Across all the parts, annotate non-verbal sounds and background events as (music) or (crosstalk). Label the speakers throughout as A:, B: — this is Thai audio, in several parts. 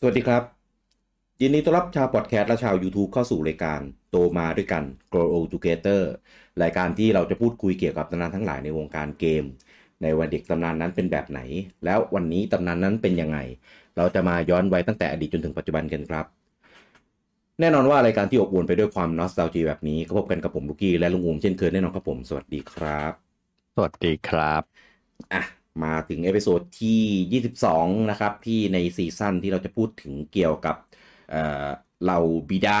A: สวัสดีครับ ยินดีต้อนรับชาวพอดแคสต์และชาว YouTube เข้าสู่รายการโตมาด้วยกัน Grow Together รายการที่เราจะพูดคุยเกี่ยวกับตำนานทั้งหลายในวงการเกม ในวันเด็กตำนานนั้นเป็นแบบไหน แล้ววันนี้ตำนานนั้นเป็นยังไง เราจะมาย้อนไว้ตั้งแต่อดีตจนถึงปัจจุบันกันครับ แน่นอนว่ารายการที่อบอวลไปด้วยความนอสตาจีแบบนี้ก็พบกันกับผมลูกกี้และลุงอูมเช่นเคยแน่นอนครับผมสวัสดีครับ
B: สวัสดีครับ
A: อ่ะมาถึงเอพิโซดที่ 22 นะครับ ที่ในซีซั่นที่เราจะพูดถึงเกี่ยวกับเอ่อเหล่าบิดา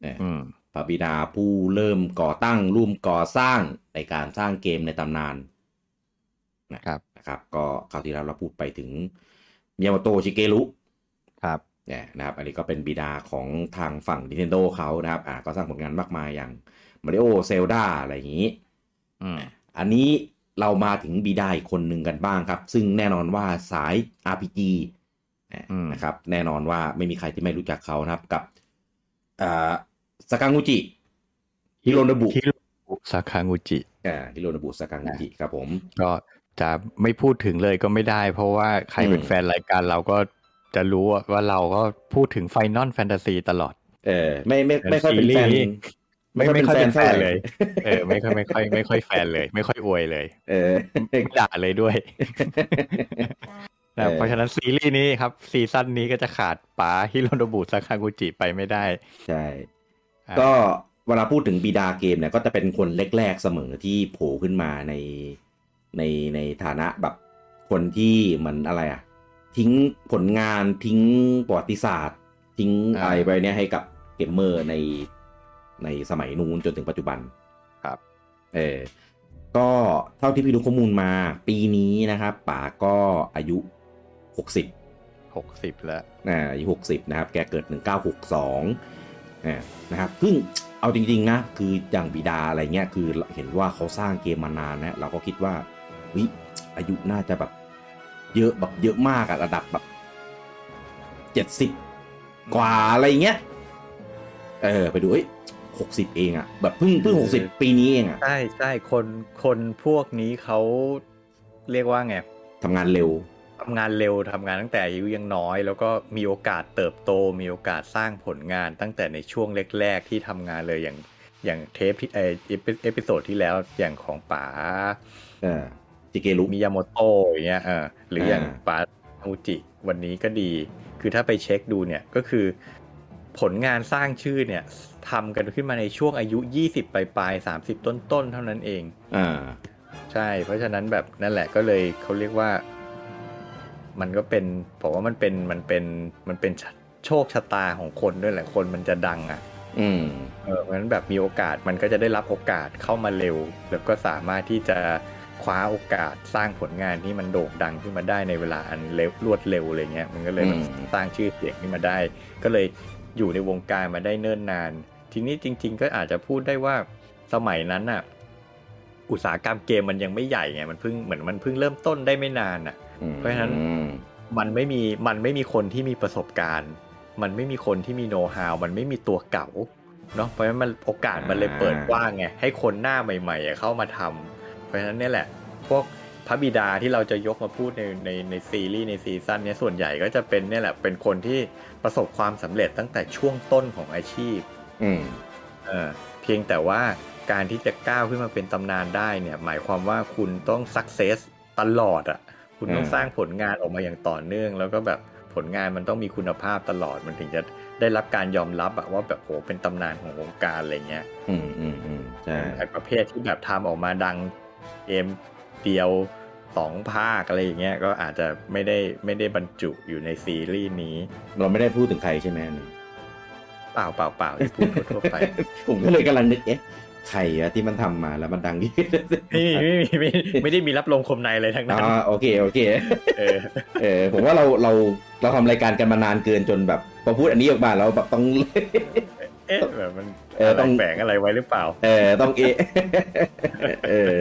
A: เนี่ย
B: อืม
A: พระบิดาผู้เริ่มก่อตั้งร่วมก่อสร้างในการสร้างเกมในตำนานนะครับ นะครับ ก็คราวที่แล้วเราพูดไปถึงมิยาโมโตะชิเกรุ
B: ครับ
A: เนี่ยนะครับอันนี้ก็เป็นบิดาของทางฝั่ง Nintendo เขานะครับอ่าก็สร้างผลงานมากมายอย่าง Mario Zelda อะไรอย่างนี้
B: อืม
A: อันนี้เรามาถึงบิดาอีกคนหนึ่งกันบ้างครับ ซึ่งแน่นอนว่าสาย RPG นะ
B: อืม
A: นะครับแน่นอนว่าไม่มีใครที่ไม่รู้จักเขานะครับกับอ่าสกังุจิฮิโรนบุ
B: ฮิโรบุสาคางูจิ
A: อ่าฮิโรนบุสกังุจิครับผม
B: ก็จะไม่พูดถึงเลยก็ไม่ได้ เพราะว่าใครเป็
A: อื
B: น
A: ม
B: แฟนรายการเราก็จะรู้ว่าเราก็พูดถึงไฟนอลแฟนตาซีตลอด
A: เออไม่ไม่ไม่ค่อยเป็นแฟน
B: ซีรีส์
A: ไม่ค่อยเป็นแฟนเท่าไหร่
B: เลยเออไม่ค่อยไม่ค่อยไม่ค่อยแฟนเลย ไม่ค่อยอวยเลย
A: เออ
B: ไม่ด่าเลยด้วยนะ
A: เออ
B: เพราะฉะนั้นซีรีส์นี้ครับซีซั่นนี้ก็จะขาดป๋าฮิโรนบุสาคางูจิไปไม่ได้
A: ใช่
B: อ่ะ
A: ก็เวลาพูดถึงบิดาเกมเนี่ยก็จะเป็นคนแรกๆเสมอที่โผล่ขึ้นมาในในในฐานะแบบคนที่เหมือนอะไรอะทิ้งผลงานทิ้งประวัติศาสตร์ ทิ้งอะไรไปเนี่ยให้กับเกมเมอร์ในในสมัยนู้นจนถึงปัจจุบัน
B: ครับ
A: เออก็เท่าที่พี่ดูข้อมูลมาปีนี้นะครับป๋าก็อายุ 60
B: หกสิบแล้ว
A: อ่าอายุหกสิบนะครับ แกเกิดหนึ่งเก้าหกสองนะครับซึ่งเอาจริง ๆ นะ คืออย่างบิดาอะไรเงี้ย คือเห็นว่าเขาสร้างเกมมานานนะ เราก็คิดว่าวิอายุน่าจะแบบ เยอะแบบเยอะมากอะระดับแบบเจ็ดสิบ70 กว่าอะไรเงี้ย เออ ไปดูเอ้ยหกสิบเองอะแบบเพิ่งเพิ่งหกสิบปีนี้เองอะ
B: ใช่ใช่คนคนพวกนี้เขาเรียกว่าไง
A: ทำงานเร็ว
B: ทำงานเร็วทำงานตั้งแต่อายุยังน้อย แล้วก็มีโอกาสเติบโต มีโอกาสสร้างผลงานตั้งแต่ในช่วงแรก ๆ ที่ทำงานเลยอย่างอย่างเทปที่เออเอพิเอพิโซดที่แล้วอย่างของป๋า
A: เออจิเกรุ
B: มิยาโมโตะอย่างเงี้ยเออหรือ
A: อ่า
B: อย่างป๋าอุจิวันนี้ก็ดี คือถ้าไปเช็คดูเนี่ยก็คือ ผลงานสร้างชื่อเนี่ยทำกันขึ้นมาในช่วงอายุ 20ปลายๆ30 ต้นๆเท่านั้นเอง
A: อ่า
B: ใช่ เพราะฉะนั้นแบบนั่นแหละก็เลยเขาเรียกว่า มันก็เป็นผมว่ามันเป็นมันเป็นมันเป็นชะโชคชะตาของคนด้วยแหละคนมันจะดังอะ่ะ
A: อืม
B: เออเพราะฉะนั้นแบบมีโอกาสมันก็จะได้รับโอกาสเข้ามาเร็ว แล้วก็สามารถที่จะคว้าโอกาสสร้างผลงานที่มันโด่งดังขึ้นมาได้ในเวลาอันเร็วรวดเร็วอะไรเงี้ยมันก็เลยแบบ
A: อืม
B: สร้างชื่อเสียงขึ้นมาได้ ก็เลยอยู่ในวงการมาได้เนิ่นนาน ทีนี้จริง ๆ ก็อาจจะพูดได้ว่าสมัยนั้นน่ะ อุตสาหกรรมเกมมันยังไม่ใหญ่ไงมันเพิ่งเหมือนมันเพิ่งเริ่มต้นได้ไม่นานน่ะ
A: อืม
B: เพราะฉะนั้น มันไม่มีมันไม่มีคนที่มีประสบการณ์ มันไม่มีคนที่มีโน้ตฮาวมันไม่มีตัวเก่าเนาะเพราะฉะนั้นมันโอกาสมันเลยเปิดกว้างไงให้คนหน้าใหม่ๆอ่ะเข้ามาทำเพราะฉะนั้นเนี่ยแหละ พวกพระบิดาที่เราจะยกมาพูดในในในซีรีส์ในซีซั่นเนี้ยส่วนใหญ่ก็จะเป็นเนี่ยแหละเป็นคนที่ประสบความสำเร็จตั้งแต่ช่วงต้นของอาชีพ
A: อืม
B: เออเพียงแต่ว่าการที่จะก้าวขึ้นมาเป็นตำนานได้เนี่ยหมายความว่าคุณต้องสักเซสตลอดอะ่ะคุณต้อง
A: อืม
B: สร้างผลงานออกมาอย่างต่อเนื่อง แล้วก็แบบผลงานมันต้องมีคุณภาพตลอดมันถึงจะได้รับการยอมรับอะว่าแบบโหเป็นตำนานของวงการอะไรเงี้ย
A: อืมอืมอืมใช่
B: ไอ้ประเภทที่แบบทำออกมาดังเกมเดียวสองภาคอะไรอย่างเงี้ยก็อาจจะไม่ได้ไม่ได้บรรจุอยู่ในซีรีส์นี้
A: เราไม่ได้พูดถึงใครใช่ไหมอันนี้
B: เปล่าเปล่าเปล่าที่พูดทั่ (laughs) วๆไป
A: ผมก็เลยกำลังนึกเอ๊ะใครอะที่มันทำมาแล้วมันดัง (laughs) ที่สุด
B: ไม่มีไม่มีไม่ไม่ได้มีรับลมคมในอะไรทั้ง
A: อ๋
B: นั้น
A: อโอเคโอเค
B: (laughs) เออ
A: เออผมว่าเราเราเราทำรายการกันมานานเกินจนแบบพอพูดอันนี้ออกมาเราแบบต้อง
B: เอ๊ะแบบมัน
A: เออ
B: อะไร
A: ต้อง
B: แฝงอะไรไว้หรือเปล่า
A: เออต้องเอะ
B: (laughs)
A: เออ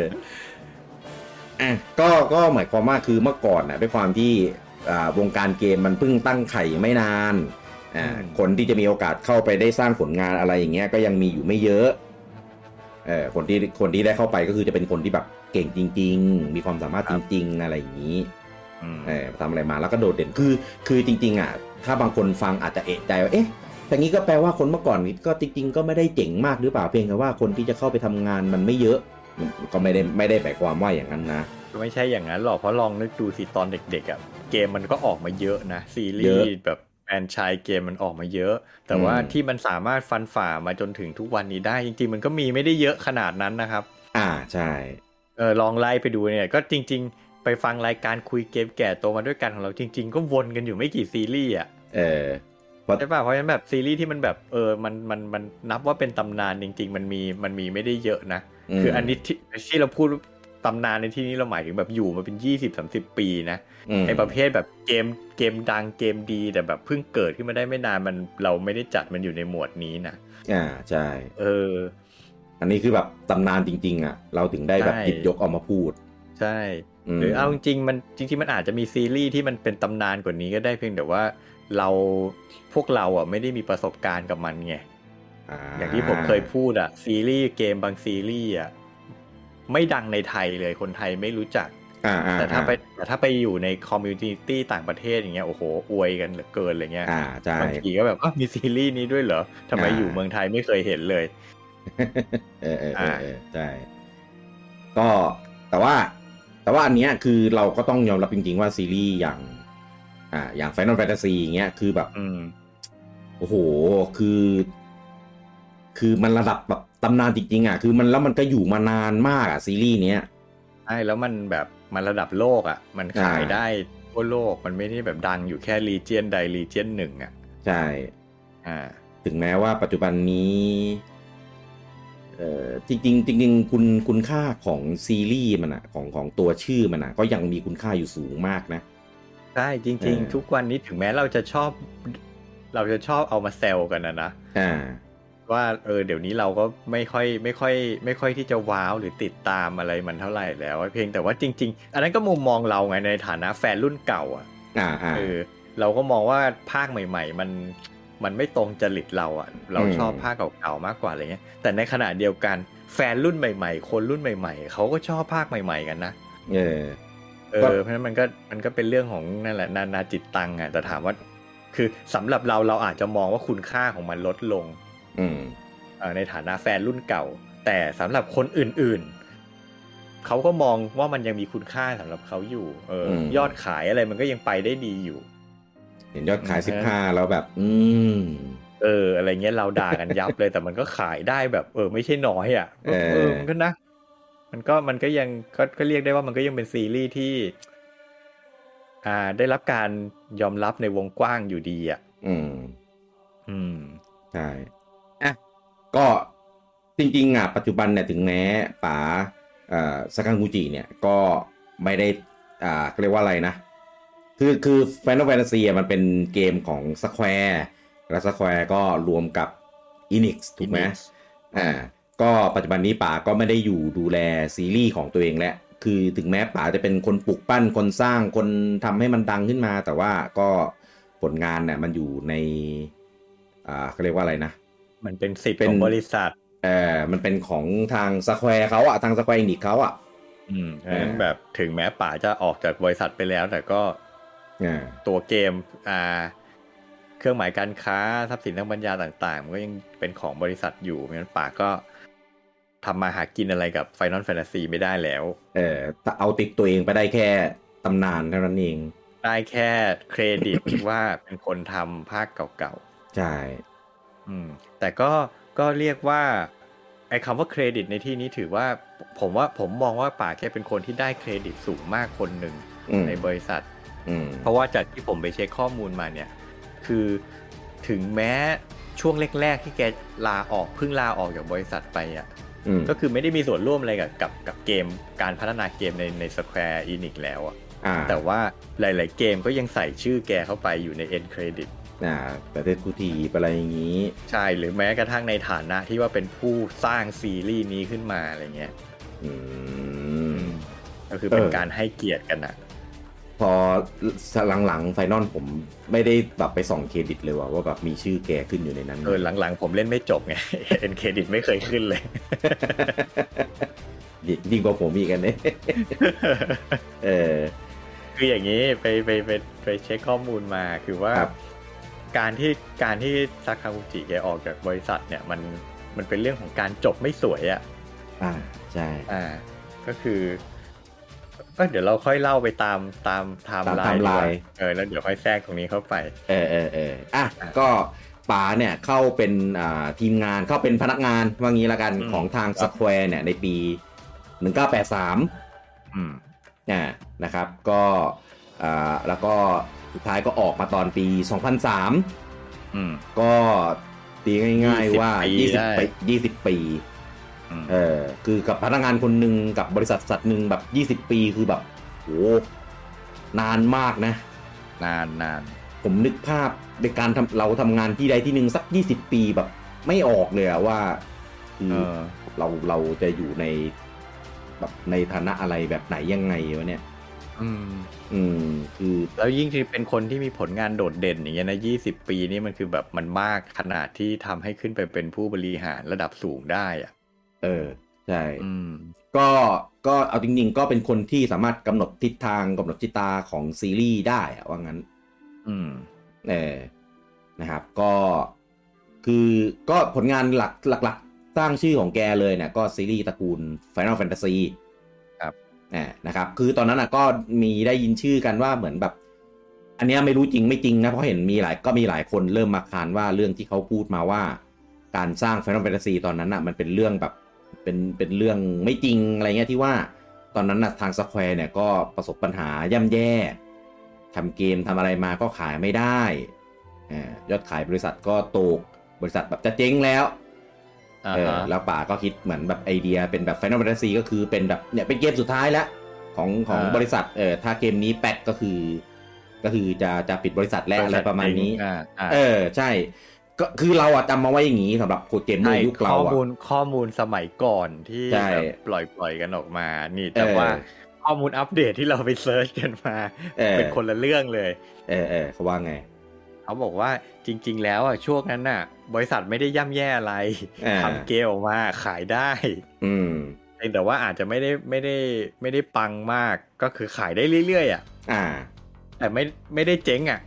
A: อ่ะก็ก็หมายความว่าคือเมื่อก่อนนะด้วยความที่อ่าวงการเกมมันเพิ่งตั้งไข่ไม่นานอ่า
B: อืม
A: คนที่จะมีโอกาสเข้าไปได้สร้างผลงานอะไรอย่างเงี้ยก็ยังมีอยู่ไม่เยอะเออคนที่คนที่ได้เข้าไปก็คือจะเป็นคนที่แบบเก่งจริง ๆ มีความสามารถจริง ๆ อะไรอย่างนี้
B: อืม
A: เออทำอะไรมาแล้วก็โดดเด่นคือคือจริงๆอ่ะถ้าบางคนฟังอาจจะเอะใจว่าเอ๊ะแต่งี้ก็แปลว่าคนเมื่อก่อนนี่ก็จริง ๆ ก็ไม่ได้เจ๋งมากหรือเปล่าเพียงแต่ว่าคนที่จะเข้าไปทำงานมันไม่เยอะก็ไม่ได้ไม่ได้แปลความว่าอย่างนั้นนะ
B: ไม่ใช่อย่างนั้นหรอกเพราะลองนึกดูสิตอนเด็กๆอ่ะเกมมันก็ออกมาเยอะนะซีรี
A: เยอะ
B: ส์แบบแฟรนไชายเกมมันออกมาเยอะ แต่ว่า
A: อืม
B: ที่มันสามารถฟันฝ่ามาจนถึงทุกวันนี้ได้ จริงๆมันก็มีไม่ได้เยอะขนาดนั้นนะครับ
A: อ่าใช่
B: เออลองไล่ไปดูเนี่ยก็จริง ๆ ไปฟังรายการคุยเกมแก่ตัวมาด้วยกันของเราจริง ๆ ก็วนกันอยู่ไม่กี่ซีรีส์อ่ะ
A: เออ
B: ใช่ป่ะเพราะฉะนั้นแบบซีรีส์ที่มันแบบเออมันมันมันนับว่าเป็นตำนานจริง ๆ มันมีมันมีไม่ได้เยอะนะ คืออันนี้ที่ที่เราพูดตำนานในที่นี้เราหมายถึงแบบอยู่มาเป็น 20 30 ปีนะไอ้ประเภทแบบเกมเกมดังเกมดีแต่แบบเพิ่งเกิดขึ้นมาได้ไม่นานมันเราไม่ได้จัดมันอยู่ในหมวดนี้นะ
A: อ่าใช่
B: เออ
A: อันนี้คือแบบตำนานจริง ๆ อ่ะ เราถึงได้แบบ
B: ใช่
A: หยิบยกเออกมาพูด
B: ใช่
A: ม
B: หรือเอาจริงๆมันจริงๆมันอาจจะมีซีรีส์ที่มันเป็นตำนานกว่านี้ก็ได้เพียงแต่ว่าเราพวกเราอ่ะไม่ได้มีประสบการณ์กับมันไงอย่างที่ผมเคยพูดอ่ะซีรีส์เกมบางซีรีส์อ่ะไม่ดังในไทยเลยคนไทยไม่รู้จัก
A: อ่าอ่
B: แต่ถ้าไปแต่ถ้าไปอยู่ในคอมมูนิตี้ต่างประเทศอย่างเงี้ยโอ้โหอวยกันเหลือเกินอะไรเงี้ย
A: อ่าใช่
B: บางทีก็แบบอ้าวมีซีรีส์นี้ด้วยเหรอทำไม
A: อ่า
B: อยู่เมืองไทยไม่เคยเห็นเลย
A: เออเออเอ
B: อ่า
A: อเออใช่ก็แต่ว่า แต่ว่าอันเนี้ยคือเราก็ต้องยอมรับจริง ๆ ว่าซีรีส์อย่าง อ่า อย่าง Final Fantasy อย่างเงี้ยคือแบบ
B: อืม
A: โอ้โห คือ คือมันระดับแบบตำนานจริงๆอ่ะ คือมันแล้วมันก็อยู่มานานมากอ่ะซีรีส์เนี้ย
B: ใช่แล้วมันแบบมันระดับโลกอะ่ะ มันขาย
A: อ่า
B: ได้ทั่วโลกมันไม่ได้แบบดังอยู่แค่รีเจียนใดรีเจียนหนึ่งอ่ะ
A: ใช่
B: อ่า
A: ถึงแม้ว่าปัจจุบันนี้ เอ่อจริงๆจริงๆคุณคุณค่าของซีรีส์มันอะของของตัวชื่อมันอะก็ยังมีคุณค่าอยู่สูงมากนะ
B: ใช่จริง
A: เออ
B: ๆ ทุกวันนี้ถึงแม้เราจะชอบ เราจะชอบเอามาแซวกันนะนะ
A: อ่า
B: ว่าเออเดี๋ยวนี้เราก็ไม่ค่อยไม่ค่อย ไม่ค่อยที่จะว้าวหรือติดตามอะไรมันเท่าไหร่แล้ว เพียงแต่ว่าจริง ๆ อันนั้นก็มุมมองเราไงในฐานะแฟนรุ่นเก่าอ่ะ
A: อ่าอ่า
B: เออเราก็มองว่าภาคใหม่ ๆ มันมันไม่ตรงจริตเราอะ่ะ เรา
A: อืม
B: ชอบภาคเก่าๆมากกว่าอะไรเงี้ย แต่ในขณะเดียวกันแฟนรุ่นใหม่ ๆ คนรุ่นใหม่ ๆเขาก็ชอบภาคใหม่ ๆ กันนะ
A: เออ
B: เอ
A: ครับ
B: อเพราะฉะนั้นมันก็มันก็เป็นเรื่องของนั่นแหละนานาจิตตังอะ่ะแต่ถามว่า คือสำหรับเราเราอาจจะมองว่าคุณค่าของมันลดลง
A: อืม
B: เอ่อในฐานะแฟนรุ่นเก่า แต่สำหรับคนอื่นๆเขาก็มองว่ามันยังมีคุณค่าสำหรับเขาอยู่เอออ
A: ม
B: ยอดขายอะไรมันก็ยังไปได้ดีอยู่
A: เห็นยอดขาย
B: อืม
A: สิบห้าแล้วแบบ อืม
B: เอออะไรเงี้ยเราด่ากันยับเลย แต่มันก็ขายได้แบบ เออ ไม่ใช่น้อยอ่ะ
A: เออ
B: เออมันก็นะ มันก็มันก็ยังก็ก็เรียกได้ว่ามันก็ยังเป็นซีรีส์ที่ อ่า ได้รับการยอมรับในวงกว้างอยู่ดีอ่ะ
A: อืม
B: อืม
A: ใช่อ่ะก็จริงๆอ่ะปัจจุบันเนี่ยถึงแม้ป๋าเอ่อสกังกูจิเนี่ยก็ไม่ได้อ่าเรียกว่าอะไรนะ คือคือ Final Fantasy อ่ะมันเป็นเกมของ Square แล้ว Square ก็รวมกับ Enix ถูกไหม
B: Enix
A: อ่าก็ปัจจุบันนี้ป๋าก็ไม่ได้อยู่ดูแลซีรีส์ของตัวเองแล้วคือถึงแม้ป๋าจะเป็นคนปลูกปั้นคนสร้างคนทำให้มันดังขึ้นมา แต่ว่าก็ผลงานเนี่ยมันอยู่ในอ่าเขาเรียกว่าอะไรนะ
B: มันเป็นสิทธิ์
A: เป็น
B: ของบริษัท
A: เออมันเป็นของทางสแควร์เขาอะทางสแควร์อินิกเขาอะ
B: อืมเพราะฉะนั้น
A: เออ
B: แบบถึงแม้ป๋าจะออกจากบริษัทไปแล้ว แต่ก็
A: อ่า
B: ตัวเกม อ่า เครื่องหมายการค้าทรัพย์สินทางปัญญาต่างๆมันก็ยังเป็นของบริษัทอยู่เพราะฉะนั้นป๋าก็ทำมาหากินอะไรกับ Final Fantasy ไม่ได้แล้ว
A: เออแต่เอาติดตัวเองไปได้แค่ตำนานเท่านั้นเอง
B: ได้แค่เครดิต (coughs) ว่าเป็นคนทำภาคเก่า
A: ใช่
B: ๆอืมแต่ก็ก็เรียกว่าไอ้คำว่าเครดิตในที่นี้ถือว่าผมว่าผมมองว่าป่าแค่เป็นคนที่ได้เครดิตสูงมากคนหนึ่ง
A: อืม
B: ในบริษัท
A: อืม
B: เพราะว่าจากที่ผมไปเช็คข้อมูลมาเนี่ย คือถึงแม้ช่วงแรกๆที่แกลาออกเพิ่งลาออกจากบริษัทไปอ่ะ
A: อืม
B: ก็คือไม่ได้มีส่วนร่วมอะไรกับกับกับเกมการพัฒนาเกมในในสแควร์อินิกแล้วอ่ะ
A: อ่า
B: แต่ว่าหลาย ๆ เกมก็ยังใส่ชื่อแกเข้าไปอยู่ใน end credit
A: อ่าประเทศกูทีอะไรอย่างนี้
B: ใช่ หรือแม้กระทั่งในฐานะที่ว่าเป็นผู้สร้างซีรีส์นี้ขึ้นมาอะไรเงี้ย
A: อืม
B: ก็คือเป็น
A: เออ
B: การให้เกียรติกันนะ
A: พอหลังๆไฟนอลผมไม่ได้แบบไปส่องเครดิตเลยว่าว่าแบบมีชื่อแกขึ้นอยู่ในนั้น
B: เออ หลัง ๆ ผมเล่นไม่จบไง (laughs) end credit ไม่เคยขึ้นเลย
A: (laughs) ยิ่งกว่าผมอีกกันเนี่ย เออ
B: คืออย่างนี้ไปไปไปไปเช็คข้อมูลมาคือว่า
A: ครับ
B: การที่การที่ซากากุจิแกออกจากบริษัทเนี่ยมันมันเป็นเรื่องของการจบไม่สวยอะ่ะ
A: อ่าใช่
B: อ่า ก็คือเอ้ยเดี๋ยวเราค่อยเล่าไปตามตามไทม์ไล
A: ตามไท
B: น์
A: ม์ไลน์
B: ดีกว่าเออแล้วเดี๋ยวค่อยแทรกตรงนี้เข้าไป
A: เออเออเอออ่ะก็ป๋าเนี่ยเข้าเป็นอ่าทีมงานเข้าเป็นพนักงานว่างี้ละกัน
B: อืม
A: ของทาง
B: ค
A: ส
B: รับ
A: แควร์เนี่ยในปี 1983
B: อืม
A: เนี่ยนะครับก็อ่าแล้วก็สุดท้ายก็ออกมาตอนปี 2003
B: อืม
A: ก็ตีง่ายๆว่า20
B: 20ปี
A: ปี 20 ปี
B: อืม
A: เออคือกับพนักงานคนหนึ่งกับบริษัทสัตว์หนึ่งแบบ 20 ปีคือแบบโหนานมากนะ
B: นานนาน
A: ผมนึกภาพในการทำเราทำงานที่ใดที่หนึ่งสัก 20 ปีแบบ ไม่ออกเลยอะว่าคือ
B: เอ
A: อ
B: อ
A: เราเราจะอยู่ในแบบในฐานะอะไรแบบไหนยังไงวะเนี่ย
B: อืม
A: อืม คือ
B: แล้วยิ่งที่เป็นคนที่มีผลงานโดดเด่นอย่างเงี้ยนะยี่สิบปีนี่มันคือแบบมันมากขนาดที่ทำให้ขึ้นไปเป็นผู้บริหารระดับสูงได้อ่ะ
A: เออใช่
B: อืม
A: ก็ก็เอาจริงๆ ก็เป็นคนที่สามารถกำหนดทิศทางกำหนดจิตาของซีรีส์ได้อะว่างั้น
B: อืม
A: เออนะครับก็คือก็ผลงานหลักหลักๆสร้างชื่อของแกเลยเนี่ยก็ซีรีส์ตระกูล Final Fantasy
B: ครับ
A: อ่านะครับ คือตอนนั้นน่ะก็มีได้ยินชื่อกันว่าเหมือนแบบ อันเนี้ยไม่รู้จริงไม่จริงนะ เพราะเห็นมีหลายก็มีหลายคนเริ่มมาคานว่าเรื่องที่เขาพูดมาว่า การสร้าง Final Fantasy ตอนนั้นน่ะมันเป็นเรื่องแบบเป็นเป็นเรื่องไม่จริงอะไรเงี้ยที่ว่าตอนนั้นน่ะทางสแควร์เนี่ยก็ประสบปัญหาย่ำแย่ทำเกมทำอะไรมาก็ขายไม่ได้อ่ายอดขายบริษัทก็ตกบริษัทแบบจะเจ๊งแล้ว
B: อ่า
A: เออ
B: ฮะ
A: แล้วป่าก็คิดเหมือนแบบไอเดียเป็นแบบ Final Fantasy ก็คือเป็นแบบเนี่ยเป็นเกมสุดท้ายแล้ว ของของบริษัทเออถ้าเกมนี้แป๊กก็คือ ก็คือจะจะปิดบริษัทแล้วอะไรประมาณนี้
B: อ่าอ่า
A: เออใช่ ก็คือเราอะจำมาไว้อย่างนี้สำหรับโคเกมเมอ
B: ใช่
A: ร์ยุคเรา
B: ข้อ
A: อะ
B: มูลข้อมูลสมัยก่อนที่
A: ใช่
B: แบบปล่อยปล่อยกันออกมา นี่แต่
A: เออ
B: ว่าข้อมูลอัปเดตที่เราไปเซิร์ชกันมา
A: เออ
B: นคนละเรื่องเลย
A: เออเออเขาว่าไง
B: เขาบอกว่าจริง ๆ แล้วอ่ะช่วงนั้นน่ะ บริษัทไม่ได้ย่ำแย่อะไร
A: อ่า
B: ทำเกมออกมาขายได้
A: อืม
B: เพียงแต่ว่าอาจจะไม่ได้ไม่ได้ไม่ได้ปังมากก็คือขายได้เรื่อยๆอ่ะ
A: อ่า
B: แต่ไม่ไม่ได้เจ๊งอ่ะ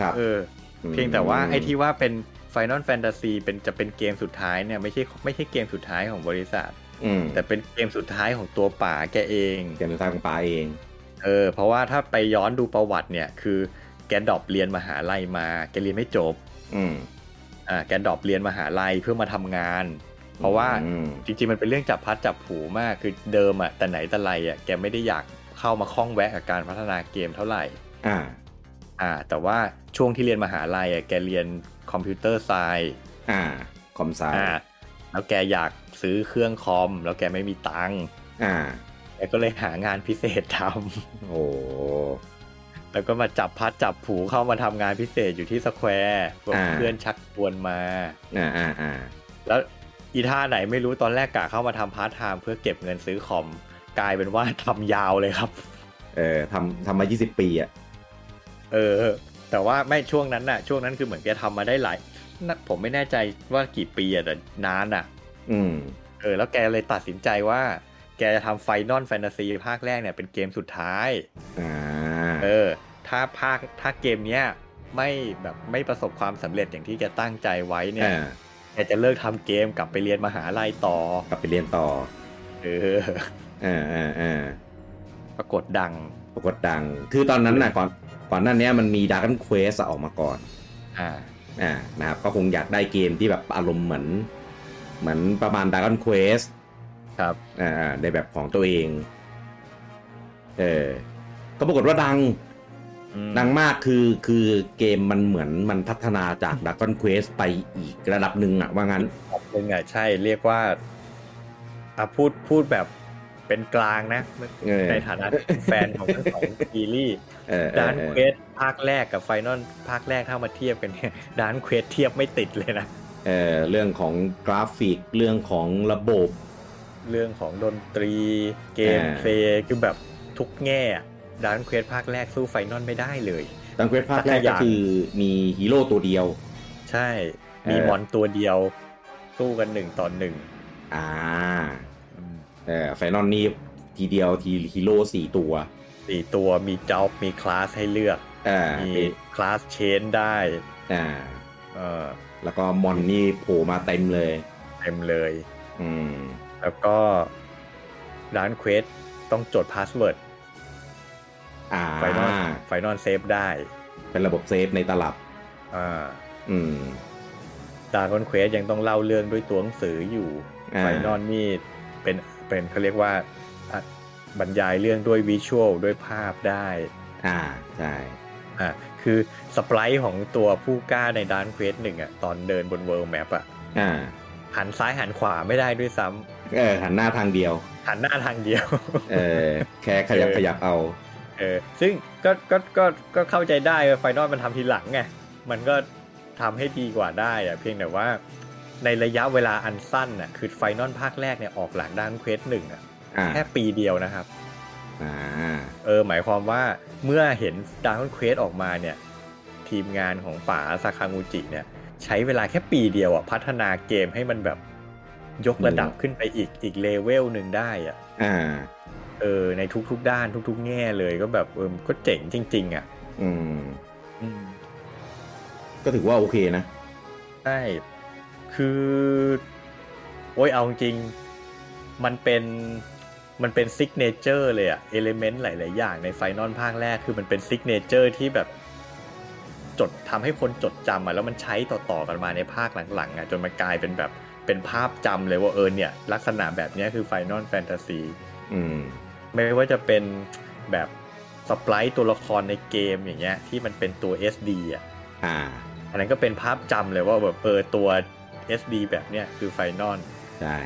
A: ครับ
B: เอออ
A: ม
B: เพียงแต่ว่าไอ้ที่ว่าเป็น Final Fantasy เป็นจะเป็นเกมสุดท้ายเนี่ยไม่ใช่ไม่ใช่เกมสุดท้ายของบริษัท
A: อืม
B: แต่เป็นเกมสุดท้ายของตัวป่าแกเอง
A: เกมสุดท้ายของป่าเอง
B: เออเพราะว่าถ้าไปย้อนดูประวัติเนี่ยคือแกดรอปเรียนมหาลัยมาแกเรียนไม่จบ
A: อืม
B: อ่าแกดรอปเรียนมหาลัยเพื่อมาทำงาน เพราะว่า
A: อืม
B: จริงๆ มันเป็นเรื่องจับพลัดจับผลูมากคือเดิมอะแต่ไหนแต่ไรอะแกไม่ได้อยากเข้ามาคล้องแวะกับการพัฒนาเกมเท่าไหร่
A: อ่า
B: อ่าแต่ว่าช่วงที่เรียนมหาลัยอะแกเรียนคอมพิวเตอร์ไซน์
A: อ่าคอมไซ
B: อ่าแล้วแกอยากซื้อเครื่องคอม แล้วแกไม่มีตังค์
A: อ่า
B: แกก็เลยหางานพิเศษทำ
A: โอ้
B: (laughs) แล้วก็มาจับพลัดจับผลูเข้ามาทำงานพิเศษอยู่ที่สแควร์เพื่อนชักชวนมา
A: อ่าอ่าอ่า
B: แล้วอีท่าไหนไม่รู้ตอนแรกกะเข้ามาทำพาร์ทไทม์เพื่อเก็บเงินซื้อคอมกลายเป็นว่าทำยาวเลยครับ (laughs)
A: เออทำทำมา 20 ปีอ่ะ
B: เออ แต่ว่าไม่ช่วงนั้นน่ะ ช่วงนั้นคือเหมือนแกทำมาได้หลายนะผมไม่แน่ใจว่ากี่ปีอะแต่นานอะ
A: อืม
B: เออ แล้วแกเลยตัดสินใจว่า แกจะทำไฟนอลแฟนตาซีภาคแรกเนี่ยเป็นเกมสุดท้าย
A: อ่า
B: เออ ถ้าภาคถ้าเกมเนี้ยไม่แบบไม่ประสบความสำเร็จอย่างที่แกตั้งใจไว้เนี่ย
A: อ่า
B: แกจะเลิกทำเกมกลับไปเรียนมหาลัยต่อก
A: ลับไปเรียนต่อ
B: เออ
A: อ่าอ่าอ่า
B: ปรากฏดัง
A: ปรากฏดัง คือตอนนั้นนะก่อน ก่อนหน้าเนี้ยมันมีดาร์กเควสออกมาก่อน
B: อ่า
A: อ่า นะครับ ก็คงอยากได้เกมที่แบบอารมณ์เหมือน เหมือนประมาณดาร์กเควส
B: ครับ
A: อ่าอ่าในแบบของตัวเอง เออ ก็ปรากฏว่าดัง
B: อืม
A: ดังมากคือ คือเกมมันเหมือนมันพัฒนาจากดาร์กเควสไปอีกระดับหนึ่งอะว่างั้น
B: หนึ่งอะใช่เรียกว่าอ่ะพูดพูดแบบเป็นกลางนะ
A: เออ
B: ในฐานะแฟนของทั้งสองซีรีส์
A: เออ
B: ดาน
A: ออ
B: เควสภาคแรกกับไฟนอลภาคแรกถ้ามาเทียบกันเนี่ย (laughs) ดานเควสเทียบไม่ติดเลยนะ
A: เออ เรื่องของกราฟิก เรื่องของระบบ
B: เรื่องของดนตรีเกม
A: อ่า
B: เพลย์คือแบบทุกแง่ดานเควสภาคแรกสู้ไฟนอลไม่ได้เลย
A: ดังเควสภาคแรก
B: สัก
A: ก็
B: อย่าง
A: คือมีฮีโร่ตัวเดียว
B: ใช่มี
A: เออ
B: มอนตัวเดียวสู้กันหนึ่งต่อหนึ่ง
A: อ่า เออไฟนอลนี่ทีเดียวทีฮีโร่สี่ตัว
B: สี่ตัวมีจ็อบมีคลาสให้เลือก
A: อ่า
B: มี
A: มี
B: คลาสเชนได้
A: อ่า
B: เออ
A: แล้วก็มอนนี่โผล่มาเต็มเลย
B: เต็มเลย
A: อืม
B: แล้วก็ร้านเควสต้องจดพาสเวิร์ด
A: อ่า
B: ไฟนอลไฟนอลเซฟได้
A: เป็นระบบเซฟในตลับ
B: อ่า
A: อืม
B: ดาร์กอนเควสยังต้องเล่าเรื่องด้วยตัวหนังสืออยู่
A: อ่า
B: ไฟนอลนี่เป็นเป็นเขาเรียกว่าอ่ะบรรยายเรื่องด้วยวิชวลด้วยภาพได้
A: อ่า ใช่
B: อ่ะคือสไปรท์ของตัวผู้กล้าในดานเควสหนึ่งอ่ะตอนเดินบนเวิลด์แมปอ่ะ
A: อ่า
B: หันซ้ายหันขวาไม่ได้ด้วยซ้ำ
A: เออ หันหน้าทางเดียว
B: หันหน้าทางเดียว (laughs)
A: เออ แค่ขยับ
B: เออ
A: ขยับเอา
B: เออซึ่งก็ก็ก็ก็เข้าใจได้ไฟนอลมันทำทีหลังไงมันก็ทำให้ดีกว่าได้อ่ะเพียงแต่ว่าในระยะเวลาอันสั้นน่ะคือไฟนอลภาคแรกเนี่ยออกหลังดานเควสหนึ่งอ่ะ
A: อ่า
B: แค่ปีเดียวนะครับ
A: อ่า
B: เออหมายความว่าเมื่อเห็นดาร์ q เควสออกมาเนี่ย ทีมงานของป๋าซาคางูจิเนี่ย ใช้เวลาแค่ปีเดียวอะพัฒนาเกมให้มันแบบยกระดับขึ้นไปอีกอีกเลเวลหนึ่งได้อะ
A: อ่า
B: เออในทุกๆด้านทุกๆ แง่เลยก็แบบเออก็เจ๋งจริง ๆอะ
A: อืม ก็ถือว่าโอเคนะ
B: ใช่คือ โอ้ยเอาจริงมันเป็นมันเป็นซิกเนเจอร์เลยอะเอลิเมนต์หลาย ๆ อย่างในไฟนอลภาคแรกคือมันเป็นซิกเนเจอร์ที่แบบ จดทำให้คนจดจำอ่ะแล้วมันใช้ต่อๆกันมาในภาคหลังๆอ่ะจนมันกลายเป็นแบบเป็นภาพจำเลยว่าเออเนี่ย ลักษณะแบบเนี้ยคือไฟนอลแฟนตาซี
A: อืม
B: ไม่ว่าจะเป็นแบบสปลายตัวละครในเกมอย่างเงี้ยที่มันเป็นตัว SD อ่ะ
A: อ่า
B: อันนั้นก็เป็นภาพจำเลยว่าแบบเออตัว SD แบบเนี้ยคือไฟนอล
A: ใช่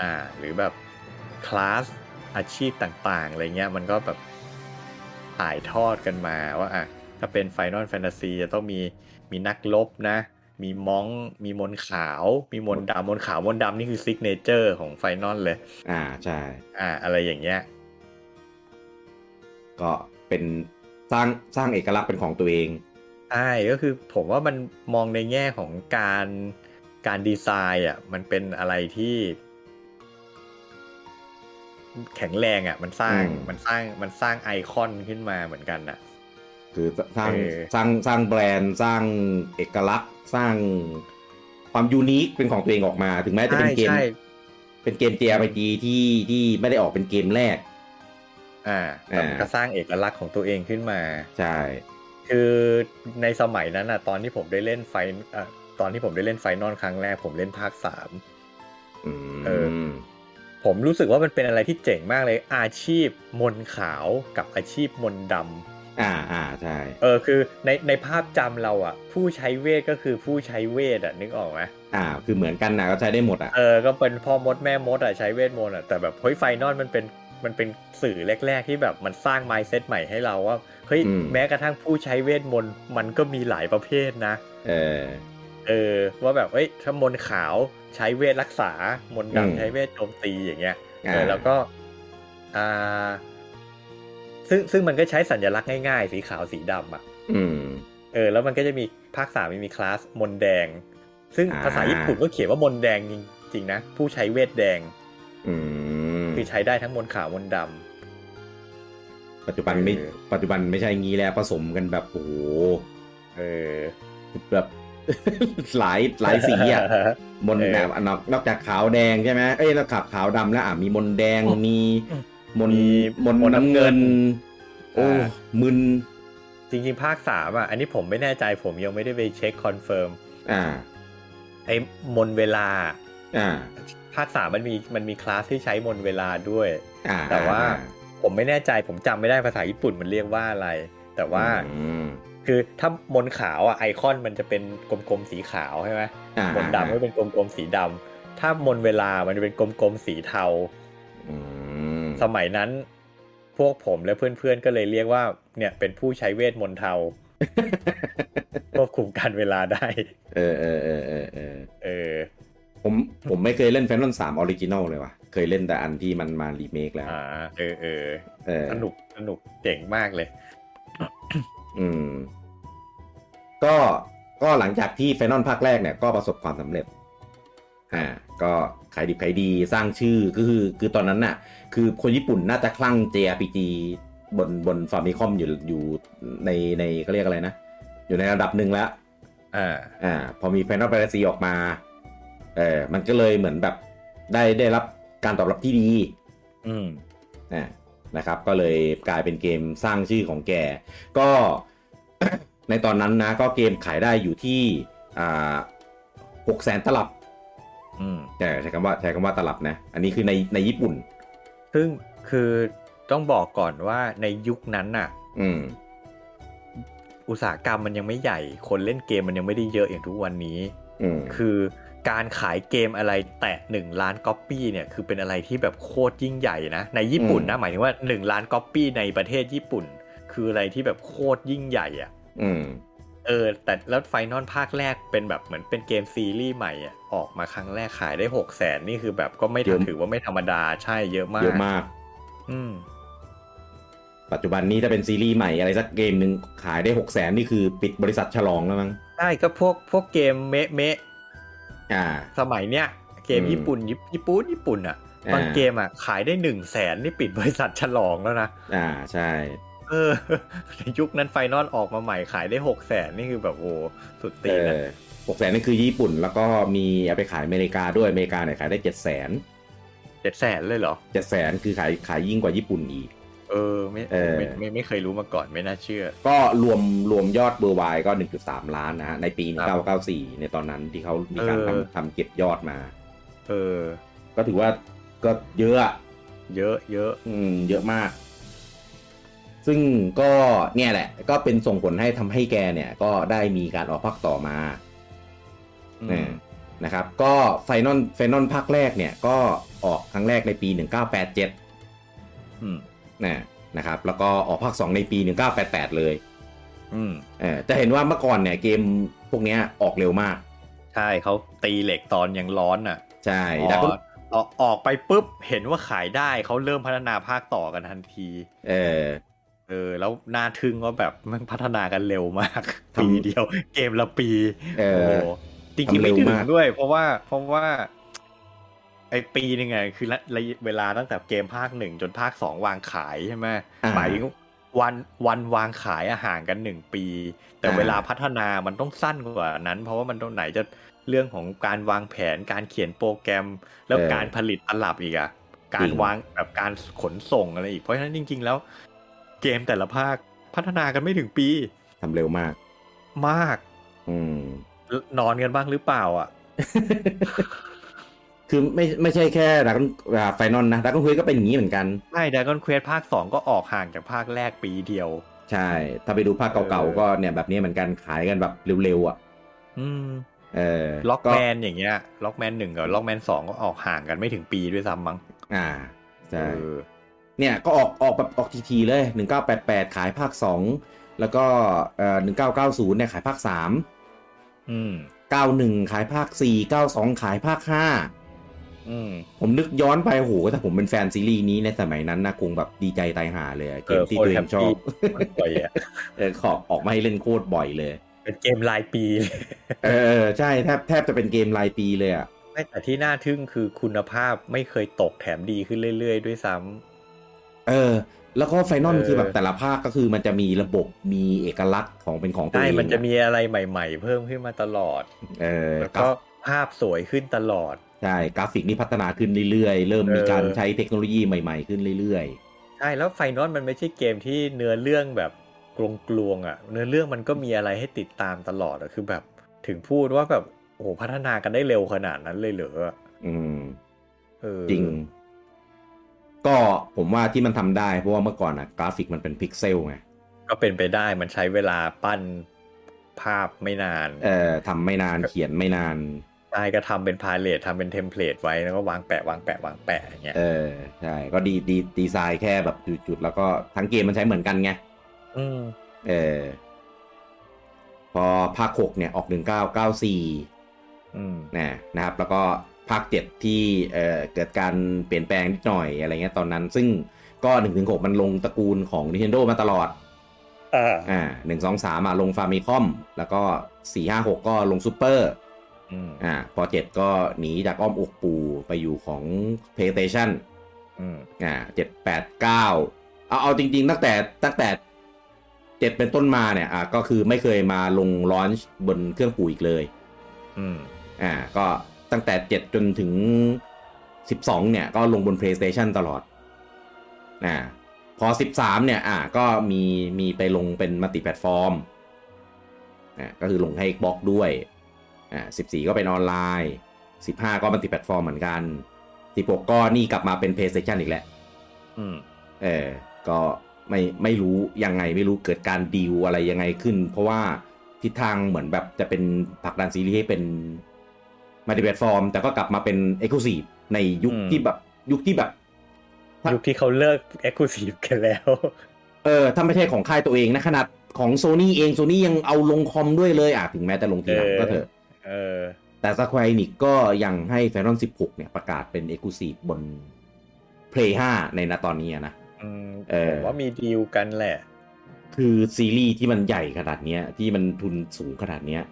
B: อ่าหรือแบบคลาสอาชีพต่างๆอะไรเงี้ยมันก็แบบถ่ายทอดกันมาว่าอ่ะถ้าเป็นไฟนอลแฟนตาซีจะต้องมีมีนักลบนะ มีม้องมีมนต์ขาว มีมนต์ดำมนต์ขาวมนต์ดำนี่คือซิกเนเจอร์ของไฟนอลเลย
A: อ่า ใช่
B: อ่า อะไรอย่างเงี้ย
A: ก็เป็นสร้างสร้างเอกลักษณ์เป็นของตัวเอง
B: ใช่ก็คือผมว่ามันมองในแง่ของการการดีไซน์อ่ะมันเป็นอะไรที่ แข็งแรงอ่ะ มันสร้าง
A: อืม
B: มันสร้างมันสร้างไอคอนขึ้นมาเหมือนกันอ่ะ
A: คือสร้าง
B: เออ
A: สร้างสร้างแบรนด์สร้างเอกลักษณ์สร้างความยูนิคเป็นของตัวเองออกมา ถึงแม้จะเป็นเกม
B: ใช่ใช่
A: เป็นเกม JRPG ที่ที่ไม่ได้ออกเป็นเกมแรก
B: อ่าแต่มัน
A: อ่า
B: ก็สร้างเอกลักษณ์ของตัวเองขึ้นมา
A: ใช่
B: คือในสมัยนั้นอ่ะ ตอนที่ผมได้เล่นไฟเอ่อตอนที่ผมได้เล่นไฟนอลครั้งแรกผมเล่นภาคสาม
A: อืม
B: เออ ผมรู้สึกว่ามันเป็นอะไรที่เจ๋งมากเลย อาชีพมนต์ขาวกับอาชีพมนต์ด
A: อ่าอ่าใช่
B: ำเออคือในในภาพจำเราอ่ะ ผู้ใช้เวทก็คือผู้ใช้เวทอ่ะนึกออกไหม
A: อ่า คือเหมือนกันนะก็ใช้ได้หมดอ่ะ
B: เออก็เป็นพ่อมดแม่มดอ่ะใช้เวทมนต์อ่ะแต่แบบเฮ้ยไฟนอลมันเป็นมันเป็นสื่อแรก ๆ ที่แบบมันสร้าง mindset ใหม่ให้เราว่าเฮ้ยแม้กระทั่งผู้ใช้เวทมนต์มันก็มีหลายประเภทนะ
A: เออ
B: เออว่าแบบเอ้ยถ้ามนต์ขาวใช้เวทรักษา มนต์
A: อืม
B: ดำใช้เวทโจมตีอย่างเงี้ย
A: อ่า
B: เออแล้วก็อ่าซึ่งซึ่งมันก็ใช้สัญลักษณ์ง่ายๆ สีขาวสีดำอ่ะ
A: อืม
B: เออแล้วมันก็จะมีภาคสามมันมีคลาสมนต์แดง ซึ่ง
A: อ่า
B: ภาษาญี่ปุ่นก็เขียนว่ามนต์แดงจริงๆนะ ผู้ใช้เวทแดง
A: อืม
B: คือใช้ได้ทั้งมนต์ขาวมนต์ดำ
A: ปัจจุบันไม่
B: เออ
A: ปัจจุบันไม่ใช่งี้แล้วผสมกันแบบโอ้โห
B: เออ
A: แบบ (laughs) หลายหลายสีอ่ะ มนต์แบบนอกนอกจากขาวแดงใช่ไหมเอ้ยแล้วขับขาวดำแล้วอ่ะมีมนต์แดงมีมนต์
B: มี
A: มนต์
B: มนต์
A: น้ำ
B: น้ำเงิ
A: เงิน
B: น
A: โอ้
B: อ่า
A: มึน
B: (laughs) จริงๆ ภาคสามอ่ะอันนี้ผมไม่แน่ใจผมยังไม่ได้ไปเช็คคอนเฟิร์ม
A: อ่า
B: ไอ้มนต์เวลา
A: อ่า
B: ภาคสามมันมีมันมีคลาสที่ใช้มนต์เวลาด้วย
A: อ่า
B: แต่ว่า
A: อ่
B: ผมไม่แน่ใจผมจำไม่ได้ภาษาญี่ปุ่นมันเรียกว่าอะไร แต่ว่า
A: อืม
B: คือถ้ามนต์ขาวอ่ะไอคอนมันจะเป็นกลมๆสีขาวใช่ไหม
A: อ่าม
B: นต์ดำก็เป็นกลมๆสีดำถ้ามนต์เวลามันจะเป็นกลมๆสีเทา
A: อืม
B: สมัยนั้น พวกผมและเพื่อนๆก็เลยเรียกว่า เนี่ยเป็นผู้ใช้เวทม
A: (laughs)
B: นต์เทา ควบคุมการเวลาได้
A: เออเออเออเออเออ
B: เออ
A: ผมผมไม่เคยเล่นแฟนตาสามออริจินอลเลยว่ะ เคยเล่นแต่อันที่มันมารีเมคแล้ว
B: อ่าเออเออ
A: เออ
B: สนุกสนุกเจ๋งมากเลย
A: อืม ก็ก็หลังจากที่แฟนอนภาคแรกเนี่ยก็ประสบความสำเร็จ อ่า ก็ขายดิบขายดีสร้างชื่อก็คือ คือตอนนั้นน่ะ คือคนญี่ปุ่นน่าจะคลั่ง JRPG บนบนฟาร์มิคอมอยู่อยู่ในในเขาเรียกอะไรนะ อยู่ในระดับหนึ่งแล้ว
B: อ่า
A: อ่าพอมี Final Fantasy ออกมาเออมันก็เลยเหมือนแบบได้ได้รับการตอบรับที่ดี
B: อืม
A: นะนะครับ ก็เลยกลายเป็นเกมสร้างชื่อของแก ก็ (coughs) ในตอนนั้นนะ ก็เกมขายได้อยู่ที่อ่าหกแสนตลับ
B: อืม
A: แต่ใช้คำว่าใช้คำว่าตลับนะ อันนี้คือในในญี่ปุ่น
B: ซึ่งคือต้องบอกก่อนว่าในยุคนั้นน่ะ
A: อืม
B: อุตสาหกรรมมันยังไม่ใหญ่ คนเล่นเกมมันยังไม่ได้เยอะอย่างทุกวันนี้
A: อืม
B: คือการขายเกมอะไรแตะ1ล้านก๊อปปี้เนี่ยคือเป็นอะไรที่แบบโคตรยิ่งใหญ่นะ ในญี่ปุ่นนะหมายถึงว่า 1 ล้านก๊อปปี้ในประเทศญี่ปุ่น คืออะไรที่แบบโคตรยิ่งใหญ่อะ่ะ
A: อืม
B: เออแต่แล้วไฟนอลภาคแรกเป็นแบบเหมือนเป็นเกมซีรีส์ใหม่อะ่ะออกมาครั้งแรกขายได้6 0 0 0 0นนี่คือแบบก็ไม่ถือว่าไม่ธรรมดาใช่เยอะมาก
A: เยอะมาก
B: อืม
A: ปัจจุบันนี้ถ้าเป็นซีรีส์ใหม่อะไรสักเกมหนึ่งขายได้หกแสนนี่คือปิดบริษัทฉลองแล้วมั้ง
B: ใช่ก็พวกพวกเกมเมะเมะ
A: อ่า
B: สมัยเนี้ยเกม
A: อืม
B: ญี่ปุ่นญี่ญี่ปุ่นญี่ปุ่นอ่ะบาง
A: อ่า
B: เกมอ่ะขายได้หนึ่งแสนนี่ปิดบริษัทฉลองแล้วนะ
A: อ่าใช่
B: เออ (laughs) ในยุคนั้นไฟนอลออกมาใหม่ขายได้หกแสนนี่คือแบบโอ้สุดตีนอะ
A: หกแสนนี่คือญี่ปุ่น แล้วก็มีเอาไปขายอเมริกาด้วยอเมริกาเนี่ยขายได้เจ็ดแสน
B: เจ็ดแสนเลยเหรอ
A: เจ็ดแสนคือขายขายยิ่งกว่าญี่ปุ่นอีก
B: เออไม่
A: เออ
B: ไม่ไม่ไม่เคยรู้มาก่อนไม่น่าเชื่อ
A: ก็รวมรวมยอดเบอร์ไวก็หนึ่งจุดสามล้านนะฮะ ในปีหนึ่
B: ค
A: ง
B: รับ
A: เก้าเก้าสี่ในตอนนั้นที่เขามีการ
B: เออ
A: ทำทำเก็บยอดมา
B: เออ
A: ก็ถือว่าก็เยอะอะ
B: เยอะเยอะ
A: อืมเยอะมาก ซึ่งก็เนี่ยแหละ ก็เป็นส่งผลให้ทำให้แกเนี่ย ก็ได้มีการออกภาคต่อมา
B: อืม
A: เออ นะครับ ก็ไฟนอลไฟนอลภาคแรกเนี่ย ก็ออกครั้งแรกในปี 1987
B: อืม
A: นะนะครับ แล้วก็ออกภาค 2 ในปี 1988 เลย
B: อืม
A: เออจะเห็นว่าเมื่อก่อนเนี่ยเกมพวกเนี้ยออกเร็วมาก
B: ใช่เขาตีเหล็กตอนยังร้อนอ่ะ
A: ใช่
B: อ
A: แล้
B: อ
A: ว
B: ก
A: ก็
B: ออกออกไปปุ๊บเห็นว่าขายได้เขาเริ่มพัฒนาภาคต่อกันทันที
A: เออ
B: เออแล้วน่าทึ่งว่าแบบมันพัฒนากันเร็วมาก
A: ทำ
B: ปีเดียว เกมละปี
A: เออ
B: โโหจริง
A: ทำ
B: ๆ
A: เร็
B: ไม่
A: ว
B: ถึง
A: มาก
B: ด้วย เพราะว่าเพราะว่า ไอปีหนึงไงคือระระยะเวลาตั้งแต่เกมภาคหนึ่งจนภาคสองวางขายใช่ไหม
A: อ่า
B: หมายถึงวันวันวางขายอะห่างกันหนึ่งปี แต่
A: อ่า
B: เวลาพัฒนามันต้องสั้นกว่านั้น เพราะว่ามันต้องไหนจะเรื่องของการวางแผนการเขียนโปรแกรม แล้ว
A: เออ
B: การผลิตตลับอีกอะ
A: จ
B: กา
A: ริ
B: รง วางแบบการขนส่งอะไรอีก เพราะฉะนั้นจริง ๆ แล้ว เกมแต่ละภาคพัฒนากันไม่ถึงปี
A: ทำเร็วมาก
B: มาก
A: อืม (laughs)
B: นอนกันบ้างหรือเปล่าอ่ะ
A: คือไม่ไม่ใช่แค่ดักไฟนอลนะดักคุยก็เป็นอย่างนี้เหมือนกัน
B: ใช่ Dragon Quest ภาค 2 ก็ออกห่างจากภาคแรกปีเดียว
A: ใช่ ถ้าไปดูภาค
B: เอ
A: เก่า
B: อ
A: ๆ ก็เนี่ยแบบนี้เหมือนกันขายกันแบบเร็วๆ อ่ะ
B: อืม
A: เออ
B: ล็อกแมนอย่างเงี้ยล็อกแมนหนึ่งกับล็อกแมนสองก็ออกห่างกันไม่ถึงปีด้วยซ้ำมั้ง
A: อ่า ใช่
B: เออ
A: เนี่ยก็ออกออกแบบออกทีทีเลย 1988 ขายภาค 2 แล้วก็เอ่อ1990เนี่ยขายภาค 3
B: อืม
A: 91 ขายภาค 4 92 ขายภาค
B: อืม
A: 5 ผมนึกย้อนไปโอ้โหถ้าผมเป็นแฟนซีรีส์นี้ในสมัยนั้นนะคงแบบดีใจตายหาเลยอะเกมที่ตัวเองชอบ (laughs)
B: มันบ่อยอะ (laughs)
A: เออขอบออกมาให้เล่นโคตรบ่อยเลย
B: เป็นเกมรายปีเลย (laughs)
A: เออใช่แทบแทบจะเป็นเกมรายปีเลยอ่ะ
B: ไม่แต่ที่น่าทึ่งคือคุณภาพไม่เคยตกแถมดีขึ้นเรื่อย ๆ ด้วยซ้ำ
A: เออ แล้วก็ไฟนอล
B: เออ
A: คือแบบแต่ละภาคก็คือมันจะมีระบบมีเอกลักษณ์ของเป็นของตัว
B: ใช่
A: เอง
B: มันจะมีอะไรใหม่ๆ เพิ่มขึ้นมาตลอด
A: เออ
B: แล้ว
A: กรา
B: ก็
A: ฟ
B: ภาพสวยขึ้นตลอด
A: ใช่กราฟิกนี่พัฒนาขึ้นเรื่อยๆ เริ่มมีการ
B: เออ
A: ใช้เทคโนโลยีใหม่ๆขึ้นเรื่อย
B: ใช่ แล้วไฟนอลมันไม่ใช่เกมที่เนื้อเรื่องแบบกลวงๆอ่ะ เนื้อเรื่องมันก็มีอะไรให้ติดตามตลอดอะคือแบบถึงพูดว่าแบบโอ้โหพัฒนากันได้เร็วขนาดนั้นเลยเหรอ
A: ๆ อืม
B: เออ
A: จริง ก็ผมว่าที่มันทำได้เพราะว่าเมื่อก่อนอะกราฟิกมันเป็นพิกเซลไง
B: ก็เป็นไปได้มันใช้เวลาปั้นภาพไม่นาน
A: เอ่อทำไม่นานเขียนไม่นาน
B: ใช่ก็ทำเป็นพาเลททำเป็นเทมเพลตไว้แล้วก็วางแปะวางแปะวางแปะอย่างเงี้ย
A: เออใช่ก็ดีดีดีไซน์แค่แบบจุดๆ แล้วก็ทั้งเกมมันใช้เหมือนกันไง
B: อืม
A: เออ พอภาคหกเนี่ยออกหนึ่งเก้าเก้าสี่
B: อืม
A: นะนะครับ แล้วก็ภาคเจ็ดที่เอ่อเกิดการเปลี่ยนแปลงนิดหน่อยอะไรเงี้ยตอนนั้น ซึ่งก็หนึ่งถึงหกมันลงตระกูลของ Nintendo มาตลอด
B: อ่า
A: อ่าหนึ่งสองสามอ่ะลงฟาร์มิคอม แล้วก็สี่ห้าหกก็ลงซูเปอร์
B: อืม
A: อ่าพอเจ็ดก็หนีจากอ้อมอกปูไปอยู่ของ PlayStation
B: อืม
A: อ่าเจ็ดแปดเก้า เอาเอาจริงๆ ตั้งแต่ตั้งแต่เจ็ดเป็นต้นมาเนี่ยอ่ะก็คือไม่เคยมาลงลอนช์บนเครื่องปู่อีกเลย
B: อืม
A: อ่าก็ตั้งแต่ 7 จนถึง 12 เนี่ย ก็ลงบน PlayStation ตลอดอ่าพอ 13 เนี่ย อ่าก็มีมีไปลงเป็นมัลติแพลตฟอร์มอ่าก็คือลงให้ Xbox ด้วยอ่า14 ก็เป็นออนไลน์ 15 ก็มัลติแพลตฟอร์มเหมือนกัน 16 ก็นี่กลับมาเป็น PlayStation อีกแล้ว
B: อืม
A: เออ ก็ไม่ไม่รู้ยังไงไม่รู้เกิดการดีลอะไรยังไงขึ้น เพราะว่าทิศทางเหมือนแบบจะเป็นผลักดันซีรีส์ให้เป็นมัลติแพลตฟอร์ม แต่ก็กลับมาเป็นเอ็กซ์คลูซีฟในยุค
B: อืม
A: ที่แบบยุคที่แบบ
B: ยุคที่เขาเลิกเอ็กซ์คลูซีฟกันแล้ว
A: เออถ้าไม่ใช่ของค่ายตัวเองนะ ขนาดของโซนี่เองโซนี่ยังเอาลงคอมด้วยเลยอ่ะถึงแม้จะลงทีหลัง
B: เออ
A: ก็เถอะ
B: เออ
A: แต่สแควร์นิกก็ยังให้แฟนตอน16 เนี่ยประกาศเป็นเอ็กซ์คลูซีฟบน Play 5 ในณตอนนี้อะนะ
B: อืม
A: เออ
B: ผมว่ามีดีลกันแหละ
A: คือซีรีส์ที่มันใหญ่ขนาดเนี้ย ที่มันทุนสูงขนาดเนี้ย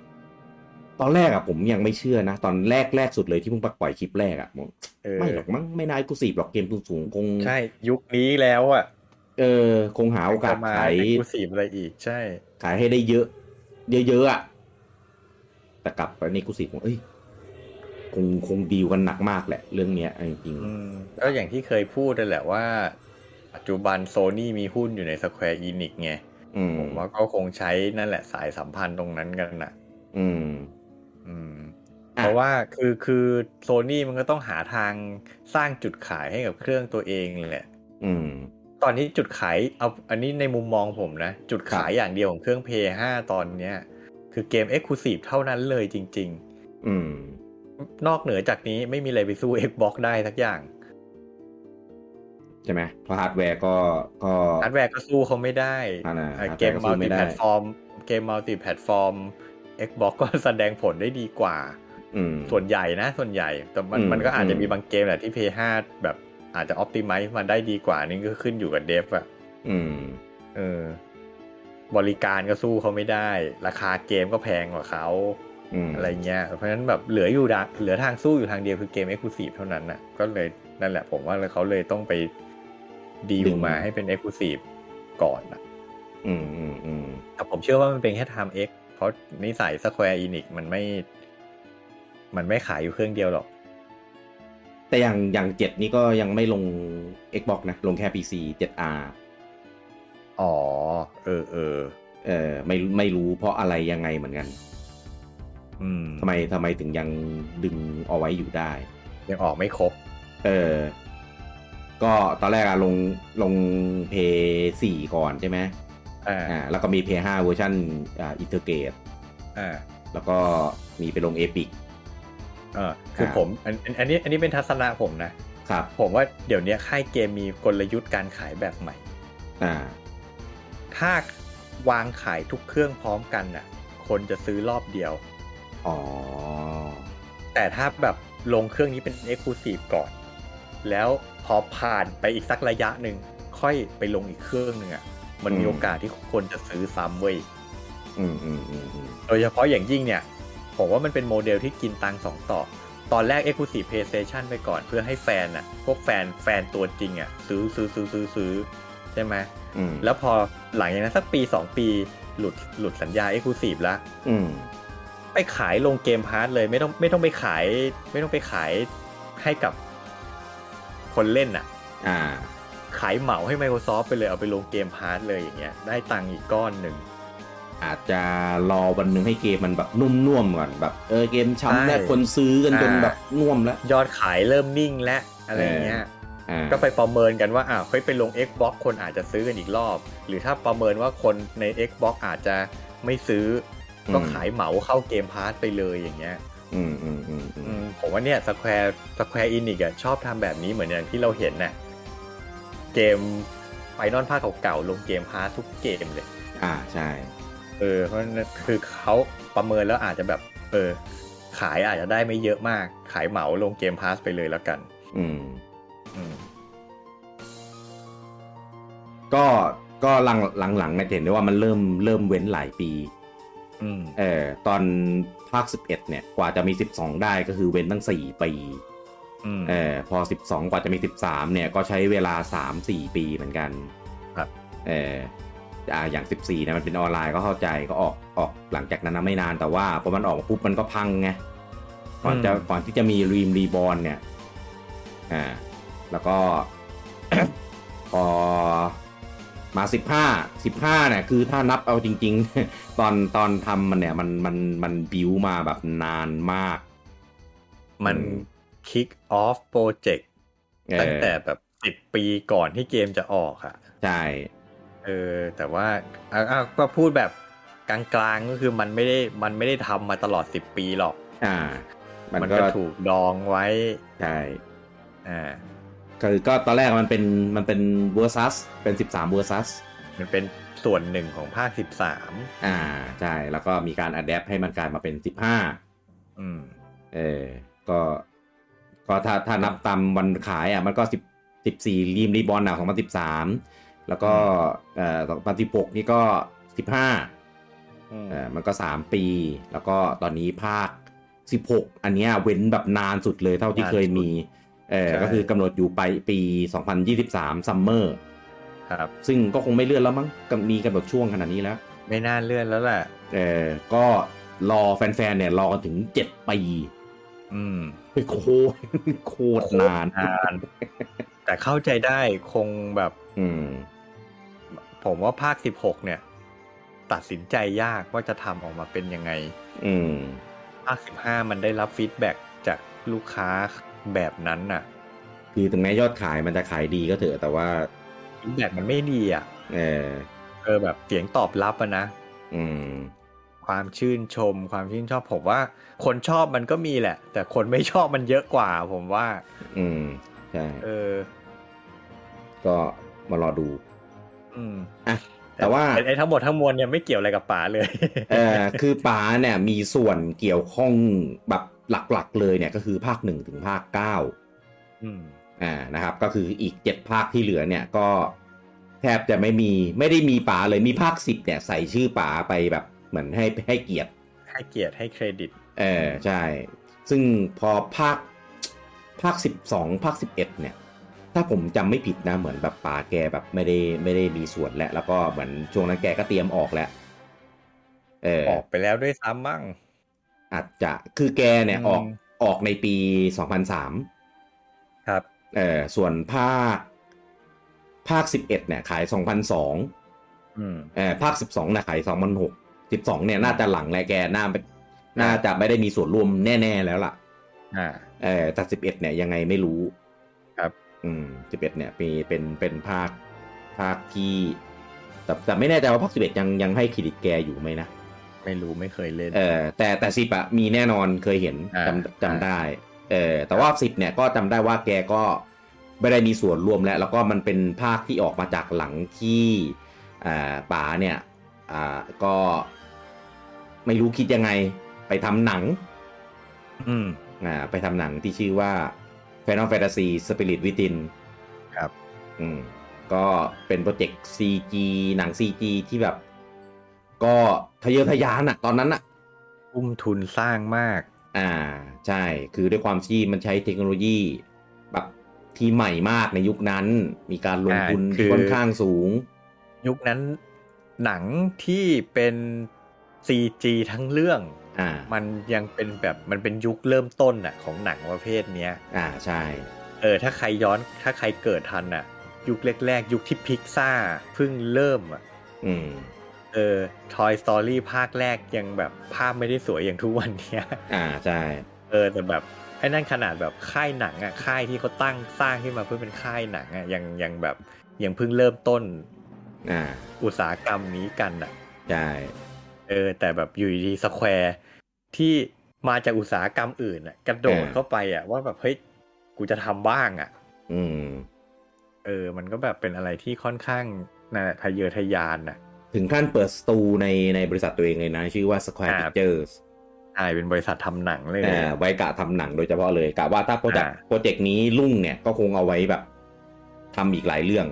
A: ตอนแรกอะผมยังไม่เชื่อนะ ตอนแรกแรกสุดเลยที่เพิ่งปล่อยคลิปแรกอะผม
B: เออ
A: ไม่หรอกมั้งไม่นายกูสีบหรอกเกมทุนสูงคง
B: ใช่ ยุคนี้แล้วอ่ะ
A: เออคงหาโอกาส
B: จะมา
A: ขาย
B: เอ็กซ์คลูซีฟอะไรอีก ใช่
A: ขายให้ได้เยอะ เยอะๆอะแต่กลับไปในกูสีผมเอ้ยคงคงดีลกันหนักมากแหละ เรื่องเนี้ยเอาจริง
B: อืมก็อย่างที่เคยพูดนั่นแหละว่า ปัจจุบันโซนี่มีหุ้นอยู่ในสแควร์อินิกไง
A: ๆอืม
B: ผมว่าก็คงใช้นั่นแหละสายสัมพันธ์ตรงนั้นกันนะ
A: อืม
B: อืม
A: อ่ะ
B: เพราะว่าคือคือโซนี่มันก็ต้องหาทางสร้างจุดขายให้กับเครื่องตัวเองแหละ
A: อืม
B: ตอนนี้จุดขายเอาอันนี้ในมุมมองผมนะ จุดขายอย่างเดียวของเครื่อง p 5ตอนเนี้ย คือเกม e x c l u s i v e เท่านั้นเลยจริง
A: อืม
B: ๆ นอกเหนือจากนี้ไม่มีอะไรไปสู้ Xbox ได้สักอย่าง
A: ใช่ไหมเพราะฮาร์ดแวร์ก็ก็
B: ฮาร์ดแวร์ก็สู้เขาไม่ได้
A: อ่านะ
B: อ่ะ
A: ฮาร์ด
B: เก
A: แว
B: ม
A: ร์ก็
B: มั
A: สู้
B: ลติ
A: ไม่
B: แพ
A: ได้
B: ลตฟอร์มเกมมัลติแพลตฟอร์ม Xbox ก็ แสดงผลได้ดีกว่า
A: อืม
B: ส่วนใหญ่นะส่วนใหญ่ แต่มัน
A: อืม
B: มันก็อาจจะ
A: อืม
B: มีบางเกมแหละที่ p 5แบบอาจจะออ t ติไม e มาได้ดีกว่านี่ก็ขึ้นอยู่กับเดฟอะ
A: อืม
B: เออบริการก็สู้เขาไม่ได้ ราคาเกมก็แพงกว่าเขา
A: ม
B: อะไรเงี้ย เพราะฉะนั้นแบบเหลืออยู่ดักเหลือทางสู้อยู่ทางเดียวคือเกมเอ็กซ์คลูซีฟเท่านั้นน่ะ ก็เลยนั่นแหละผมว่าเขาเลยต้องไปดีล
A: ดึง
B: มาให้เป็นเอ็กซ์คลูซีฟก่อนน่ะ
A: อืมอืมอืม
B: แต่ผมเชื่อว่ามันเป็นแค่ไทม์เอ็กเพราะนิสัยสแควร์อินิกมันไม่ มันไม่ขายอยู่เครื่องเดียวหรอก
A: แต่อย่างอย่างเจ็ดนี่ก็ยังไม่ลง Xbox นะ ลงแค่ PC 7R
B: อ๋อ เออเออ
A: เออไม่ไม่รู้เพราะอะไรยังไงเหมือนกัน
B: อืม
A: ทำไมทำไมถึงยังดึงเอาไว้อยู่ได้
B: ยังออกไม่ครบ
A: เออ ก็ตอนแรกอะลงลงเพย์สี่ก่อนใช่ไหม
B: อ่า
A: อ่าแล้วก็มีเพย์ห้าเวอร์ชันอ่าอินเทอร์เกต
B: อ่า
A: แล้วก็มีไปลงเอพิก
B: เออคือ
A: ครับ
B: ผมอันอันนี้อันนี้เป็นทัศนะผมนะ
A: ครับ
B: ผมว่าเดี๋ยวนี้ค่ายเกมมีกลยุทธ์การขายแบบใหม่
A: อ่า
B: ถ้าวางขายทุกเครื่องพร้อมกันน่ะ คนจะซื้อรอบเดียว
A: อ๋อ
B: แต่ถ้าแบบลงเครื่องนี้เป็น e x c l u s i v e ก่อน แล้วพอผ่านไปอีกสักระยะหนึ่งค่อยไปลงอีกเครื่องหนึ่งอ่ะ มัน
A: อื
B: มี
A: ม
B: โอกาสที่คนจะซื้อซ้ำเว้ย
A: อืมอืมอืมอืม
B: โดยเฉพาะอย่างยิ่งเนี่ย ผมว่ามันเป็นโมเดลที่กินตังค์สองต่อ ตอนแรก e x c l u s i v e PlayStation ไปก่อนเพื่อให้แฟนอ่ะ พวกแฟนแฟนตัวจริงอ่ะซื้อซื้อซื้อซื้อซื้อใช่ไหม
A: อืม
B: แล้วพอหลังจากนั้นสักปี 2 ปีหลุดหลุดสัญญาเอ็กซ์คลูซีฟแล้ว
A: อืม
B: ไปขายลงเกมพาร์ทเลยไม่ต้องไม่ต้องไปขาย ไม่ต้องไปขายให้กับคนเล่นน่ะ
A: อ่า
B: ขายเหมาให้ Microsoft ไปเลยเอาไปลงเกมพาร์ทเลยอย่างเงี้ยได้ตังค์อีกก้อนหนึ่ง
A: อาจจะรอวันหนึ่งให้เกมมันแบบนุ่มน่วมๆก่อนแบบเออเกม
B: ใช่
A: ช้ำแล้วคนซื้อกันจน
B: อ่า
A: แบบน่วมแล้ว
B: ยอดขายเริ่มนิ่งและอะไรเงี้ย
A: อ่า
B: ก็ไปประเมินกันว่าอ่ะเฮ้ยไปลง Xbox คนอาจจะซื้อกันอีกรอบ หรือถ้าประเมินว่าคนใน Xbox อาจจะไม่ซื้ออก็ขายเหมาเข้าเกมพาร์ทไปเลยอย่างเงี้ย
A: อืมอืมอืมอื
B: อื
A: ม
B: มผมว่าเนี่ยสแควร์สแควร์อินิกอะชอบทำแบบนี้เหมือนอย่างที่เราเห็นน่ะเกมไฟนอลภาคเก่าๆลงเกมพาร์ททุกเกมเลย
A: อ่าใช่
B: เออเพราะฉะนั้นคือเขาประเมินแล้วอาจจะแบบ เออ ขายอาจจะได้ไม่เยอะมาก ขายเหมาลงเกมพาร์ทไปเลยแล้วกัน
A: อืม
B: อืม
A: ก็ก็หลังหลังหลังๆเนี่ยจะเห็นได้ว่ามันเริ่มเริ่มเว้นหลายปี
B: อืม
A: เออตอนภาค 11 เนี่ยกว่าจะมี 12 ได้ก็คือเว้นตั้ง 4 ปี
B: อืม
A: เออพอ 12 กว่าจะมี 13 เนี่ยก็ใช้เวลา 3-4 ปีเหมือนกัน เอออ่าอย่าง 14นะมันเป็นออนไลน์ก็เข้าใจก็ออกออกหลังจากนั้นนะไม่นานแต่ว่าพอมันออกมาปุ๊บมันก็พังไงก่อนจะ
B: อืม
A: ก่อนที่จะมีรีมรีบอลเนี่ยอ่าแล้วก็ (coughs) พอมา 15 15เนี่ยคือถ้านับเอาจริง ๆ (laughs) ตอนตอนทำมันเนี่ยมันมันมันบิวมาแบบนานมาก
B: มัน
A: อืม
B: kick off project
A: เออ
B: ตั้งแต่แบบสิบปีก่อนที่เกมจะออกอะ
A: ใช่
B: เออ แต่ว่าอ่ะอ่ะก็พูดแบบกลางๆก็คือมันไม่ได้มันไม่ได้ทำมาตลอดสิบปีหรอก
A: อ่า มัน
B: มัน
A: ก็
B: ก็ถูกดองไว้
A: ใช่
B: อ่า
A: คือก็ตอนแรกมันเป็นมันเป็นเวอร์ซัสเป็น 13เวอร์ซัส
B: มันเป็นส่วนหนึ่งของภาคสิบสาม
A: อ่าใช่แล้วก็มีการอัดแอปให้มันกลายมาเป็น 15
B: อืม
A: เออก็ก็ถ้าถ้านับตามวันขายอ่ะมันก็10 14รีมรีบอลหนักของมัน13 แล้วก็เอ่อ2016 นี่ก็ 15เอ่อมันก็ 3 ปี แล้วก็ตอนนี้ภาค 16 อันเนี้ยเว้นแบบนานสุดเลยเท่าที่เคยมีเออ
B: ใช่
A: ก็คือกำหนดอยู่ไปปี 2023ซัมเมอร์
B: ครับ
A: ซึ่งก็คงไม่เลื่อนแล้วมั้งกับมีกันแบบช่วงขนาดนี้แล้ว
B: ไม่น่าเลื่อนแล้วแหละ
A: เออก็รอแฟนๆเนี่ยรอกันถึงเจ็ดปี
B: อืม
A: เฮ้ยโคตรโคตรนาน
B: นาน แต่เข้าใจได้คงแบบ
A: อืม
B: ผมว่าภาค 16 เนี่ย ตัดสินใจยากว่าจะทำออกมาเป็นยังไง
A: อืม
B: ภาค 15 มันได้รับฟีดแบ็กจากลูกค้าแบบนั้นน่ะ
A: คือถึงแม้ยอดขายมันจะขายดีก็เถอะแต่ว่า
B: ฟีดแบ็กมันไม่ดีอ่ะ
A: เออ
B: เออแบบเสียงตอบรับอะนะ
A: อืม
B: ความชื่นชม ความชื่นชอบผมว่า คนชอบมันก็มีแหละ แต่คนไม่ชอบมันเยอะกว่า ผมว่า
A: อืม ใช่
B: เออ
A: ก็มารอดู
B: อืม
A: อ่ะแต่ว่า
B: ไอ้ทั้งหมดทั้งมวลเนี่ยไม่เกี่ยวอะไรกับป๋าเลย
A: เออคือป๋าเนี่ยมีส่วนเกี่ยวข้องแบบหลักๆเลยเนี่ยก็คือภาคหนึ่งถึงภาคเก้า
B: (laughs) อืม
A: อ่านะครับก็คืออีก 7 ภาคที่เหลือเนี่ยก็แทบจะไม่มีไม่ได้มีป๋าเลยมีภาค 10เนี่ยใส่ชื่อป๋าไปแบบเหมือนให้ให้เกียรติ
B: ให้เกียรติให้เครดิต
A: เออใช่ ซึ่งพอภาคภาค 12 ภาค 11 เนี่ย ถ้าผมจำไม่ผิดนะเหมือนแบบป๋าแกแบบไม่ได้ไม่ได้มีส่วนแล้วแล้วก็เหมือนช่วงนั้นแกก็เตรียมออกแล้วเออ
B: ออกไปแล้วด้วยซ้ำมั่ง
A: อาจจะคือแกเนี่ยออก
B: อืม
A: ออกในปี 2003
B: ครับ
A: เออส่วนภาค ภาค 11เนี่ยขาย 2,002
B: อืม
A: เออภาค 12น่ะขาย2,006 12เนี่ยน่าจะหลังแหละแกน่าไปน่าจะไม่ได้มีส่วนร่วมแน่ ๆ แล้วล่ะ
B: อ่า
A: เออแต่11เนี่ยยังไงไม่รู้
B: ครับ
A: อืม11เนี่ยมีเป็นเป็นภาคภาคที่แต่แต่ไม่แน่ใจว่าภาค 11 ยังยังให้เครดิตแกอยู่ไหมนะ
B: ไม่รู้ไม่เคยเล่น
A: เออแต่แต่10อะมีแน่นอนเคยเห็น
B: อ่า
A: จำจำได้เออแต่ว่า 10เนี่ยก็จำได้ว่าแกก็ ไม่ได้มีส่วนร่วมแล้วแล้วก็มันเป็นภาคที่ออกมาจากหลังที่อ่าป๋าเนี่ยอ่าก็ไม่รู้คิดยังไงไปทำหนัง
B: อืม
A: อ่าไปทำหนังที่ชื่อว่า Final Fantasy Spirit Within
B: ครับ
A: อืมก็เป็นโปรเจกต์ CG หนัง CG ที่แบบ ก็ทะเยอทะยานอะตอนนั้นอะ
B: ทุ่มทุนสร้างมาก
A: อ่าใช่ คือด้วยความที่มันใช้เทคโนโลยีแบบที่ใหม่มากในยุคนั้น มีการลงทุน
B: อ่าคือ
A: ที่ค่อนข้างสูง
B: ยุคนั้นหนังที่เป็น CG ทั้งเรื่อง
A: อ่า
B: มันยังเป็นแบบมันเป็นยุคเริ่มต้นน่ะของหนังประเภทเนี้ย
A: อ่าใช่
B: เออ ถ้าใครย้อนถ้าใครเกิดทันน่ะ ยุคแรกๆ ยุคที่พิกซ่าเพิ่งเริ่มอ่ะ
A: อืม
B: เออ Toy Story ภาคแรกยังแบบภาพไม่ได้สวยอย่างทุกวันเนี้ย (laughs)
A: อ่าใช่
B: เออแต่แบบไอ้นั่นขนาดแบบค่ายหนังอ่ะค่ายที่เขาตั้งสร้างขึ้นมาเพื่อเป็นค่ายหนังอ่ะยังยังแบบยังเพิ่งเริ่มต้น
A: อ่า
B: อุตสาหกรรมนี้กันอ่ะ
A: ใช่
B: เออแต่แบบอยู่ดีสแควร์ที่มาจากอุตสาหกรรมอื่นอ่ะกระโดดเข้าไปอ่ะว่าแบบเฮ้ยกูจะทำบ้างอ่ะ
A: อืม
B: เออมันก็แบบเป็นอะไรที่ค่อนข้างนะทะเยอทะยานอ่ะ
A: ถึงขั้นเปิดสตูในในบริษัทตัวเองเลยนะ ชื่อว่า Square
B: ครับ
A: Pictures
B: กลายเป็นบริษัททำหนังเลย
A: อ่า
B: นะ
A: ไว้กะทำหนังโดยเฉพาะเลยกะว่าถ้าโปรเจกต์
B: อ่า
A: โปรเจกต์นี้รุ่งเนี่ยก็คงเอาไว้แบบทำอีกหลายเรื่อง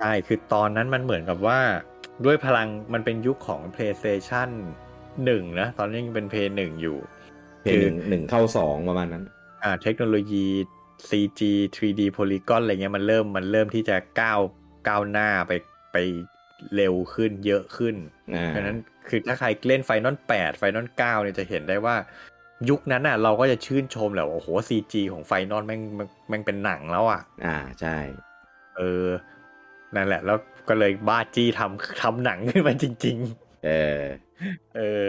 B: ใช่ คือตอนนั้นมันเหมือนกับว่า ด้วยพลังมันเป็นยุคของ PlayStation 1 นะ ตอนนี้ยังเป็น p l 1อยู่
A: เพลงหนึ่งหนึ่งเข้าสองประมาณนั้น
B: อ่าเทคโนโลยี CG 3D Polygon อะไรเงี้ยมันเริ่มมันเริ่มที่จะก้าวก้าวหน้าไปไป เร็วขึ้นเยอะขึ้น
A: อ่า
B: ดังนั้นคือถ้าใครเล่นไฟนอลแปดไฟนอลเก้าเนี่ยจะเห็นได้ว่า ยุคนั้นน่ะ เราก็จะชื่นชมแหละว่าโอ้โหซีจีของไฟนอลแม่งแม่งแม่งเป็นหนังแล้วอ่ะ
A: อ่าใช่
B: เออ นั่นแหละ แล้วก็เลยบ้าจี้ทำทำหนังขึ้นมาจริง
A: เออ
B: ๆ เออ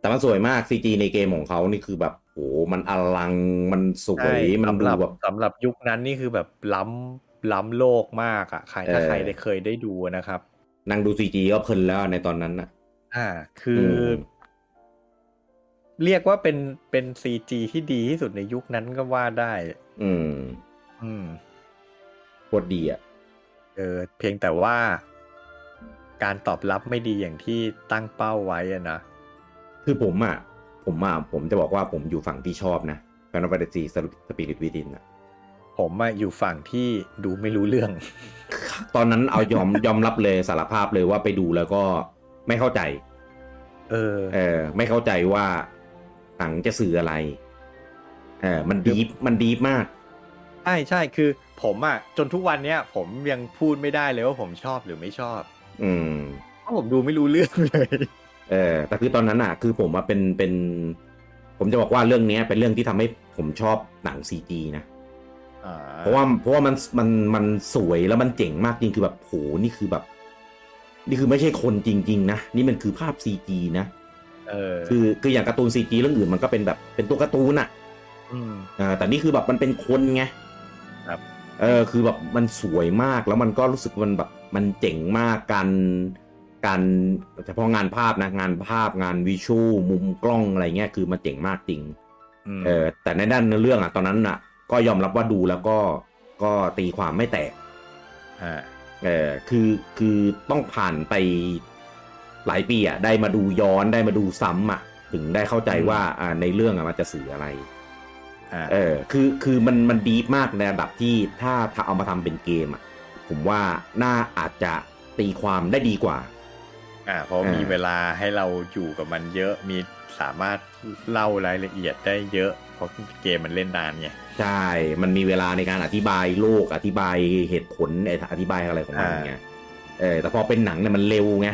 A: แต่มันสวยมากซีจีในเกมของเขานี่คือแบบโหมันอลังมันสว
B: ใช่
A: ยมัน
B: สำ
A: ดู
B: หรั
A: แบบ
B: สำหรับยุคนั้นนี่คือแบบล้ำล้ำโลกมากอะใครถ้า
A: เออ
B: ใครได้เคยได้ดูนะครับ
A: นั่งดูซีจีก็เพลินแล้วในตอนนั้นน่ะ
B: อ่า คืออ
A: ม
B: เรียกว่าเป็นเป็นซีจีที่ดีที่สุดในยุคนั้นก็ว่าได้
A: อืม
B: อืม
A: โคตรดีอ่ะ
B: เออ เพียงแต่ว่า การตอบรับไม่ดีอย่างที่ตั้งเป้าไว้อะนะ
A: คือผมอ่ะผมอ่ะผมจะบอกว่าผมอยู่ฝั่งที่ชอบนะแฟนตาซีสปิริตวิดินอ่ะ
B: ผมอะอยู่ฝั่งที่ดูไม่รู้เรื่อง (laughs)
A: ตอนนั้นเอายอม ยอมรับเลยสารภาพเลยว่าไปดูแล้วก็ไม่เข้าใจ
B: เออ
A: เออ ไม่เข้าใจว่าหนังจะสื่ออะไร เออ มันดีฟมันดีฟมาก
B: ใช่ใช่คือ ผมอะจนทุกวันเนี้ยผมยังพูดไม่ได้เลยว่าผมชอบหรือไม่ชอบ
A: อืม
B: เพราะผมดูไม่รู้เรื่องเลย
A: (laughs) เออแต่คือตอนนั้นอ่ะ คือผมว่าเป็นเป็น ผมจะบอกว่าเรื่องเนี้ยเป็นเรื่องที่ทำให้ผมชอบหนังซีจีนะ
B: อ่
A: เพราะว่าเพราะว่ามันมันมันสวยแล้วมันเจ๋งมากจริงคือแบบโหนี่คือแบบ นี่คือไม่ใช่คนจริง ๆ นะ นี่มันคือภาพซีจีนะ
B: เออ
A: คือคืออย่างการ์ตูนซีจีเรื่องอื่นมันก็เป็นแบบเป็นตัวการ์ตูนอ่ะ
B: ม
A: เออแต่นี่คือแบบมันเป็นคนไง
B: ครับ
A: เออคือแบบมันสวยมากแล้วมันก็รู้สึกมันแบบมันเจ๋งมากการการเฉพาะงานภาพนะงานภาพงานวิชวลมุมกล้องอะไรเงี้ยคือมันเจ๋งมากจริง
B: ม
A: เออแต่ในด้านเนื้อเรื่องอะตอนนั้นอะก็ยอมรับว่าดูแล้วก็ก็ตีความไม่แตก
B: อ่า
A: เออคือคือต้องผ่านไปหลายปีอะได้มาดูย้อนได้มาดูซ้ำอะถึงได้เข้าใจว่าอ่าในเรื่องอะมันจะสื่ออะไร
B: อ่า
A: เออคือคือมันมันดีฟมากในระดับที่ถ้าถ้าเอามาทำเป็นเกมอ่ะผมว่าน่าอาจจะตีความได้ดีกว่า
B: อ่าเพราะ
A: เออ
B: มีเวลาให้เราอยู่กับมันเยอะมีสามารถเล่ารายละเอียดได้เยอะ เพราะเกมมันเล่นนานไง
A: ใช่ มันมีเวลาในการอธิบายโลกอธิบายเหตุผลไอ้อธิบายอะไรของมัน
B: อ่า
A: ไงเออแต่พอเป็นหนังเนี่ยมันเร็วไง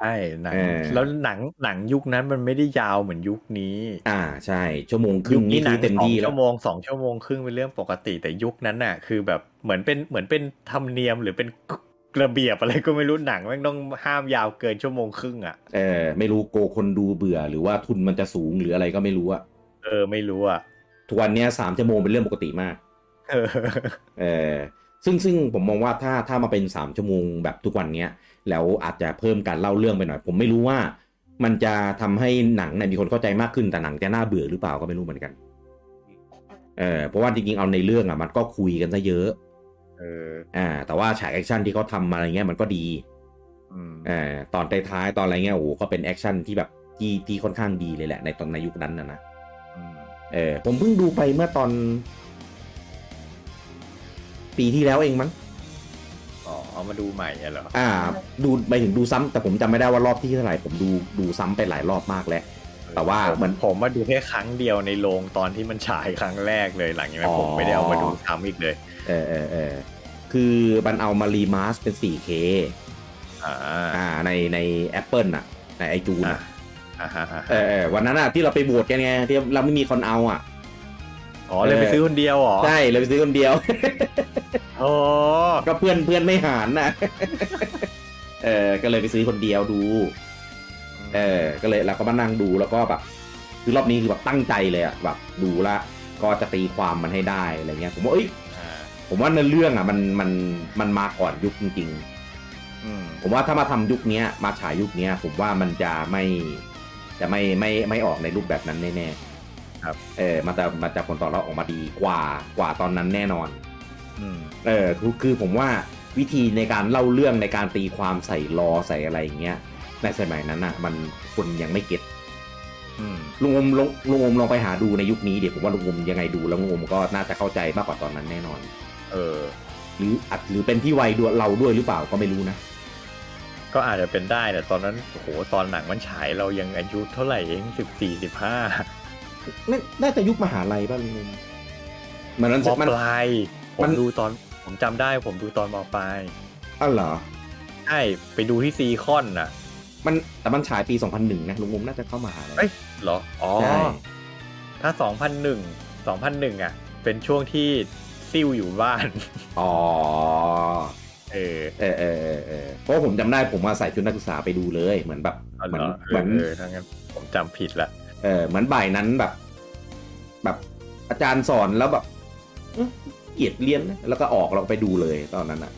B: ใช่หนัง
A: เออ
B: แล้วหนังหนังยุคนั้นมันไม่ได้ยาวเหมือนยุคนี้
A: อ่าใช่ชั่วโมงครึ่
B: ยุ
A: ง
B: ค
A: นี่
B: หนั
A: คือเต็มที่
B: สอง
A: แล้ว
B: ชั่วโมงสองชั่วโมงครึ่งเป็นเรื่องปกติแต่ยุคนั้นน่ะ คือแบบเหมือนเป็นเหมือนเป็นธรรมเนียมหรือเป็นระเบียบอะไรก็ไม่รู้หนังแม่งต้องห้ามยาวเกินชั่วโมงครึ่งอ่ะ
A: เออไม่รู้โกคนดูเบื่อ หรือว่าทุนมันจะสูงหรืออะไรก็ไม่รู้อะ
B: เออไม่รู้อ่ะ
A: ทุกวันเนี้ยสามชั่วโมงเป็นเรื่องปกติมาก
B: เออ
A: (laughs) เออซึ่งซึ่งผมมองว่าถ้าถ้ามาเป็น 3 ชั่วโมงแบบทุกวันเนี้ยแล้วอาจจะเพิ่มการเล่าเรื่องไปหน่อย ผมไม่รู้ว่า มันจะทำให้หนังเนี่ยมีคนเข้าใจมากขึ้นแต่หนังจะน่าเบื่อหรือเปล่าก็ไม่รู้เหมือนกันเออเพราะว่าจริงๆเอาในเรื่องอ่ะมันก็คุยกันซะเยอะ
B: เออ
A: อ่าแต่ว่าฉากแอคชั่นที่เขาทำมาอะไรเงี้ยมันก็ดี
B: อืม
A: เอ่าตอนท้ายๆตอนอะไรเงี้ยโอ้โหก็เป็นแอคชั่นที่แบบที่ที่ค่อนข้างดีเลยแหละ ในตอนในยุคนั้นนะนะ
B: อืม
A: เออผมเพิ่งดูไปเมื่อตอน ปีที่แล้วเองมั้ง
B: อ๋อเอามาดูใหม่อะเหรอ
A: อ่าดูไปถึงดูซ้ำแต่ผมจำไม่ได้ว่ารอบที่เท่าไหร่ผมดูดูซ้ำไปหลายรอบมากแล้ว แต่ว่า
B: ผม
A: เหมือน
B: ผมมาดูแค่ครั้งเดียวในโรงตอนที่มันฉายครั้งแรกเลยหลังจากนั้
A: อ๋
B: น
A: อ
B: ผมไม่ได้เอามาดูซ้ำอีกเลย
A: เออเออเออคือมันเอามารีมาสเป็น 4K
B: อ่า
A: อ่าในใน Apple น่ะ ในไอจูน
B: อ่ะอ่าฮะอ่า
A: เอ
B: ฮะ
A: อเออวันนั้นอ่ะที่เราไปโหวตกันไงที่เราไม่มีคนเอาอ่ะ
B: อ๋อเลยไป
A: เออ
B: ซื้อคนเดียวเหรอ
A: ใช่เราไปซื้อคนเดียว (laughs)
B: โอ้
A: ก็เพื่อนเพื่อนไม่หารน่ะ (laughs) เออก็เลยไปซื้อคนเดียวดู เออ ก็เลยเราก็มานั่งดูแล้วก็แบบคือรอบนี้คือแบบตั้งใจเลยอะแบบดูละก็จะตีความมันให้ได้อะไรเงี้ยผมว่าเอ้ย
B: อ่า
A: ผมว่าในเรื่องอ่ะมันมันมันมาก่อนยุคจริง
B: อืม
A: ๆ ผมว่าถ้ามาทำยุคเนี้ยมาฉายยุคเนี้ย ผมว่ามันจะไม่จะไม่ไม่ไม่ออกในรูปแบบนั้นแน่ๆ
B: ครับ
A: เออมันจะมันจะผลตอบรับออกมาดีกว่ากว่าตอนนั้นแน่นอน
B: อืม
A: เออคือคือผมว่าวิธีในการเล่าเรื่องในการตีความใส่รอใส่อะไรอย่างเงี้ยในสมัยนั้นอ่ะมันคนยังไม่เก็ต
B: อืม
A: ลุงอมลงลุงอมลองไปหาดูในยุคนี้เดี๋ยวผมว่าลุงอมยังไงดูแล้วลุงอมก็น่าจะเข้าใจมากกว่าตอนนั้นแน่นอน
B: เออ
A: หรืออาจหรือเป็นที่วัยด้วยเราด้วยหรือเปล่าก็ไม่รู้นะ
B: ก็อาจจะเป็นได้แต่ตอนนั้นโอ้โหตอนหนังมันฉายเรายังอายุเท่าไหร่เองสิบสี่สิบห้า
A: น่าน่าจะยุคมหาลัยป่ะลุงมันนั้น
B: ม
A: มัน
B: ปลายผ
A: มั
B: ม
A: น
B: ดูตอนผมจำได้ผมดูตอนมปลาย
A: อ้าวเหรอ
B: ใช่ไปดูที่ซีคอนน่ะ
A: มันแต่มันฉายปี 2001 นะลุงมุมน่าจะเข้ามาหาแล้ว
B: เอ้ยเหรอ อ๋อ
A: ใช่
B: ถ้า 2001 2001 อ่ะ เป็นช่วงที่ซิ่วอยู่บ้าน (laughs)
A: อ๋อ
B: เออ
A: เออเออเออเออเพราะผมจำได้ผมมาใส่ชุดนักศึกษาไปดูเลยเหมือนแบบ
B: เอา
A: เห
B: เห
A: มื
B: ร
A: อน
B: อ
A: เหมือน
B: เออเออถ้างั้นผมจำผิดละ
A: เออเหมือนบ่ายนั้นแบบ แบบอาจารย์สอนแล้วแบบเอ้ยเกลียดเรียนนะแล้วก็ออกเราก็ไปดูเลยตอนนั้นอ่ะ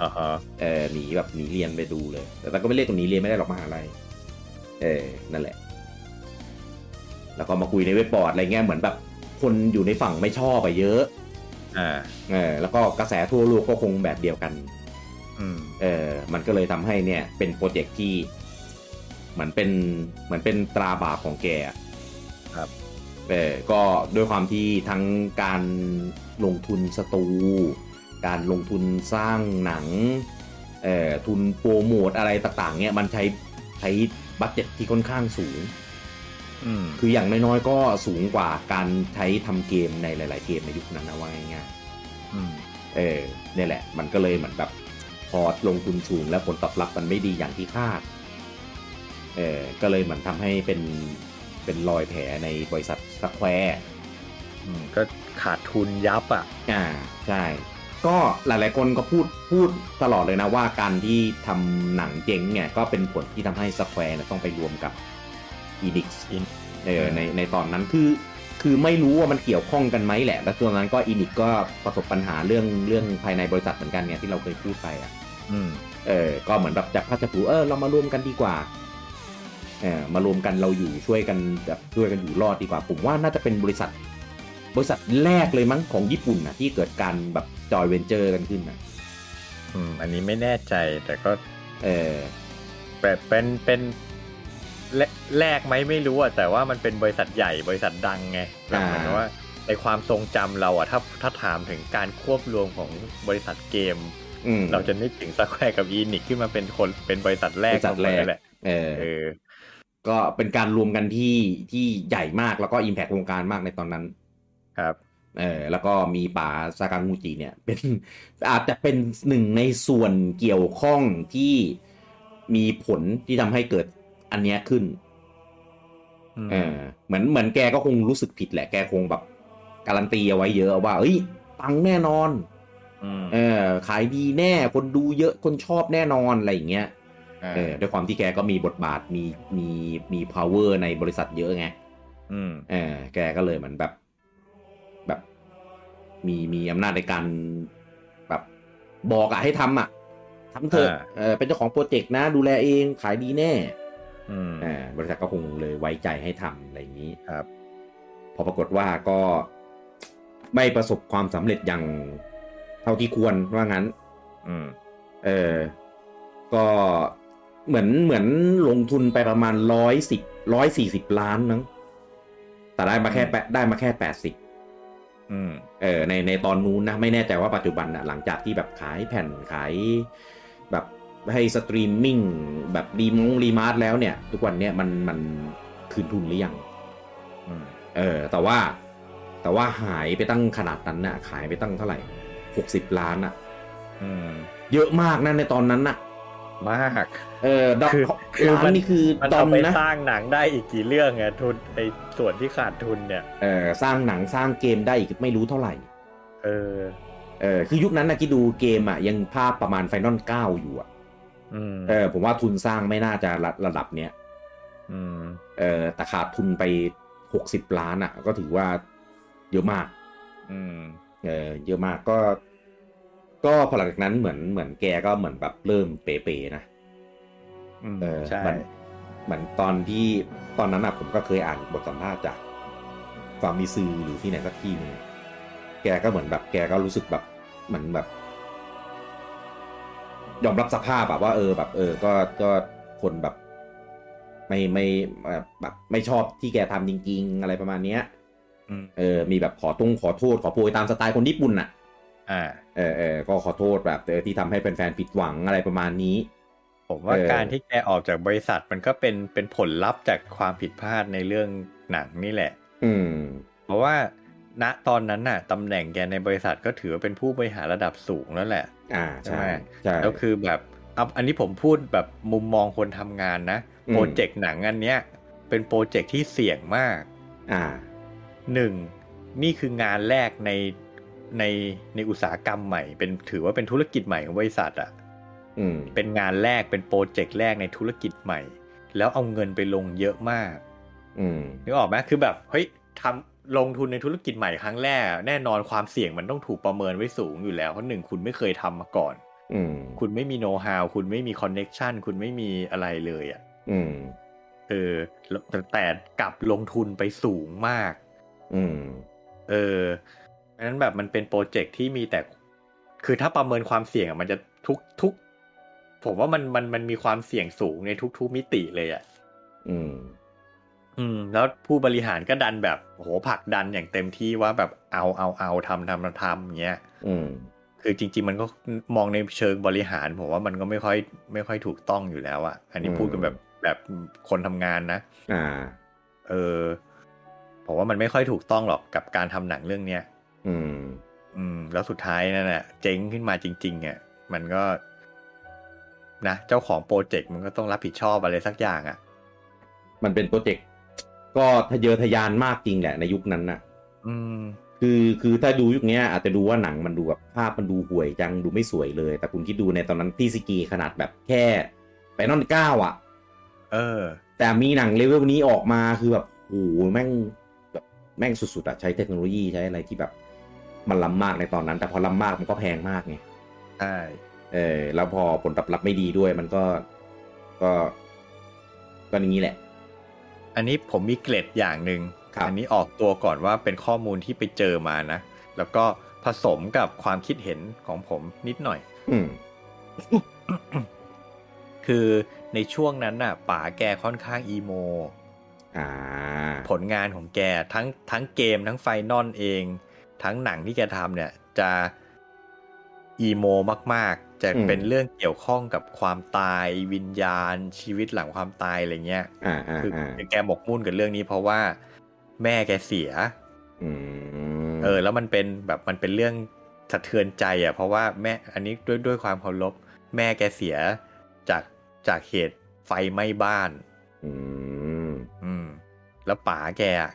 B: อ่าฮะ
A: เออหนีแบบหนีเรียนไปดูเลย แต่เราก็ไม่เรียกตรงนี้เรียนไม่ได้หรอกมหาลัยเออนั่นแหละ แล้วก็มาคุยในเว็บบอร์ดอะไรเงี้ยเหมือนแบบคนอยู่ในฝั่งไม่ชอบไปเยอะ
B: อ่า
A: เออแล้วก็กระแสทั่วโลกก็คงแบบเดียวกัน
B: อืม
A: เออมันก็เลยทำให้เนี่ยเป็นโปรเจกต์ที่เหมือนเป็นเหมือนเป็นตราบาปของแกอะ
B: ครับ
A: เออก็ด้วยความที่ทั้งการลงทุนสตู การลงทุนสร้างหนังเอ่อทุนโปรโมทอะไรต่างๆเนี่ยมันใช้ใช้บัตเจ็ตที่ค่อนข้างสูง
B: อืม
A: คืออย่างน้อยๆก็สูงกว่าการใช้ทำเกมในหลาย ๆ เกมในยุคนั้นนะว่าง่ายๆ
B: อืม
A: เออเนี่ยแหละ มันก็เลยเหมือนแบบพอลงทุนสูงแล้วผลตอบรับมันไม่ดีอย่างที่คาด เออก็เลยเหมือนทำให้เป็นเป็นรอยแผลในบริษัทสแควร์
B: อืม ก็ขาดทุนยับอ่ะ
A: อ่าใช่ ก็หลายๆคนก็พูดพูดตลอดเลยนะว่าการที่ทำหนังเจ๊งเนี่ย ก็เป็นผลที่ทำให้สแควร์ต้องไปรวมกับอีดิกเออในในตอนนั้นคือ คือไม่รู้ว่ามันเกี่ยวข้องกันไหมแหละ แล้วตอนนั้นก็อีดิกก็ประสบปัญหาเรื่องเรื่องภายในบริษัทเหมือนกันเนี่ยที่เราเคยพูดไปอะ
B: อืม
A: เออ ก็เหมือนแบบจับพลัดจับผลูเออ เรามารวมกันดีกว่า เออ มารวมกันเราอยู่ช่วยกันแบบช่วยกันอยู่รอดดีกว่า ผมว่าน่าจะเป็นบริษัท บริษัทแรกเลยมั้งของญี่ปุ่นนะที่เกิดการแบบจอยเวนเจอร์กันขึ้นนะ
B: อืม อันนี้ไม่แน่ใจแต่ก็
A: เออ
B: แบบเป็นเป็นแรแรกไหมไม่รู้อ่ะแต่ว่ามันเป็นบริษัทใหญ่บริษัทดังไงแบบเหมือน
A: อ่า
B: ว่าในความทรงจำเราอ่ะถ้าถ้าถามถึงการควบรวมของบริษัทเกม
A: อืม
B: เราจะนึกถึงสแควร์กับอีนิกที่มันเป็นคนเป็นบริษัทแรก
A: บริษัทแรก
B: ของมันนั่นแหละ
A: เออ
B: เออ
A: ก็เป็นการรวมกันที่ที่ใหญ่มากแล้วก็อิมแพควงการมากในตอนนั้น
B: ครับ
A: เออ แล้วก็มีป๋าซากางูจิเนี่ย เป็น อาจจะเป็นหนึ่งในส่วนเกี่ยวข้องที่มีผลที่ทำให้เกิดอันเนี้ยขึ้น
B: อืม
A: เออเหมือนเหมือนแกก็คงรู้สึกผิดแหละแกคงแบบการันตีเอาไว้เยอะว่า เอ้ยปังแน่นอน
B: ม
A: เออขายดีแน่ คนดูเยอะคนชอบแน่นอนอะไรอย่างเงี้ยเออด้วยความที่แกก็มีบทบาทมีมีมี power ในบริษัทเยอะไง
B: อืม
A: เออแกก็เลยเหมือนแบบ แบบ มีมีอำนาจในการแบบบอกอะให้ทำอะทำเถอะ
B: อ่า
A: เออเป็นเจ้าของโปรเจกต์นะ ดูแลเองขายดีแน่
B: อืม
A: อ่าบริษัทก็คงเลยไว้ใจให้ทำอะไรอย่างนี้
B: ครับ
A: พอปรากฏว่าก็ไม่ประสบความสำเร็จอย่างเท่าที่ควรว่างั้น
B: อืม
A: เออ ก็เหมือนเหมือนลงทุนไปประมาณร้อยสิบร้อยสี่สิบล้านนั้งแต่ได้มาแค่แปดได้มาแค่แปดสิบ
B: อืม
A: เออในในตอนนู้นนะไม่แน่ใจว่าปัจจุบันนะหลังจากที่แบบขายแผ่นขาย แบบให้สตรีมมิ่งแบบรีมงรีมาร์ทแล้วเนี่ย ทุกวันเนี่ยมันมันคืนทุนหรือยัง
B: อืม
A: เออแต่ว่าแต่ว่าหายไปตั้งขนาดนั้นน่ะ ขายไปตั้งเท่าไหร่หกสิบล้านน่ะ
B: อืม
A: เยอะมากนะในตอนนั้นน่ะ
B: มาก
A: เออดอ
B: คือคือ
A: ล้า
B: มัน น
A: นี่คือ
B: มัน
A: ดอ
B: เอา
A: ม
B: ไป
A: นะ
B: สร้างหนังได้อีกกี่เรื่องไงทุนไอส่วนที่ขาดทุนเนี่ย
A: เออสร้างหนังสร้างเกมได้อีกไม่รู้เท่าไหร่
B: เออ
A: เออคือยุคนั้นนะคิดดูเกมอ่ะยังภาพประมาณไฟนอลเก้าอยู่อ่ะ
B: อืม
A: เออผมว่าทุนสร้างไม่น่าจะระระดับเนี้ย
B: อืม
A: เออแต่ขาดทุนไปหกสิบล้านอ่ะ ก็ถือว่าเยอะมาก
B: อืม
A: เออเยอะมากก็ ก็พอหลังจากนั้นเหมือนเหมือนแกก็เหมือนแบบเริ่มเป๋ๆนะ
B: อืม
A: เออ
B: ใช่
A: เหมือนเหมือนตอนที่ตอนนั้นอะผมก็เคยอ่านบทสัมภาษณ์จากฟาร์มมิซือหรือที่ไหนสักที่หนึงอะแกก็เหมือนแบบ แกก็รู้สึกแบบเหมือนแบบ ยอมรับสภาพแบบว่า เออแบบ เออ ก็ก็คนแบบ ไม่ไม่แบบแบบไม่ชอบที่แกทำจริง ๆ อะไรประมาณเนี้ย
B: อืม
A: เออมีแบบขอตรงขอโทษ ขอโพยตามสไตล์คนญี่ปุ่นน่ะ
B: อ่า
A: เออเออก็ขอโทษแบบเออที่ทำให้แฟนๆผิดหวังอะไรประมาณนี้
B: ผมว่า
A: เออ
B: การที่แกออกจากบริษัทมันก็เป็นเป็นผลลัพธ์จากความผิดพลาดในเรื่องหนังนี่แหละ
A: อืม
B: เพราะว่าณตอนนั้นน่ะตำแหน่งแกในบริษัทก็ถือว่าเป็นผู้บริหารระดับสูงแล้วแหละ
A: อ่า
B: ใช่
A: ใช่
B: ไหม
A: ใช่
B: แล้วคือแบบ อ่ะอันนี้ผมพูดแบบมุมมองคนทำงานนะ
A: อืม
B: โปรเจกต์หนังอันเนี้ย เป็นโปรเจกต์ที่เสี่ยงมาก
A: อ่า
B: หนึ่งนี่คืองานแรกในในในอุตสาหกรรมใหม่ เป็นถือว่าเป็นธุรกิจใหม่ของบริษัทอะ
A: อืม
B: เป็นงานแรกเป็นโปรเจกต์แรกในธุรกิจใหม่ แล้วเอาเงินไปลงเยอะมาก
A: อืม
B: นึกออกไหมคือแบบเฮ้ยทำลงทุนในธุรกิจใหม่ครั้งแรก แน่นอนความเสี่ยงมันต้องถูกประเมินไว้สูงอยู่แล้วเพราะหนึ่งคุณไม่เคยทำมาก่อน
A: อืม
B: คุณไม่มีโน้ตฮาวคุณไม่มีคอนเน็ชันคุณไม่มีอะไรเลยอ่ะ
A: อืม
B: เออแล้วแต่แต่กลับลงทุนไปสูงมาก
A: อืม
B: เออเพราะฉะนั้นแบบมันเป็นโปรเจกต์ที่มีแต่ คือถ้าประเมินความเสี่ยงอะมันจะทุกทุก ผมว่ามันมันมันมีความเสี่ยงสูงในทุกๆมิติเลยอ่ะ
A: อืม
B: อืมแล้วผู้บริหารก็ดันแบบโหผลักดันอย่างเต็มที่ว่าแบบเอาเอาเอาทำทำทำอย่างเงี้ย
A: อืม
B: คือจริง ๆ มันก็มองในเชิงบริหารผมว่ามันก็ไม่ค่อยไม่ค่อยถูกต้องอยู่แล้วอะอันนี้
A: อืม
B: พูดกันแบบแบบคนทำงานนะ
A: อ่า
B: เออผมว่ามันไม่ค่อยถูกต้องหรอกกับการทำหนังเรื่องเนี้ย
A: อืม
B: อืม แล้วสุดท้ายนั่นแหละเจ๊งขึ้นมาจริงๆอ่ะมันก็ นะเจ้าของโปรเจกต์มันก็ต้องรับผิดชอบอะไรสักอย่างอ่ะ
A: มันเป็นโปรเจกต์ก็ทะเยอทะยานมากจริงแหละในยุคนั้นน่ะ
B: อืม
A: คือคือถ้าดูยุคเนี้ยอาจจะดูว่าหนังมันดูแบบภาพมันดูห่วยจังดูไม่สวยเลย แต่คุณคิดดูในตอนนั้นที่สกีขนาดแบบแค่ไปนอนเก้าอ่ะ
B: เออ
A: แต่มีหนังเลเวลนี้ออกมาคือแบบโอ้โหแม่งแบบแม่งสุดๆอะใช้เทคโนโลยีใช้อะไรที่แบบ มันล้ำมากในตอนนั้น แต่พอล้ำมากมันก็แพงมากไง
B: ใช่
A: เออแล้วพอผลตอบรับไม่ดีด้วยมันก็ก็ก็อย่างนี้แหละ
B: อันนี้ผมมีเกร็ดอย่างหนึ่ง
A: ครับ
B: อันี้ออกตัวก่อนว่าเป็นข้อมูลที่ไปเจอมานะ แล้วก็ผสมกับความคิดเห็นของผมนิดหน่อย
A: อืม
B: คือในช่วงนั้นน่ะป๋าแกค่อนข้างอีโม
A: อ่า
B: ผลงานของแกทั้งทั้งเกมทั้งไฟนอลเอง ทั้งหนังที่แกทำเนี่ยจะอีโมมาก ๆ จะ
A: อืม
B: เป็นเรื่องเกี่ยวข้องกับความตายวิญญาณ ชีวิตหลังความตายอะไรเงี้ย
A: อ่าอ่า
B: คือ
A: อ่า
B: คือแกหมกมุ่นกับเรื่องนี้เพราะว่าแม่แกเสีย
A: อืม
B: เออแล้วมันเป็นแบบมันเป็นเรื่องสะเทือนใจอ่ะเพราะว่าแม่อันนี้ด้วยด้วยความเคารพแม่แกเสียจากจากเหตุไฟไหม้บ้าน
A: อืม
B: อืม แล้วป๋าแกอะ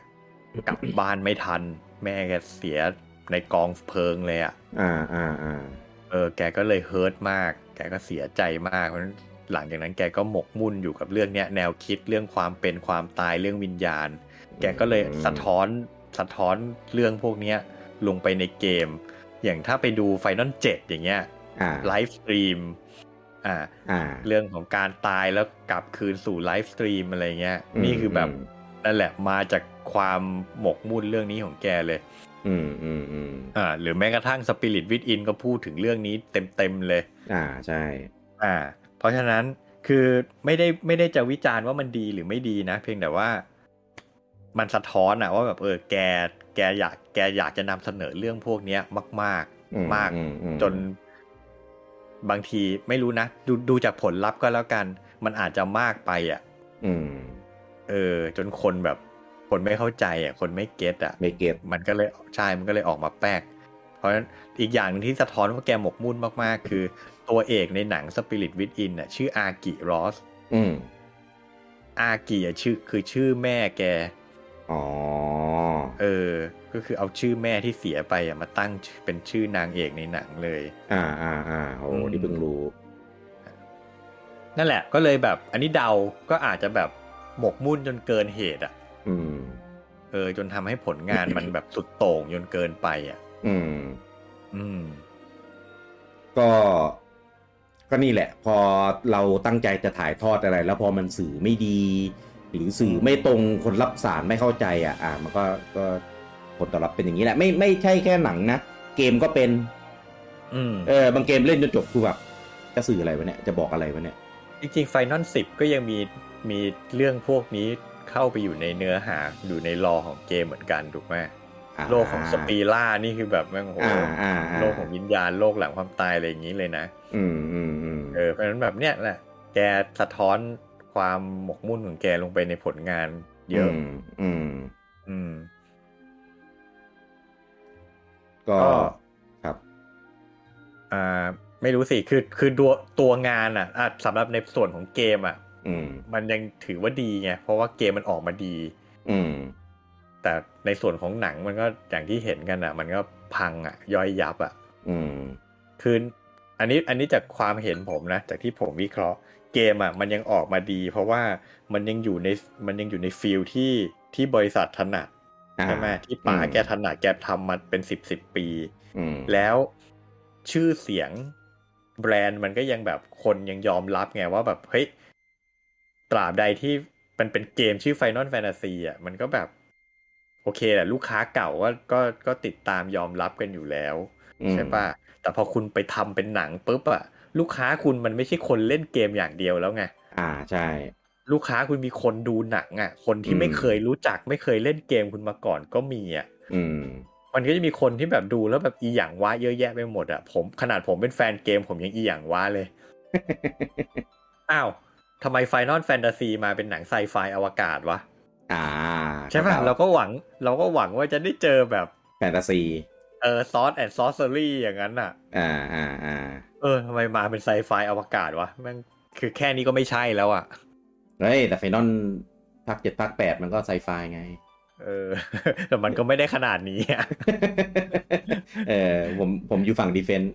B: กลับบ้านไม่ทัน แม่แกเสียในกองเพลิงเลยอ่ะ
A: อ่าอ่าอ่า
B: เออแกก็เลยเฮิร์ตมาก แกก็เสียใจมากเพราะฉะนั้นหลังจากนั้นแกก็หมกมุ่นอยู่กับเรื่องเนี้ยแนวคิดเรื่องความเป็นความตายเรื่องวิญญาณ แกก็เลยสะท้อนสะท้อนเรื่องพวกเนี้ยลงไปในเกม อย่างถ้าไปดูไฟนอลเจ็ดอย่างเงี้ย
A: อ่า
B: ไลฟ์สตรีมอ่า
A: อ่า
B: เรื่องของการตายแล้วกลับคืนสู่ไลฟ์สตรีมอะไรเงี้ย
A: อืม
B: นี่คือแบบนั่นแหละมาจากความหมกมุ่นเรื่องนี้ของแกเลย
A: อืมอืมอืม
B: อ่าหรือแม้กระทั่งสปิริตวิดอินก็พูดถึงเรื่องนี้เต็มๆเลย
A: อ่าใช่
B: อ่า เพราะฉะนั้นคือไม่ได้ไม่ได้จะวิจารณ์ว่ามันดีหรือไม่ดีนะ เพียงแต่ว่ามันสะท้อนอะว่าแบบเออแกแกอยากแกอยากจะนำเสนอเรื่องพวกเนี้ยมาก
A: อื
B: ๆ มาก
A: อือืม
B: จนบางทีไม่รู้นะ ดูดูจากผลลัพธ์ก็แล้วกัน มันอาจจะมากไปอะ
A: อืม
B: เออ จนคนแบบคนไม่เข้าใจอะคนไม่เก็ตอะ
A: ไม่เก็ต
B: มันก็เลยใช่ มันก็เลยออกมาแปลก เพราะฉะนั้นอีกอย่างหนึงที่สะท้อนว่าแกหมกมุ่นมากๆ คือตัวเอกในหนัง Spirit Within น่ะชื่ออากิรอส
A: อืม
B: อากิอ่ะชื่อคือชื่อแม่แก
A: อ๋อ
B: เออ ก็คือเอาชื่อแม่ที่เสียไปอ่ะมาตั้งเป็นชื่อนางเอกในหนังเลย
A: อ่าอ่าอ่าโอ้
B: อืม
A: นี่เพิ่งรู้
B: นั่นแหละก็เลยแบบอันนี้เดาก็อาจจะแบบหมกมุ่นจนเกินเหตุอ่ะ
A: อืม
B: เออ จนทำให้ผลงานมันแบบสุดโต่งจนเกินไปอ่ะ
A: อืม
B: อืม
A: ก็ ก็นี่แหละ พอเราตั้งใจจะถ่ายทอดอะไร แล้วพอมันสื่อไม่ดี หรือสื่อไม่ตรงคนรับสารไม่เข้าใจ อ่ะ อ่า มันก็ก็ผลตอบรับเป็นอย่างนี้แหละ ไม่ไม่ใช่แค่หนังนะ เกมก็เป็น
B: อืม
A: เออบางเกมเล่นจนจบคือแบบจะสื่ออะไรวะเนี่ยจะบอกอะไรวะเนี่ย
B: จริงๆไฟนอลสิบก็ยังมีมีเรื่องพวกนี้เข้าไปอยู่ในเนื้อหาอยู่ในรอของเกมเหมือนกันถูกไหม
A: อ่า
B: โลกของสปีล่านี่คือแบบแม่งโห
A: อ่าอ่าา
B: โลกของวิญญาณโลกหลังความตายอะไรอย่างนี้เลยนะ
A: อืมอืมอืม
B: เออเพราะฉะนั้นแบบเนี้ยแหละแกสะท้อนความหมกมุ่นของแกลงไปในผลงานเยอะ
A: มอืม
B: อืม
A: ก็
B: ก็
A: ครับ
B: อ่า ไม่รู้สิ คือคือตัวตัวงานอ่ะอ่ะสำหรับในส่วนของเกมอ่ะ
A: อืม
B: มันยังถือว่าดีไง เพราะว่าเกมมันออกมาดี
A: อืม
B: แต่ในส่วนของหนังมันก็อย่างที่เห็นกันอ่ะ มันก็พังอ่ะ ย่อยยับอ่ะ
A: อืม
B: คืออันนี้อันนี้จากความเห็นผมนะ จากที่ผมวิเคราะห์เกมอ่ะมันยังออกมาดี เพราะว่ามันยังอยู่ในมันยังอยู่ในฟิลที่ที่บริษัทถนัด
A: อ่า
B: ใช่ไหมที่ป๋า
A: อืม
B: แกถนัดแกทำมาเป็นสิบสิบปี
A: อืม
B: แล้วชื่อเสียงแบรนด์มันก็ยังแบบคนยังยอมรับไงว่าแบบเฮ้ยตราบใดที่มันเป็นเกมชื่อ Final Fantasy อ่ะมันก็แบบ โอเคแหละลูกค้าเก่าก็ก็ก็ติดตามยอมรับกันอยู่แล้ว ใช่ป่ะ แต่พอคุณไปทำเป็นหนังปุ๊บอะลูกค้าคุณมันไม่ใช่คนเล่นเกมอย่างเดียวแล้วไง
A: อ่าใช่
B: ลูกค้าคุณมีคนดูหนังอะคนที่
A: อืม
B: ไม่เคยรู้จักไม่เคยเล่นเกมคุณมาก่อนก็มีอะ
A: อืม
B: มันก็จะมีคนที่แบบดูแล้วแบบอีหยังวะเยอะแยะไปหมดอะผมขนาดผมเป็นแฟนเกมผมยังอีหยังวะเลย อ้าวทำไมไฟนอลแฟนตาซีมาเป็นหนังไซไฟอวกาศวะ
A: อ่า
B: ใช่ป่ะ เราก็หวังเราก็หวังว่าจะได้เจอแบบ
A: แฟนตาซี
B: เออซอสแอนด์ซอสเซอรี่อย่างนั้นอะ
A: อ่าอ่าอ่า
B: เออทำไมมาเป็นไซไฟอวกาศวะแม่งคือแค่นี้ก็ไม่ใช่แล้วอ่ะ
A: เฮ้ยแต่ไฟนอลภาคเจ็ดภาคแปดมันก็ไซไฟ
B: (laughs)
A: ไง
B: เออ แต่มันก็ไม่ได้ขนาดนี้อะ (laughs)
A: เออผมผมอยู่ฝั่งดีเฟนต์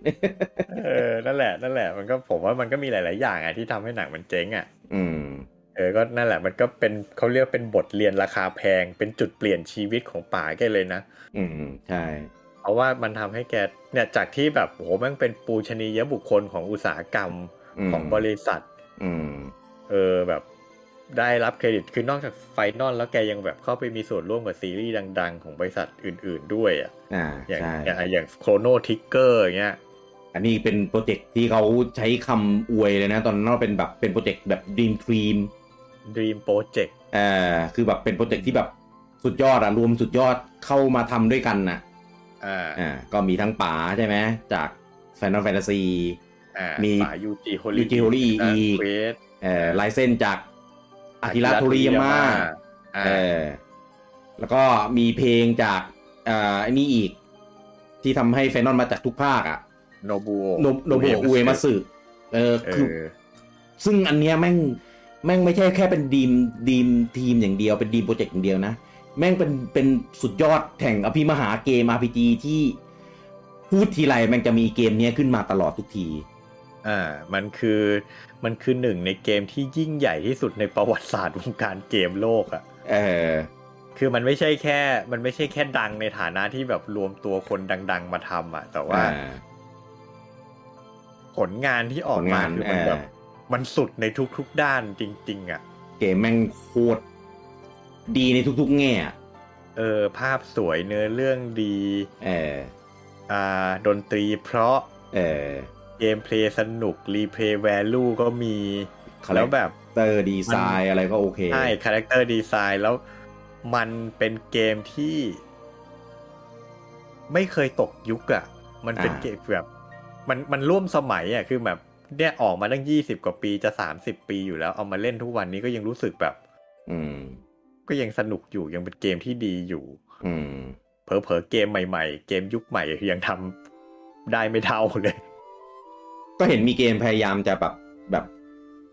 B: เออนั่นแหละนั่นแหละมันก็ผมว่ามันก็มีหลาย ๆ อย่างอะที่ทำให้หนังมันเจ๊งอ่ะ
A: อืม
B: เออก็นั่นแหละมันก็เป็นเขาเรียกเป็นบทเรียนราคาแพง เป็นจุดเปลี่ยนชีวิตของป๋าแกเลยนะ
A: อืม ใช่
B: เพราะว่ามันทำให้แกเนี่ยจากที่แบบโหแม่งเป็นปูชนียบุคคลของอุตสาหกรรม
A: อืม
B: ของบริษัท
A: อืม
B: เออแบบได้รับเครดิตคือนอกจากไฟนอลแล้วแกยังแบบเข้าไปมีส่วนร่วมกับซีรีส์ดัง ๆ ของบริษัทอื่น ๆ ด้วยอ่ะ
A: อ่า
B: อย่าง
A: ใช่
B: อย่างอย่างโครโนทิกเกอร์อย่างเงี้ย
A: อันนี้เป็นโปรเจกต์ที่เขาใช้คำอวยเลยนะ ตอนนั้นเราเป็นแบบเป็นโปรเจกต์แบบดีมทรีม
B: ดีมโปรเจกต์
A: เอ่อคือแบบเป็นโปรเจกต์ที่แบบสุดยอดอะรวมสุดยอดเข้ามาทำด้วยกันน่ะ
B: อ่า
A: อ่าก็มีทั้งป๋าใช่ไหมจาก Final Fantasy
B: อ่า
A: มี
B: มียูจิโฮลี
A: Yuji Horii อีก
B: เควส
A: เอ่อลายเส้นจากอากิระโทริยามะ
B: อ่า
A: เออแล้วก็มีเพลงจากเอ่อไอันนี้อีก ที่ทำให้แฟนนอนมาจากทุกภาคอะ
B: โนบู
A: โนโนโบะอุเอมาสึเออ
B: เอ
A: คือ
B: อ
A: ซึ่งอันเนี้ยแม่งแม่งไม่ใช่แค่เป็นดีมดีมทีมอย่างเดียวเป็นดีมโปรเจกต์อย่างเดียวนะ แม่งเป็นเป็นสุดยอดแห่งอภิมหาเกม RPG ที่พูดทีไรแม่งจะมีเกมเนี้ยขึ้นมาตลอดทุกที
B: อ่ามันคือมันคือหนึ่งในเกมที่ยิ่งใหญ่ที่สุดในประวัติศาสตร์วงการเกมโลกอ่ะ
A: เออ
B: คือมันไม่ใช่แค่ มันไม่ใช่แค่ดังในฐานะที่แบบรวมตัวคนดัง ๆ มาทำอ่ะ แต่ว่าผลงานที่ออก
A: ผ
B: มา
A: ลงาน
B: คือมันแบบ
A: เออ
B: มันสุดในทุก ๆ ด้านจริง ๆ อ่ะ
A: เกมแม่งโคตรดีในทุกๆแง่อะ
B: เออ ภาพสวยเนื้อเรื่องดี
A: เออ
B: อ่า ดนตรีเพราะ
A: เออ
B: เกมเพลย์สนุก รีเพลย์แวลูก็มี แล้วแบบ
A: เตอร์ดีไซน์อะไรก็โอเค
B: ใช่คาแรคเตอร์ดีไซน์แล้วมันเป็นเกมที่ ไม่เคยตกยุคอะ่ะ มันเป็น
A: อ่า
B: เกมแบบมันมันร่วมสมัยอะ่ะ คือแบบเนี่ยออกมาตั้งยี่สิบกว่าปีจะสามสิบปีอยู่แล้ว เอามาเล่นทุกวันนี้ก็ยังรู้สึกแบบ
A: อืม
B: ก็ยังสนุกอยู่ยังเป็นเกมที่ดีอยู่
A: อืม
B: เผลอๆเกมใหม่ๆ เกมยุคใหม่ยังทำได้ไม่เท่าเลย (laughs)
A: ก็เห็นมีเกมพยายามจะแบบแบบ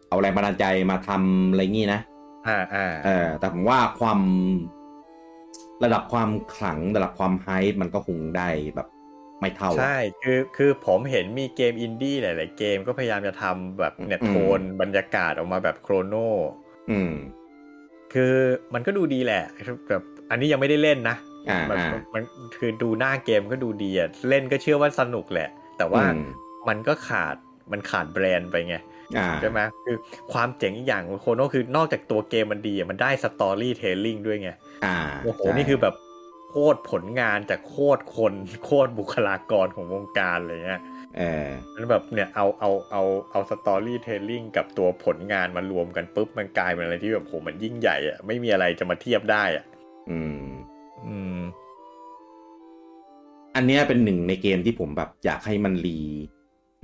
A: เอาแรงบันดาลใจมาทำอะไรงี้นะ
B: อ่าอ่า
A: เออแต่ผมว่าความระดับความขลังระดับความไฮป์มันก็คงได้แบบไม่เท่า
B: ใช่คือคือผมเห็นมีเกมอินดี้หลายๆเกมก็พยายามจะทำแบบเนี่ย
A: อืม
B: โทนบรรยากาศออกมาแบบโครโน
A: อืม
B: คือมันก็ดูดีแหละแบบอันนี้ยังไม่ได้เล่นนะ
A: อ่า
B: มัน
A: อ่า
B: มันคือดูหน้าเกมก็ดูดีอะเล่นก็เชื่อว่าสนุกแหละ แต่ว่า
A: อืม
B: มันก็ขาดมันขาดแบรนด์ไปไง
A: อ่า
B: ใช่ไหมคือความเจ๋งอีกอย่างของโคโนคือนอกจากตัวเกมมันดีอะมันได้สตอรี่เทลลิ่งด้วยไง
A: อ่า
B: โอ้โห
A: ใช่
B: นี่คือแบบโคตรผลงานจากโคตรคน (laughs) โคตรบุคลากรของวงการอะไรเงี้ย
A: เออ
B: มันแบบเนี่ยเอาเอาเอาเอาสตอรี่เทลลิ่งกับตัวผลงานมารวมกันปุ๊บมันกลายเป็นอะไรที่แบบโหมันยิ่งใหญ่อะไม่มีอะไรจะมาเทียบได้อะ
A: อืม
B: อืม
A: อันเนี้ยเป็นหนึ่งในเกมที่ผมแบบอยากให้มันรี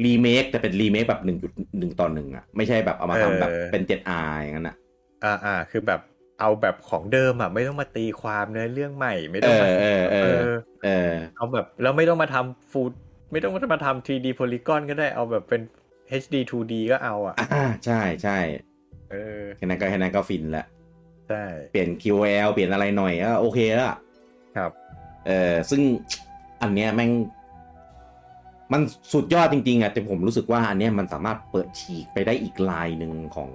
A: รีเมคแต่เป็นรีเมคแบบหนึ่งจุดหนึ่งต่อหนึ่งอ่ะ ไม่ใช่แบบเอามาทำแบบ
B: เออ
A: เป็นเจ็ดอาอย่างนั้นอ่ะ
B: อ่าอ่า คือแบบเอาแบบของเดิมอ่ะ ไม่ต้องมาตีความเนื้อเรื่องใหม่ ไม่
A: เอ
B: ต้อง
A: อ
B: มา
A: เออเอ
B: เอ
A: อ
B: อ
A: เออ
B: เอาแบบแล้วไม่ต้องมาทำฟู ไม่ต้องมาทำ 3D polygon ก็ได้เอาแบบเป็น HD 2D ก็เอาอ่ะ
A: อ่าใช่ใช่
B: เออ
A: แค่นั้นก็แค่นั้นก็ฟินละ
B: ใช่
A: เปลี่ยน QL เปลี่ยนอะไรหน่อยก็โอเคแล้วอะ
B: ครับ
A: เออซึ่งอันเนี้ยแม่ง มันสุดยอดจริง ๆอะแต่ผมรู้สึกว่าอันเนี้ยมันสามารถเปิดฉีกไปได้อีกลายหนึ่งของ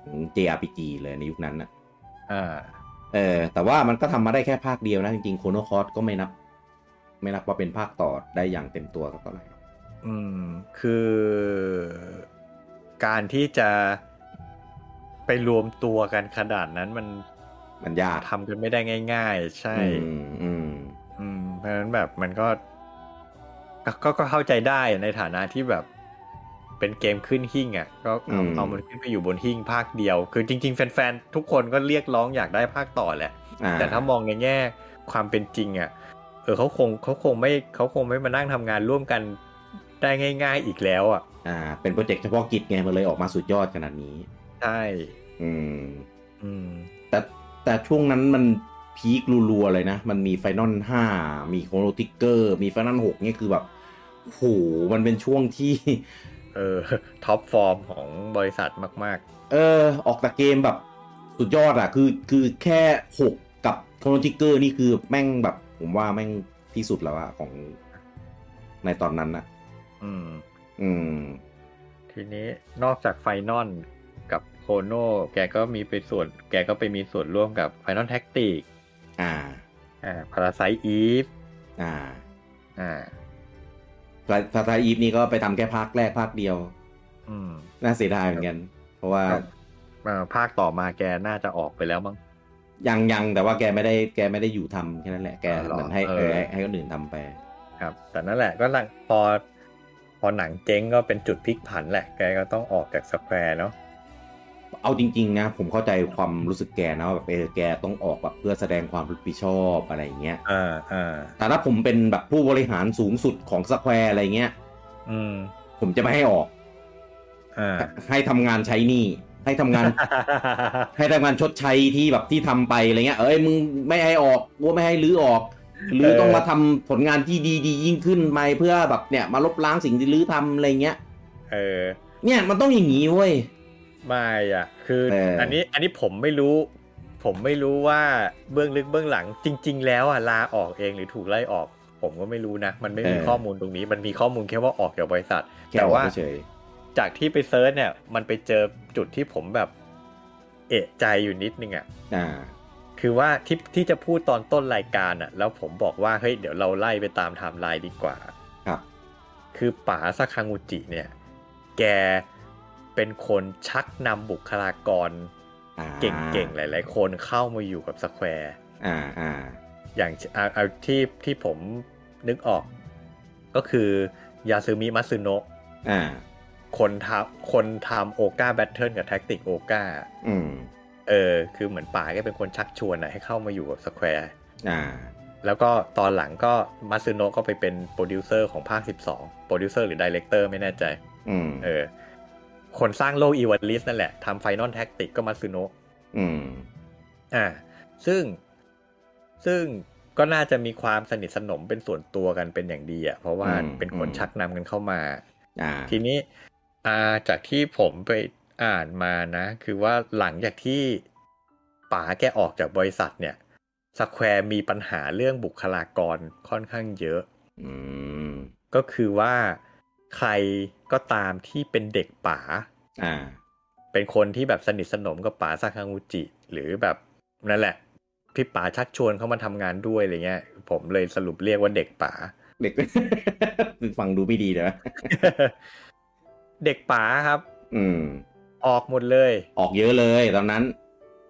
A: ของ JRPG เลยในยุคนั้นอะ
B: อ่า
A: เออ แต่ว่ามันก็ทำมาได้แค่ภาคเดียวนะ จริงๆโคโนคอสก็ไม่นับ ไม่นับว่าเป็นภาคต่อได้อย่างเต็มตัวสักเท่าไหร่หรอก
B: อืม คือการที่จะไปรวมตัวกันขนาดนั้นมัน
A: มันยาก
B: ทำกันไม่ได้ง่าย ๆ ใช่
A: อืมอืม
B: อืม เพราะฉะนั้นแบบมันก็ก็ก็ก็เข้าใจได้ในฐานะที่แบบ เป็นเกมขึ้นหิ้งอ่ะ ก็เอา
A: อืม
B: เอามันขึ้นไปอยู่บนหิ้งภาคเดียว คือจริง ๆ แฟนๆ ทุกคนก็เรียกร้องอยากได้ภาคต่อแหละ
A: อ่า
B: แต่ถ้ามองในแง่ความเป็นจริงอ่ะ เออเขาคงเขาคงไม่เขาคงไม่มานั่งทำงานร่วมกันได้ง่าย ๆ อีกแล้วอ่ะ
A: อ่า เป็นโปรเจกต์เฉพาะกิจไงมันเลยออกมาสุดยอดขนาดนี้
B: ใช่
A: อืม
B: อืม
A: แต่แต่ช่วงนั้นมันพีครัวๆเลยนะ มันมีไฟนอลห้ามีโคโนติกเกอร์ มีไฟนอลหกเนี่ยคือแบบโอ้โหมันเป็นช่วงที่
B: เออ (laughs) ท็อปฟอร์มของบริษัทมาก
A: เออออกแต่เกมแบบสุดยอดอะคือคือแค่หกกับโคโนติกเกอร์นี่คือแม่งแบบ ผมว่าแม่งที่สุดแล้วอะของในตอนนั้นอะ
B: ๆ อืม
A: อืม
B: ทีนี้นอกจากไฟนอลกับโคโนแกก็มีไปส่วน แกก็ไปมีส่วนร่วมกับไฟนอลแท็กติก
A: อ่า
B: อ่าพาราไซอีฟ
A: อ่า
B: อ่า
A: พาทาอีฟนี่ก็ไปทำแค่ภาคแรกภาคเดียว
B: อืม
A: น่าเสียดายเหมือนกัน เพราะว่า
B: ครับ อ่าภาคต่อมาแกน่าจะออกไปแล้วมั้ง
A: ยังยังแต่ว่าแกไม่ได้แกไม่ได้อยู่ทำแค่นั้นแหละแก
B: อ๋อเหรอ
A: เหมือนให้
B: เออ
A: เออให้ให้คนอื่นทำไป
B: ครับ แต่นั่นแหละก็หลังพอ พอหนังเจ๊งก็เป็นจุดพลิกผันแหละ แกก็ต้องออกจากสแควร์เนาะ
A: เอาจริง ๆ นะ ผมเข้าใจความรู้สึกแกนะว่าแบบเออแกต้องออกแบบเพื่อแสดงความรับผิดชอบอะไรอย่างเงี้ย
B: อ่าอ่า
A: แต่ถ้าผมเป็นแบบผู้บริหารสูงสุดของสแควร์อะไรเงี้ย
B: อืม
A: ผมจะไม่ให้ออก
B: อ่า
A: ให้ทำงานใช้หนี้ให้ทำ
B: (laughs)
A: งาน ให้ทำงานชดใช้ที่แบบที่ทำไปอะไรเงี้ย เอ้ยมึงไม่ให้ออกกูไม่ให้รื้อออกหรือ
B: เออ
A: ต้องมาทำผลงานที่ดีดีๆยิ่งขึ้นไปเพื่อแบบเนี่ยมาลบล้างสิ่งที่รื้อทำอะไรเงี้ย
B: (laughs) เออ
A: เนี่ยมันต้องอย่างนี้เว้ย
B: ไม่อ่ะ คือ
A: เอออั
B: อันนี้อันนี้ผมไม่รู้ ผมไม่รู้ว่าเบื้องลึกเบื้องหลังจริง ๆ แล้วอ่ะลาออกเองหรือถูกไล่ออก ผมก็ไม่รู้นะ มันไม่มีข้อมูลตรงนี้ มันมีข้อมูลแค่ว่าออกจากบริษัท
A: ค่
B: แต่
A: ออก
B: ว่า
A: เฉย
B: จากที่ไปเซิร์ชเนี่ย มันไปเจอจุดที่ผมแบบ เอะใจอยู่นิดนึงอ่ะ
A: อ่า
B: คือว่าที่ที่จะพูดตอนต้นรายการอ่ะ แล้วผมบอกว่าเฮ้ยเดี๋ยวเราไล่ไปตามไทม์ไลน์ดีกว่า
A: ครับ
B: คือป๋าซาคางูจิเนี่ย แกเป็นคนชักนำบุคลากร
A: อ่า
B: เก่งๆ หลายๆ คนเข้ามาอยู่กับสแควร์
A: อ่า อ่า
B: อย่างเอาเอาที่ที่ผมนึกออก ก็คือยาซึมิมัตสึโนะ
A: อ่า
B: คนทำคนทำโอกาแบทเทิลกับแท็กติกโอกา
A: อืม
B: เออ คือเหมือนป่าก็เป็นคนชักชวนนะให้เข้ามาอยู่กับสแควร์
A: อ่า
B: แล้วก็ตอนหลังก็มัตสึโนะก็ไปเป็นโปรดิวเซอร์ของภาค 12 โปรดิวเซอร์หรือดีเลกเตอร์ไม่แน่ใจ
A: อืม
B: เออ คนสร้างโลกอีวานลิสนั่นแหละทำไฟนอลแท็กติกก็มัตสึโนะ
A: อืม
B: อ่าซึ่งซึ่งก็น่าจะมีความสนิทสนมเป็นส่วนตัวกันเป็นอย่างดีอะ่ะเพราะว่า
A: อืม
B: เป็นคน
A: อืม
B: ชักนำกันเข้ามา
A: อ่า
B: ทีนี้อ่าจากที่ผมไปอ่านมานะ คือว่าหลังจากที่ป๋าแกออกจากบริษัทเนี่ยสแควร์มีปัญหาเรื่องบุคลากรค่อนข้างเยอะ
A: อืม
B: ก็คือว่าใครก็ตามที่เป็นเด็กป๋า
A: อ่า
B: เป็นคนที่แบบสนิทสนมกับป๋าซาคางูจิ หรือแบบนั่นแหละที่ป๋าชักชวนเขามาทำงานด้วยอะไรเงี้ย ผมเลยสรุปเรียกว่าเด็กป๋า (laughs)
A: เด็ก (laughs) ฟังดูไม่ดีเลยวะ
B: เด็กป๋าครับ
A: อืม
B: ออกหมดเลย
A: ออกเยอะเลยตอนนั้น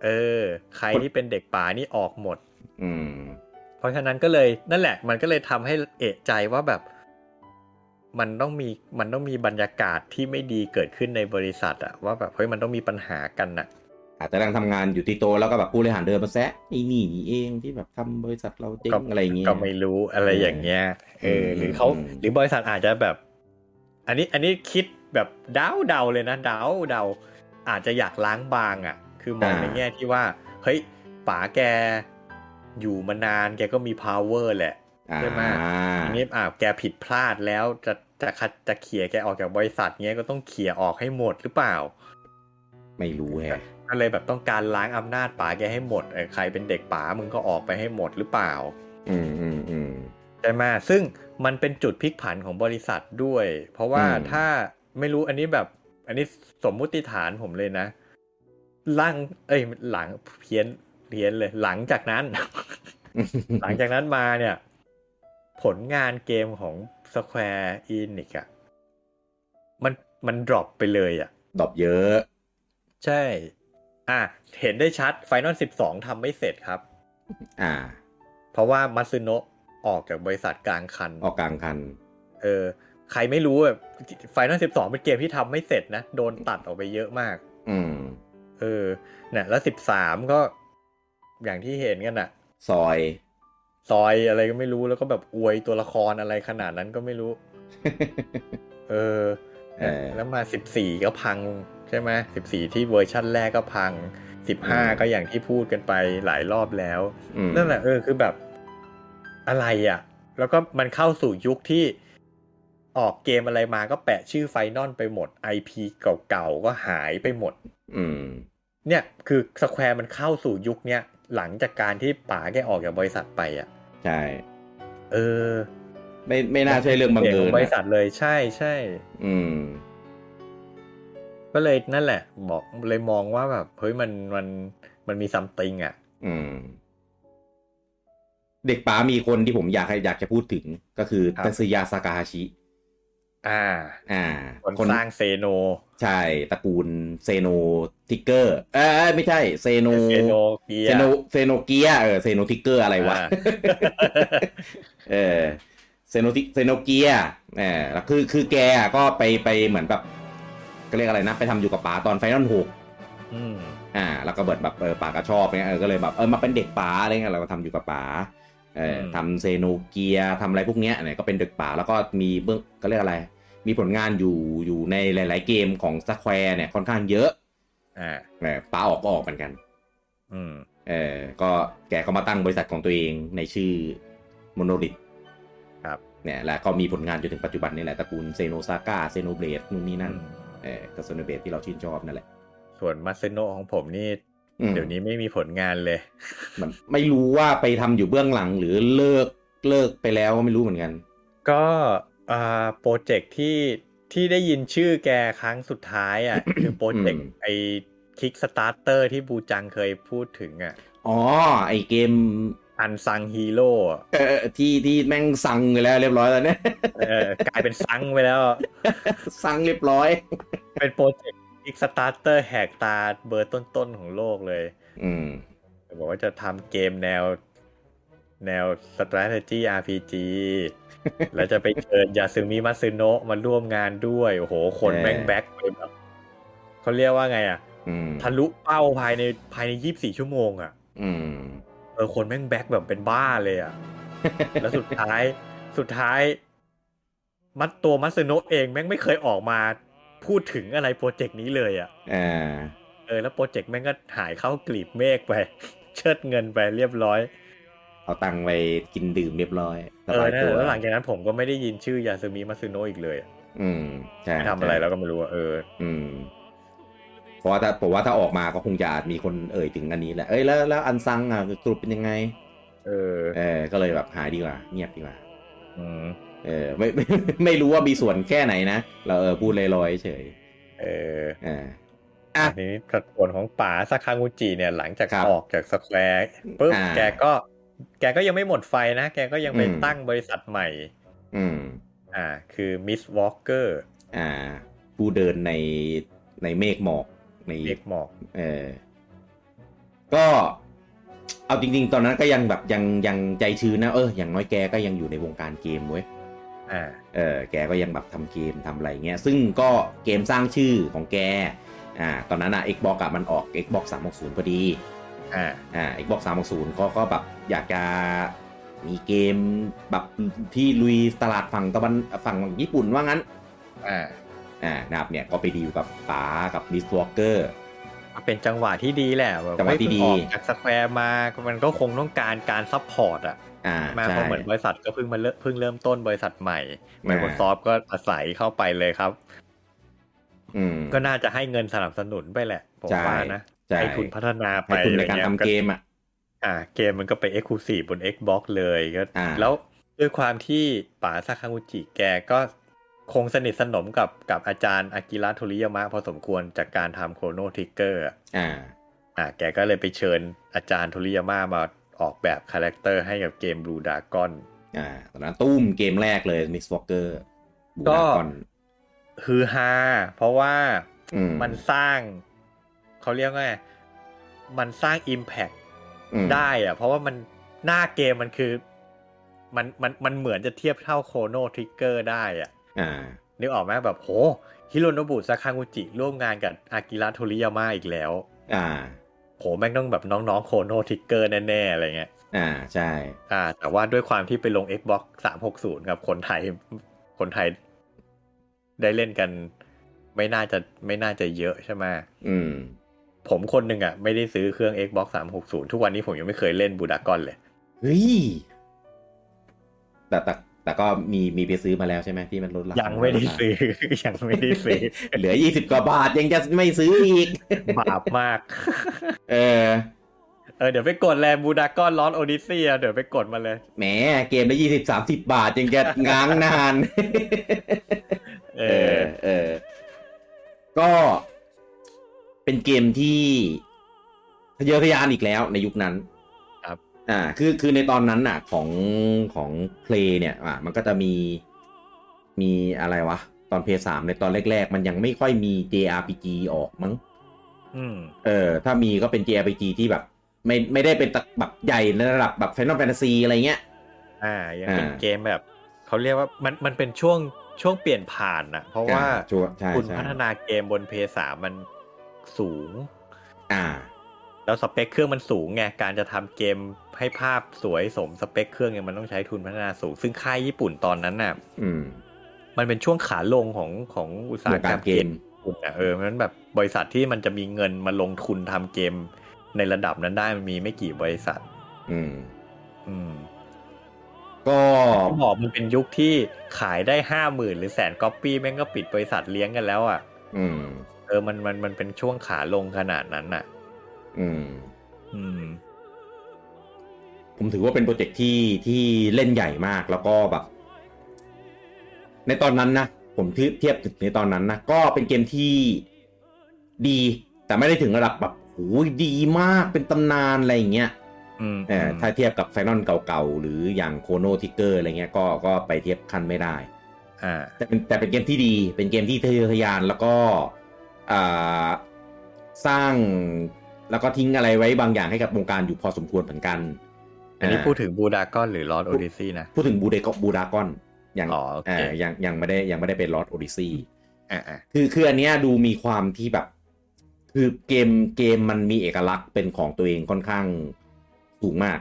B: เออ ใครที่เป็นเด็กป๋านี่ออกหมด
A: อืม
B: เพราะฉะนั้นก็เลยนั่นแหละ มันก็เลยทำให้เอะใจว่าแบบ มันต้องมีมันต้องมีบรรยากาศที่ไม่ดีเกิดขึ้นในบริษัทอะว่าแบบเฮ้ยมันต้องมีปัญหากันน่ะ
A: อาจจะกำลังทำงานอยู่ที่โตะแล้วก็แบบผู้บริหารเดินมาแซะไอ้นี่นี่เองที่แบบทำบริษัทเราเจ๊งอะไรอย่างเงี้ย
B: ก็ไม่รู้อะไรอย่างเงี้ย เออ หรือเขา
A: อืม
B: หรือบริษัทอาจจะแบบ อันนี้อันนี้คิดแบบเดาเดาเลยนะเดาเดาอาจจะอยากล้างบางอ่ะ คือมองในแง่ที่ว่า เฮ้ยป๋าแกอยู่มานานแกก็มี power แหละ ใช่ไหมทีนี้อ่าแกผิดพลาดแล้วจะจะคัดจะเขี่ยแกออกจากบริษัทเงี้ยก็ต้องเขี่ยออกให้หมดหรือเปล่า
A: ไม่รู้แฮะ
B: ก็เลยแบบต้องการล้างอำนาจป๋าแกให้หมดเออใครเป็นเด็กป๋ามึงก็ออกไปให้หมดหรือเปล่า
A: อืมอืมอืม (laughs)
B: ใช่ไหมซึ่งมันเป็นจุดพลิกผันของบริษัทด้วย เพราะว่า
A: อืม
B: ถ้าไม่รู้อันนี้แบบ อันนี้สมมุติฐานผมเลยนะล่างเอ้ยหลังเพี้ยนเพี้ยนเลย หลังจากนั้น (laughs) หลังจากนั้นมาเนี่ย ผลงานเกมของ Square Enix อะมันมันดรอปไปเลยอะ
A: ดอบเยอะ
B: ใช่ อ่ะ เห็นได้ชัด Final 12ทำไม่เสร็จครับ
A: อ่า
B: เพราะว่ามัตสึโนะออกจากบริษัทกลางคัน
A: ออกกลางคัน
B: เออ ใครไม่รู้แบบ Final 12 เป็นเกมที่ทำไม่เสร็จนะ โดนตัดออกไปเยอะมาก
A: อืม
B: เออเนี่ยแล้ว 13 ก็อย่างที่เห็นกันน่ะ
A: ซอย (laughs)
B: ซอยอะไรก็ไม่รู้แล้วก็แบบอวยตัวละครอะไรขนาดนั้นก็ไม่รู้ เออ
A: เออ
B: แล้วมา 14 ก็พังใช่ไหม14 ที่เวอร์ชั่นแรกก็พัง 15 ก็อย่างที่พูดกันไปหลายรอบแล้ว
A: อืม
B: นั่นแหละเออคือแบบอะไรอะ่ะ แล้วก็มันเข้าสู่ยุคที่ออกเกมอะไรมาก็แปะชื่อไฟนอลไปหมด IP เก่าๆ ก็หายไปหมด
A: อืม
B: เนี่ยคือสแควร์มันเข้าสู่ยุคเนี้ยหลังจากการที่ป๋าแกออกจากบริษัทไปอะ่ะ
A: ใช่
B: เออ
A: ไม่ไม่น่าใช่เรื่องบังเอิ
B: ข
A: ญ
B: บริษั
A: นะ
B: ทเลยใช่ใช่
A: อืม
B: ก็เลยนั่นแหละ บอกเลยมองว่าแบบเฮ้ยมันมันมันมีซัมติงอ่ะ
A: อืม เด็กป๋ามีคนที่ผมอยากให้อยากจะพูดถึงก็คือ
B: ครับ
A: ตัสยาสากาฮาชิ
B: อ่า
A: อ่า
B: คนสร้างเซโน
A: ใช่ ตระกูลเซโนทิกเกอร์ เอ้ยไม่ใช่เซโน
B: เซโนเกีย
A: เซโนเซโนเกียเออเซโนทิกเกอร์อะไรวะ
B: อ่า
A: เออเซโนติเซโนเกียเออแล้วคือคือแกอ่ะก็ไปไปเหมือนแบบก็เรียกอะไรนะ ไปทำอยู่กับป๋าตอนไฟนอลหก
B: อืม
A: อ่า แล้วก็เบิดแบบเออป๋าก็ชอบเนี่ยเออก็เลยแบบเออมาเป็นเด็กป๋าอะไรเงี้ยเราก็ทำอยู่กับป๋าเออ
B: อืม
A: ทำเซโนเกียทำอะไรพวกเนี้ยเนี่ยก็เป็นเด็กป๋าแล้วก็มีเบื้องก็เรียกอะไร มีผลงานอยู่อยู่ในหลาย ๆ เกมของสแควร์เนี่ยค่อนข้างเยอะ
B: อ่า
A: เออป๋าออกก็ออกเหมือนกัน
B: อืม
A: เออก็แกก็มาตั้งบริษัทของตัวเองในชื่อโมโนลิท
B: ครับ
A: เนี่ยแล้วก็มีผลงานจนถึงปัจจุบันนี่แหละตระกูลเซโนซาก้าเซโนเบลดนู่นนี่นั่นเออก็เซโนเบลดที่เราชื่นชอบนั่นแหละ
B: ส่วนมาเซโนของผมนี่
A: อืม
B: เดี๋ยวนี้ไม่มีผลงานเลย
A: มันไม่รู้ว่าไปทำอยู่เบื้องหลังหรือเลิกเลิกไปแล้วก็ไม่รู้เหมือนกัน
B: ก็อ่าโปรเจกต์ที่ที่ได้ยินชื่อแกครั้งสุดท้าย
A: (coughs)
B: อ่ะ คือโปรเจกต์
A: อืม
B: ไอ้คิกสตาร์เตอร์ที่บูจังเคยพูดถึงอ่ะ
A: อ๋อ ไอเกม
B: อันซังฮีโร่อะ
A: เออที่ที่แม่งสั่งไปแล้วเรียบร้อยแล้วเนี่ย (laughs)
B: เออกลายเป็นซังไปแล้ว
A: สั่งเรียบร้อย
B: เป็นโปรเจกต์คิกสตาร์เตอร์แหกตาเบอร์ต้นๆของโลกเลย
A: อืม
B: บอกว่าจะทำเกมแนวแนว strategy RPG แล้วจะไปเชิญยาซึมิมัตสึโนะมาร่วมงานด้วย โอ้โห คน
A: เออ
B: แม่งแบ็คไปแบบเขาเรียกว่าไงอ่ะ
A: อืม
B: ทะลุเป้าภายในภายใน 24 ชั่วโมงอ่ะ
A: อืม (laughs)
B: เออ คนแม่งแบ็คแบบเป็นบ้าเลยอ่ะ แล้วสุดท้าย (laughs) สุดท้าย มัดตัวมัตสึโนะเองแม่งไม่เคยออกมาพูดถึงอะไรโปรเจกต์นี้เลยอ่ะ
A: อ่า
B: เออ แล้วโปรเจกต์แม่งก็หายเข้ากลีบเมฆไป (laughs) เชิดเงินไปเรียบร้อย
A: เอาตังค์ไปกินดื่มเรียบร้อย
B: เออบ
A: สาย
B: นั่นแห
A: ตัว
B: ละแล้วหลังจากนั้นผมก็ไม่ได้ยินชื่อยาซึมิมาซึโนะอีกเลยอะ
A: อืมใช่
B: ทำอะไร
A: ใช่
B: แล้วก็ไม่รู้อะเออ
A: อืมเพราะว่าถ้าผมว่าถ้าออกมาก็คงจะอาจมีคนเอ่ยถึงอันนี้แหละ เอ้ยแล้วแล้วอันซังอ่ะสรุปเป็นยังไง
B: เออ
A: เออก็เลยแบบหายดีกว่า เงียบดีกว่า
B: อืม
A: เออไม่ (laughs) ไม่ ไม่รู้ว่ามีส่วนแค่ไหนนะ เราเออพูดลอยๆเฉย
B: เออ
A: เออ
B: อันนี้สัดส่วนของป๋าซาคางูจิเนี่ยหลังจาก
A: ครับ
B: ออกจากสแควร์ปุ๊บ
A: อ่า
B: แกก็แกก็ยังไม่หมดไฟนะ แกก็ยังไป
A: อืม
B: ตั้งบริษัทใหม่
A: อืม
B: อ่า คือมิสวอลเกอร์
A: อ่า ผู้เดินในในเมฆหมอกใน
B: เมกหมอก
A: เออ ก็เอาจริง ๆ ตอนนั้นก็ยังแบบยังยังใจชื้นนะเอออย่างน้อยแกก็ยังอยู่ในวงการเกมเว้ย
B: อ่า
A: เออแกก็ยังแบบทำเกมทำอะไรเงี้ย ซึ่งก็เกมสร้างชื่อของแก อ่า ตอนนั้นอ่ะ Xbox อะมันออก Xbox 360 พอดี
B: อ่า
A: อ่า Xbox 360ก็ก็แบบอยากจะมีเกมแบบที่ลุยตลาดฝั่งตะวันฝั่งญี่ปุ่นว่างั้น
B: อ่า
A: อ่านะครับเนี่ยก็ไปดีลกับป๋ากับมิสวอลเกอร์
B: เป็นจังหวะที่ดีแหละแบบ
A: จังหวะที่ดี
B: ไม่เพิ่งออกจากสแควร์มามันก็คงต้องการการซัพพอร์ตอ่ะ
A: อ่า
B: มาเพ
A: ใช่
B: ราะเหมือนบริษัทก็เพิ่งมาเริ่มเพิ่งเริ่มต้นบริษัทใหม่
A: อ่า
B: Microsoft ก็อาศัยเข้าไปเลยครับ
A: อืม
B: ก็น่าจะให้เงินสนับสนุนไปแหละผม
A: ใช่
B: ว่านะ
A: ใช่
B: ให้ทุนพัฒนาไป
A: ให้ทุนในการ
B: อะ
A: ทำ
B: ไงี้ย
A: เกมอ่ะ
B: อ่าเกมมันก็ไป e x c l u s i v e บน Xbox เลยก็
A: อ่า
B: แล้วด้วยความที่ป๋าซาคากุจิแกก็คงสนิทสนมกับกับอาจารย์อากิระโทริยามะพอสมควรจากการทำโครโนทิกเกอร์
A: อ่า
B: อ่ะแกก็เลยไปเชิญอาจารย์โทริยาม่ามาออกแบบคาแรคเตอร์ให้กับเกมบลูดากอน
A: อ่าตอนนั้นตุ้มเกมแรกเลยมิกซ์วอ k เกอร์บู
B: ก็
A: ดากอน
B: ฮือฮาเพราะว่า
A: อื
B: มันสร้าง เขาเรียกว่าไงมันสร้าง Impact
A: อืม
B: ได้อะเพราะว่ามันหน้าเกมมันคือ มันมันมันเหมือนจะเทียบเท่าโคโนทริกเกอร์ได้อะ
A: อ่า
B: นึกออกไหมแบบโหฮิโรโนบุซาคางูจิร่วมงานกับอากิระโทริยาม่าอีกแล้ว
A: อ่า
B: โหแม่งต้องแบบน้องๆโคโนทริกเกอร์แน่ๆอะไรเงี้ย
A: อ่าใช่
B: อ่าแต่ว่าด้วยความที่ไปลง Xbox 360ครับคนไทย คนไทย ได้เล่นกัน ไม่น่าจะไม่น่าจะเยอะใช่ไหม
A: อืม
B: ผมคนหนึ่งอ่ะ ไม่ได้ซื้อเครื่อง Xbox 360 ทุกวันนี้ผมยังไม่เคยเล่นบูดากอนเลย
A: เฮ้ย แต่แต่แต่ก็มีมีไปซื้อมาแล้วใช่ไหมที่มันลดราคา
B: ยังไม่ได้ซื้อ (laughs) ยังไม่ได้ซื้อ (laughs)
A: เหลือยี่สิบกว่าบาทยังจะไม่ซื้ออีก
B: บาปมาก
A: เออ
B: เออเดี๋ยวไปกดแลบูดากอนลอนโอดิเซียเดี๋ยวไปกดมาเลย
A: แหมเกมละยี่สิบสามสิบบาทยังจะง้างนาน
B: เอ
A: เอ
B: อ
A: อเออ ก็เป็นเกมที่ทะเยอทะยานอีกแล้วในยุคนั้น
B: ครับ
A: อ่า คือคือในตอนนั้นน่ะ ของของเพลงเนี่ย อ่ะมันก็จะมีมีอะไรวะ ตอนเพย์สามในตอนแรก ๆ มันยังไม่ค่อยมี JRPG ออกมั้ง
B: อืม
A: เออ ถ้ามีก็เป็น JRPG ที่แบบ ไม่ไม่ได้เป็นตะแบบใหญ่ในระดับแบบ Final Fantasy อะไรเงี้ย
B: อ่า ยังเป็น
A: อ่า
B: เกมแบบ เขาเรียกว่ามันมันเป็นช่วงช่วงเปลี่ยนผ่านนะเพราะว่า
A: อ่ชัวร์ใช่
B: คุณ
A: ใช่
B: พัฒนาเกมบนเพย์สามันสูง
A: อ่า
B: แล้วสเปคเครื่องมันสูงไงการจะทำเกมให้ภาพสวยสมสเปคเครื่องเนี่ยมันต้องใช้ทุนพัฒนาสูง ซึ่งค่ายญี่ปุ่นตอนนั้นน่ะ
A: อืม
B: มันเป็นช่วงขาลงของของอุตสา
A: ว
B: ห
A: ง
B: กร
A: การ ร
B: ม
A: เก
B: เกม
A: ม
B: ญี่ปุ่นน่ะเออมันแบบบริษัทที่มันจะมีเงินมาลงทุนทำเกมในระดับนั้นได้มันมีไม่กี่บริษัท
A: อืม
B: อืม
A: ก็
B: เขาบอกมันเป็นยุคที่ขายได้ห้าหมื่นหรือแสนก๊อปปี้แม่งก็ปิดบริษัทเลี้ยงกันแล้วอ่ะ
A: อืม
B: เออมันมันมันเป็นช่วงขาลงขนาดนั้นน่ะ
A: อืม
B: อืม
A: ผมถือว่าเป็นโปรเจกต์ที่ที่เล่นใหญ่มากแล้วก็แบบ ในตอนนั้นนะ ผมเทียบเทียบถึงในตอนนั้นนะ ก็เป็นเกมที่ดี แต่ไม่ได้ถึงระดับแบบโอ้ยดีมากเป็นตำนานอะไรอย่างเงี้ย
B: อืม
A: เออถ้าเทียบกับไฟนอลเก่าๆ หรืออย่างโคโนทิกเกอร์อะไรเงี้ยก็ก็ไปเทียบขั้นไม่ได้
B: อ่า
A: แต่เป็นแต่เป็นเกมที่ดี เป็นเกมที่ทะเยอทะยานแล้วก็อ่าสร้างแล้วก็ทิ้งอะไรไว้บางอย่างให้กับวงการอยู่พอสมควรเหมือนกัน
B: อันนี้
A: า
B: พูดถึงบูดากอนหรือลอ r d โอดิซีนะ
A: พูดถึงบูเดกบูดากอนยัง
B: อ๋อโอเค
A: เอ่อยังยังไม่ได้ยังไม่ได้เป็นลอ r d โอดิซี
B: อ่าอ่า
A: คือคืออันเนี้ยดูมีความที่แบบ คือเกมเกมมันมีเอกลักษณ์เป็นของตัวเองค่อนข้างสูงมาก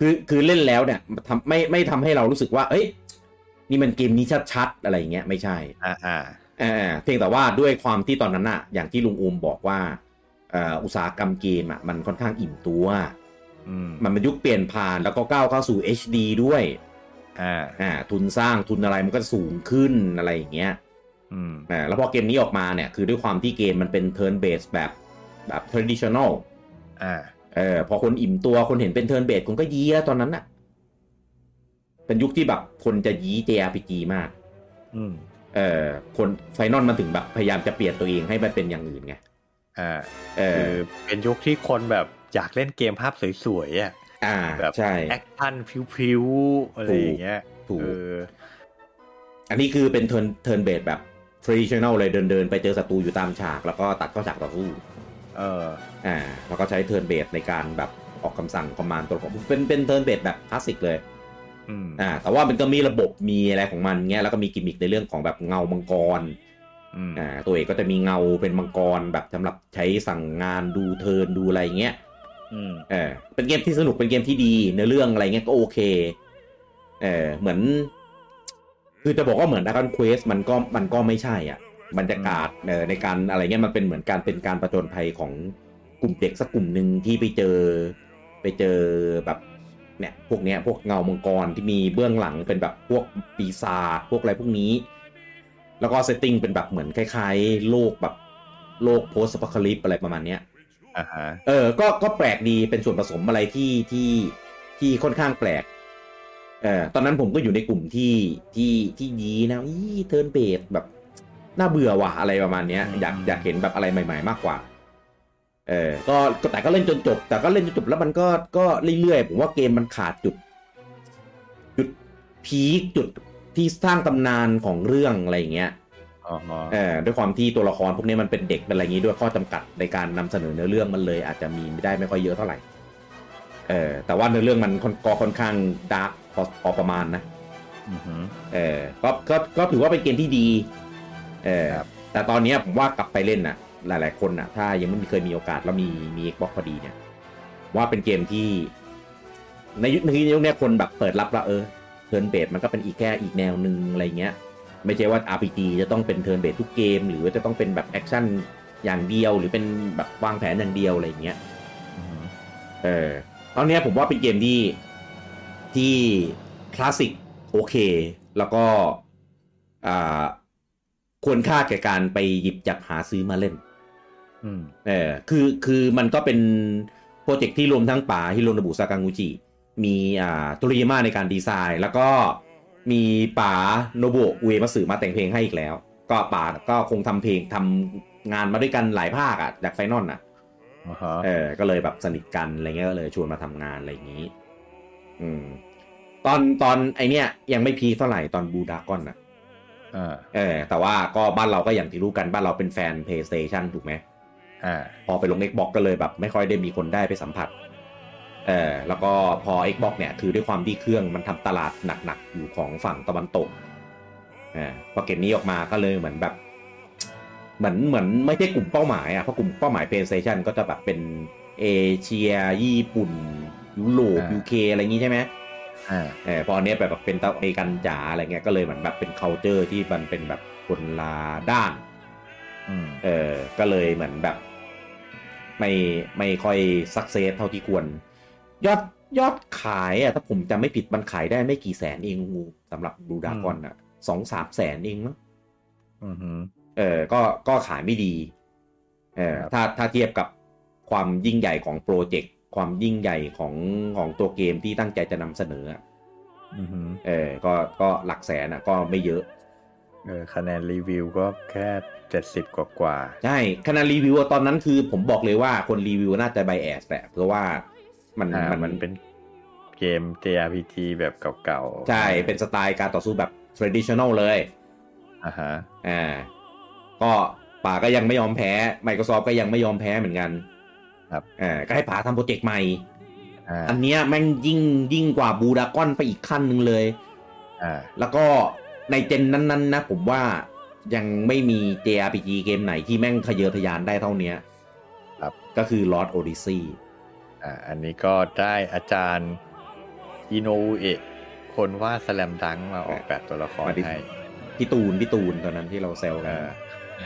A: คือคือเล่นแล้วเนี่ยทำไม่ไม่ทำให้เรารู้สึกว่า เอ้ย นี่มันเกมนี้ชัดๆอะไรอย่างเงี้ยไม่ใช่
B: อ่าอ่า
A: เออเพียงแต่ว่าด้วยความที่ตอนนั้นอะอย่างที่ลุงอูมบอกว่าเอ่ออุตสาหกรรมเกมอะมันค่อนข้างอิ่มตัว
B: อืม
A: มันเป็นยุคเปลี่ยนผ่านแล้วก็ก้าวเข้าสู่ HD ด้วย
B: อ่า
A: อ่าทุนสร้างทุนอะไรมันก็สูงขึ้นอะไรอย่างเงี้ย
B: อืม
A: อ่าแล้วพอเกมนี้ออกมาเนี่ย คือด้วยความที่เกมมันเป็นเทิร์นเบสแบบแบบ traditional
B: อ่า
A: เออพอคนอิ่มตัวคนเห็นเป็นเทิร์นเบสคนก็ยี้แล้วตอนนั้นน่ะ เป็นยุคที่แบบคนจะยี้ JRPG มาก
B: อืม
A: เออคนไฟนอลมันถึงแบบพยายามจะเปลี่ยนตัวเองให้มันเป็นอย่างอื่นไง
B: อ่า
A: เอ
B: คือ
A: อ
B: เป็นยุคที่คนแบบอยากเล่นเกมภาพสวยๆอ่ะ
A: อ่า
B: แบบ
A: ใช่
B: แอคชั่นพิ้วๆอะไรอย่างเงี้ย
A: ถูก
B: เออ
A: อันนี้คือเป็นเทิร์นเทิร์นเบสแบบ traditional เลยเดินเดินๆไปเจอศัตรูอยู่ตามฉาก แล้วก็ตัดเข้าฉากต่อสู้
B: เออ
A: อ่าแล้วก็ใช้เทิร์นเบสในการแบบออกคำสั่งคอมมานด์ตัวของเป็นเป็นเทิร์นเบสแบบคลาสสิกเลย
B: อืม
A: อ่าแต่ว่ามันก็มีระบบมีอะไรของมันเงี้ยแล้วก็มีกิมมิคในเรื่องของแบบเงามังกร
B: อืม
A: อ่าตัวเอกก็จะมีเงาเป็นมังกรแบบสำหรับใช้สั่งงานดูเทิร์นดูอะไรเงี้ย
B: อืม
A: เออเป็นเกมที่สนุกเป็นเกมที่ดีเนื้อเรื่องอะไรเงี้ยก็โอเคเออเหมือน คือจะบอกว่าเหมือนดัก n นเควสมันก็มันก็ไม่ใช่อ่ะ บรรยากาศเอ่อในการอะไรเงี้ยมันเป็นเหมือนการเป็นการประจนภัยของกลุ่มเด็กสักกลุ่มหนึ่งที่ไปเจอไปเจอแบบเนี่ยพวกเนี้ยพวกเงามังกรที่มีเบื้องหลังเป็นแบบพวกปีศาจพวกอะไรพวกนี้ แล้วก็เซตติ้งเป็นแบบเหมือนคล้ายๆ โลกแบบโลกโพสต์ p ป c a l y p ิปอะไรประมาณเนี้ย
B: อ่าฮะ
A: เออ ก็ ก็แปลกดี เป็นส่วนผสมอะไรที่ ที่ ที่ค่อนข้างแปลก เออตอนนั้นผมก็อยู่ในกลุ่มที่ ที่ ที่ยีนะอีเทิร์นเบดแบบ น่าเบื่อว่ะ อะไรประมาณเนี้ย อยาก อยากเห็นแบบอะไรใหม่ ๆ มากกว่า เออ ก็ก็แต่ก็เล่นจนจบ แต่ก็เล่นจนจบแล้วมันก็ ก็เรื่อยๆ ผมว่าเกมมันขาดจุด จุดพีคจุดที่สร้างตำนานของเรื่องอะไรอย่างเงี้ย
B: อ๋อฮะ
A: เออด้วยความที่ตัวละครพวกนี้มันเป็นเด็กเป็นอะไรอย่างนี้ด้วยข้อจำกัดในการนำเสนอเนื้อเรื่องมันเลย อาจจะมีไม่ได้ไม่ค่อยเยอะเท่าไหร่เออแต่ว่าเนื้อเรื่องมันค่อนก็ค่อนข้างดาร์กพอพอประมาณนะ
B: อือฮึ
A: เออก็ก็ก็ถือว่าเป็นเกมที่ดี เออ
B: ครับ
A: แต่ตอนเนี้ยผมว่ากลับไปเล่นน่ะ หลาย ๆ คนน่ะ ถ้ายังไม่เคยมีโอกาสแล้วมีมี Xbox พอดีเนี่ย ว่าเป็นเกมที่ ในยุคนี้ยุคเนี้ยคนแบบเปิดรับแล้วเออเทิร์นเบดมันก็เป็นอีกแค่อีกแนวหนึ่งอะไรเงี้ย ไม่ใช่ว่า RPG จะต้องเป็นเทิร์นเบดทุกเกม หรือว่าจะต้องเป็นแบบแอคชั่นอย่างเดียว หรือเป็นแบบวางแผนอย่างเดียวอะไรเงี้ย
B: อือฮึ
A: เออตอนเนี้ยผมว่าเป็นเกมที่ที่คลาสสิกโอเค แล้วก็อ่าควรค่าแก่การไปหยิบจับหาซื้อมาเล่น
B: อืม
A: เออคือคือมันก็เป็นโปรเจกต์ที่รวมทั้งป่าฮิโรนบุซากางูจิ มีอ่าโทริยาม่าในการดีไซน์ แล้วก็มีป่าโนโบะอุเอมาสึมาแต่งเพลงให้อีกแล้ว ก็ป่าก็คงทำเพลงทำงานมาด้วยกันหลายภาคอะจากไฟนอลอะ
B: อ่าฮะ
A: เออ ก็เลยแบบสนิทกันอะไรเงี้ยก็เลยชวนมาทำงานอะไรอย่างนี้ อืม ตอนตอนไอเนี้ยยังไม่พีคเท่าไหร่ตอนบูดากอนอ่ะ
B: อ่า
A: เออ แต่ว่าก็บ้านเราก็อย่างที่รู้กันบ้านเราเป็นแฟน PlayStation ถูกไหม
B: อ่า
A: พอไปลง Xbox ก็เลยแบบ ไม่ค่อยได้มีคนได้ไปสัมผัส เออ แล้วก็พอ Xbox เนี่ย คือด้วยความที่เครื่องมันทำตลาดหนักๆ อยู่ของฝั่งตะวันตกเออพอเกมนี้ออกมาก็เลยเหมือนแบบ เหมือนเหมือนไม่ใช่กลุ่มเป้าหมายอ่ะ เพราะกลุ่มเป้าหมาย PlayStation ก็จะแบบเป็นเอเชีย ญี่ปุ่น ยุโรปยูเคอะไรอย่างงี้ใช่ไหม
B: อ่า
A: เออพออันเนี้ยแบบเป็นตะเอกันจ๋าอะไรเงี้ย ก็เลยเหมือนแบบเป็น c u เจอร์ที่มันเป็นแบบคนละด้าน
B: อืม
A: เออก็เลยเหมือนแบบ ไม่ไม่ค่อยสักเซสเท่าที่ควร ยอดยอดขายอ่ะถ้าผมจำไม่ผิดมันขายได้ไม่กี่แสนเองงูสำหรับบูดากอนอ่ะสองสามแสนเองมั้ง
B: อือฮึ
A: เออก็ก็ขายไม่ดีเออถ้าถ้าเทียบกับความยิ่งใหญ่ของโปรเจกต์ ความยิ่งใหญ่ของของตัวเกมที่ตั้งใจจะนำเสนออะ
B: อือฮึ
A: เออก็ก็หลักแสนอ่ะก็ไม่เยอะ
B: เออคะแนนรีวิวก็แค่เจ็ดสิบกว่ากว่า
A: ใช่ขณะรีวิวอะตอนนั้นคือผมบอกเลยว่าคนรีวิวน่าจะไบแอสแหละเพราะว่ามัน
B: อ่า
A: มัน
B: มันเป็นเกม JRPG แบบเก่าๆ
A: ใช่ เป็นสไตล์การต่อสู้แบบ traditional เลย
B: อ่าฮะ
A: อ่า ก็ป่าก็ยังไม่ยอมแพ้ Microsoft ก็ยังไม่ยอมแพ้เหมือนกันอ่าก็ให้ป่าทำโปรเจกต์ใหม่
B: อ่า
A: อันเนี้ยแม่งยิ่งยิ่งกว่าบูดากอนไปอีกขั้นหนึ่งเลย
B: อ่า
A: แล้วก็ในเจนนั้นๆนะผมว่ายังไม่มี JRPG เกมไหนที่แม่งทะเยอทะยานได้เท่าเนี้ยก็คือ Lost Odyssey
B: อ่าอันนี้ก็ได้อาจารย์อิโนเอะคนวาดแสลมดังมาออกแบบตัวละคร
A: มาดิ
B: ให้
A: พี่ตูนพี่ตูนตอนนั้นที่เราแซว
B: เอ
A: กัน
B: อ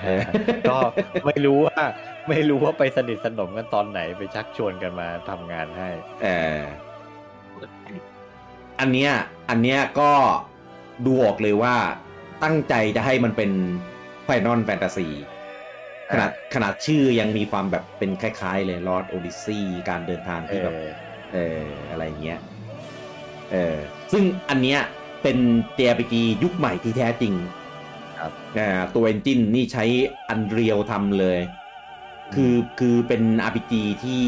A: เออ
B: ก็ไม่รู้ว่า ไม่รู้ว่าไปสนิทสนมกันตอนไหนไปชักชวนกันมาทำงานให้
A: เอออันเนี้ย อันเนี้ยก็ดูออกเลยว่าตั้งใจจะให้มันเป็นไฟนอลแฟนตาซีขนาดขนาดชื่อยังมีความแบบเป็นคล้ายๆเลยลอ r d โอดิซีการเดินทาง
B: เอ
A: ที่แบบ
B: อ
A: เอออะไรอย่างเงี้ย เออซึ่งอันเนี้ยเป็น JRPG ยุคใหม่ที่แท้จริง
B: ครับ
A: เอ่อตัวเอนจินนี่ใช้อันเรียวทำเลย คือคือเป็น RPG ที่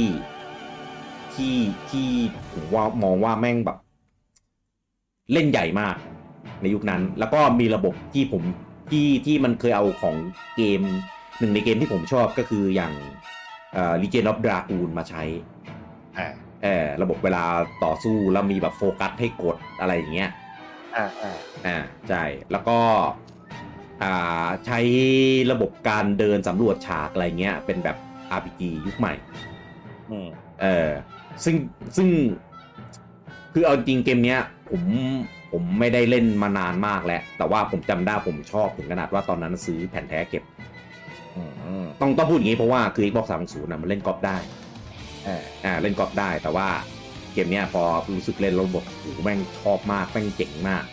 A: ที่ที่ผมว่ามองว่าแม่งแบบ เล่นใหญ่มากในยุคนั้น แล้วก็มีระบบที่ผมที่ที่มันเคยเอาของเกม หนึ่งในเกมที่ผมชอบก็คืออย่างเอ่อ Legend of Dragoon มาใช้
B: อ่า
A: เออระบบเวลาต่อสู้แล้วมีแบบโฟกัสให้กดอะไรอย่างเงี้ย
B: อ่าอ่า
A: อ่าใช่ แล้วก็อ่าใช้ระบบการเดินสำรวจฉากอะไรเงี้ย เป็นแบบ RPG ยุคใหม่
B: อืม
A: เออซึ่งซึ่งคือเอาจริงเกมเนี้ย ผม ผมไม่ได้เล่นมานานมากแล้ว แต่ว่าผมจำได้ผมชอบถึงขนาดว่าตอนนั้นซื้อแผ่นแท้เก็บ
B: อืม
A: ต้องต้องพูดอย่างนี้เพราะว่าคือ Xbox 360นะมันเล่นกอล์ฟได้
B: อ่า
A: อ่าเล่นกอล์ฟได้แต่ว่าเกมเนี้ยพอรู้สึกเล่นแล้วระบบโอ้โหแม่งชอบมากแม่งเจ๋งมาก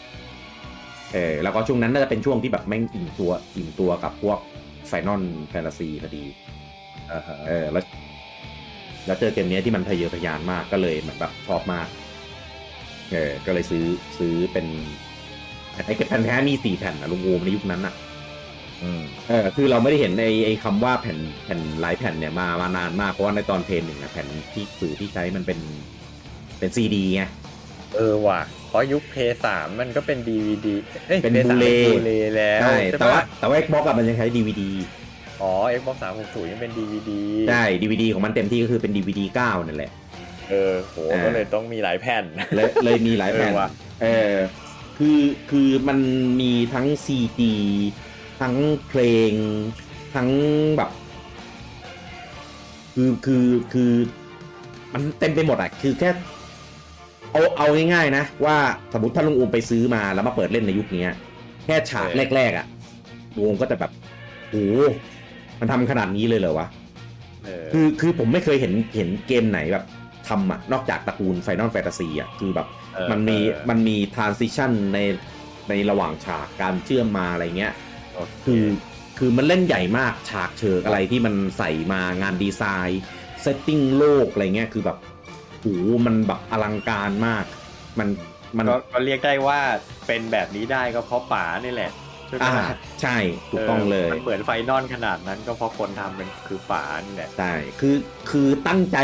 A: เออแล้วก็ช่วงนั้นน่าจะเป็นช่วงที่แบบแม่งอิ่มตัวอิ่มตัวกับพวกไฟนอลแฟนตาซีพอดี
B: อ่าฮะ
A: เออแล้วแล้วเจอเกมเนี้ยที่มันทะเยอทะยานมากก็เลยเหมือนแบบชอบมากเออก็เลยซื้อซื้อเป็นไอ้แผ่นแท้มีสี่แผ่นอะลุงโอมในยุคนั้นอะ
B: อืม
A: เออคือเราไม่ได้เห็นไอ้ไอ้คำว่าแผ่นแผ่นหลายแผ่นเนี่ยมามานานมากเพราะว่าในตอนเพลงหนึ่งอะแผ่นที่สื่อที่ใช้มันเป็นเป็นซีดีไง
B: เออว่ะเพราะยุคเพย์สามมันก็เป็นดีวดี
A: เป็น
B: บู
A: Blu-ray
B: เลแล้ว
A: ใช่
B: ช่ปะ
A: แต่ว่าแต่ว่า Xbox อะมันยังใช้ DVD
B: อ๋อ Xbox 360ยังเป็นดีวดี
A: ใช่ DVD ของมันเต็มที่ก็คือเป็น DVD 9 นั่นแหละ
B: เออโห
A: อ่า
B: ก็เลยต้องมีหลายแผ่น
A: เลยเลยมีหลายแผ่น
B: เออว่ะ
A: เออคือคือมันมีทั้งซีดีทั้งเพลง ทั้งแบบ คือคือคือมันเต็มไปหมดอะคือแค่เอาเอาง่ายๆนะ ว่าสมมติถ้าลุงอูมไปซื้อมาแล้วมาเปิดเล่นในยุคเนี้ย แค่ฉากแรกๆอะลุงอูมก็จะแบบโอ้โหมันทำขนาดนี้เลยเหรอวะ
B: เออ
A: คือคือผมไม่เคยเห็นเห็นเกมไหนแบบทำอ่ะ นอกจากตระกูล Final Fantasy อ่ะ คือแบบ
B: เออ
A: มันมี
B: เออ
A: มันมี transition ในในระหว่างฉากการเชื่อมมาอะไรเงี้ย
B: โเ
A: คือคือมันเล่นใหญ่มากฉากเชิงอะไรที่มันใส่มางานดีไซน์เซตติ้งโลกอะไรเงี้ย คือแบบโหมันแบบอลังการมาก มันมัน
B: ก็ก็เรียกได้ว่าเป็นแบบนี้ได้ก็เพราะป๋านี่แหละใช่ไหม
A: อ่า ใช่ ถูกต้องเลย
B: มันเหมือนไฟนอลขนาดนั้นก็เพราะคนทำเป็นคือป๋านี่แหละ
A: ใช่ คือคือตั้งใจ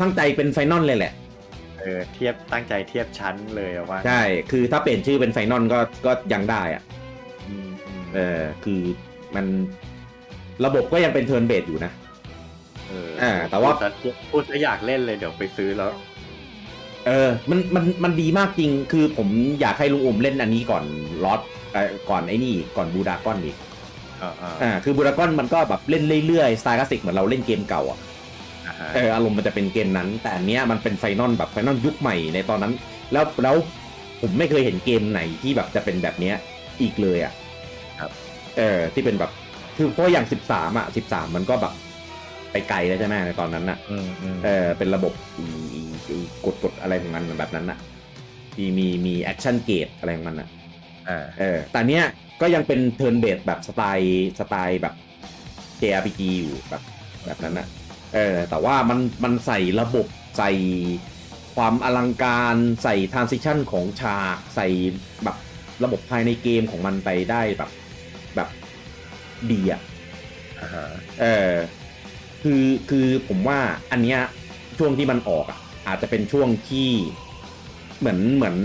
A: ตั้งใจเป็นไฟนอลเลยแหละ
B: เออเทียบตั้งใจเทียบชั้นเลยอะว่า
A: ใช่ คือถ้าเปลี่ยนชื่อเป็นไฟนอลก็ก็ยังได้อะ
B: อืมอืม
A: เออคือมันระบบก็ยังเป็นเทิร์นเบสอยู่นะ
B: เออ
A: อ่าแต่ว่า
B: พูดซะพูดจะอยากเล่นเลยเดี๋ยวไปซื้อแล้ว
A: เออมันมันมันดีมากจริง คือผมอยากให้ลุงอมเล่นอันนี้ก่อนลอตก่อนไอ้นี่อีกก่อนบูดากอนอีก
B: อ่าอ่า
A: อ่าคือบูดากอนมันก็แบบเล่นเรื่อยๆสไตล์คลาสสิกเหมือนเราเล่นเกมเก่าอ่ะ
B: อ่าฮะ
A: เอออารมณ์มันจะเป็นเกมนั้น แต่อันเนี้ยมันเป็นไฟนอลแบบไฟนอลยุคใหม่ในตอนนั้น แล้วแล้วผมไม่เคยเห็นเกมไหนที่แบบจะเป็นแบบเนี้ยอีกเลยอ่ะเออที่เป็นแบบคือเพราะอย่างสิบสามอ่ะสิบสามมันก็แบบไปไกลแล้วใช่ไหมในตอนนั้นอ่ะ
B: อืมอืม
A: เออเป็นระบบอีอีอีกดกดอะไรของมันแบบนั้นน่ะมีมีมีแอคชั่นเกตอะไรของมันน่ะ
B: อ่า
A: เออแต่เนี้ยก็ยังเป็นเทิร์นเบสแบบสไตล์สไตล์แบบ JRPG อยู่แบบแบบนั้นน่ะเออแต่ว่ามันมันใส่ระบบใส่ความอลังการใส่ทรานซิชันของฉากใส่แบบระบบภายในเกมของมันไปได้แบบแบบดีอ่ะ
B: อ่าฮะ
A: เออคือคือผมว่าอันเนี้ยช่วงที่มันออกอ่ะ อาจจะเป็นช่วงที่เหมือนเหมือน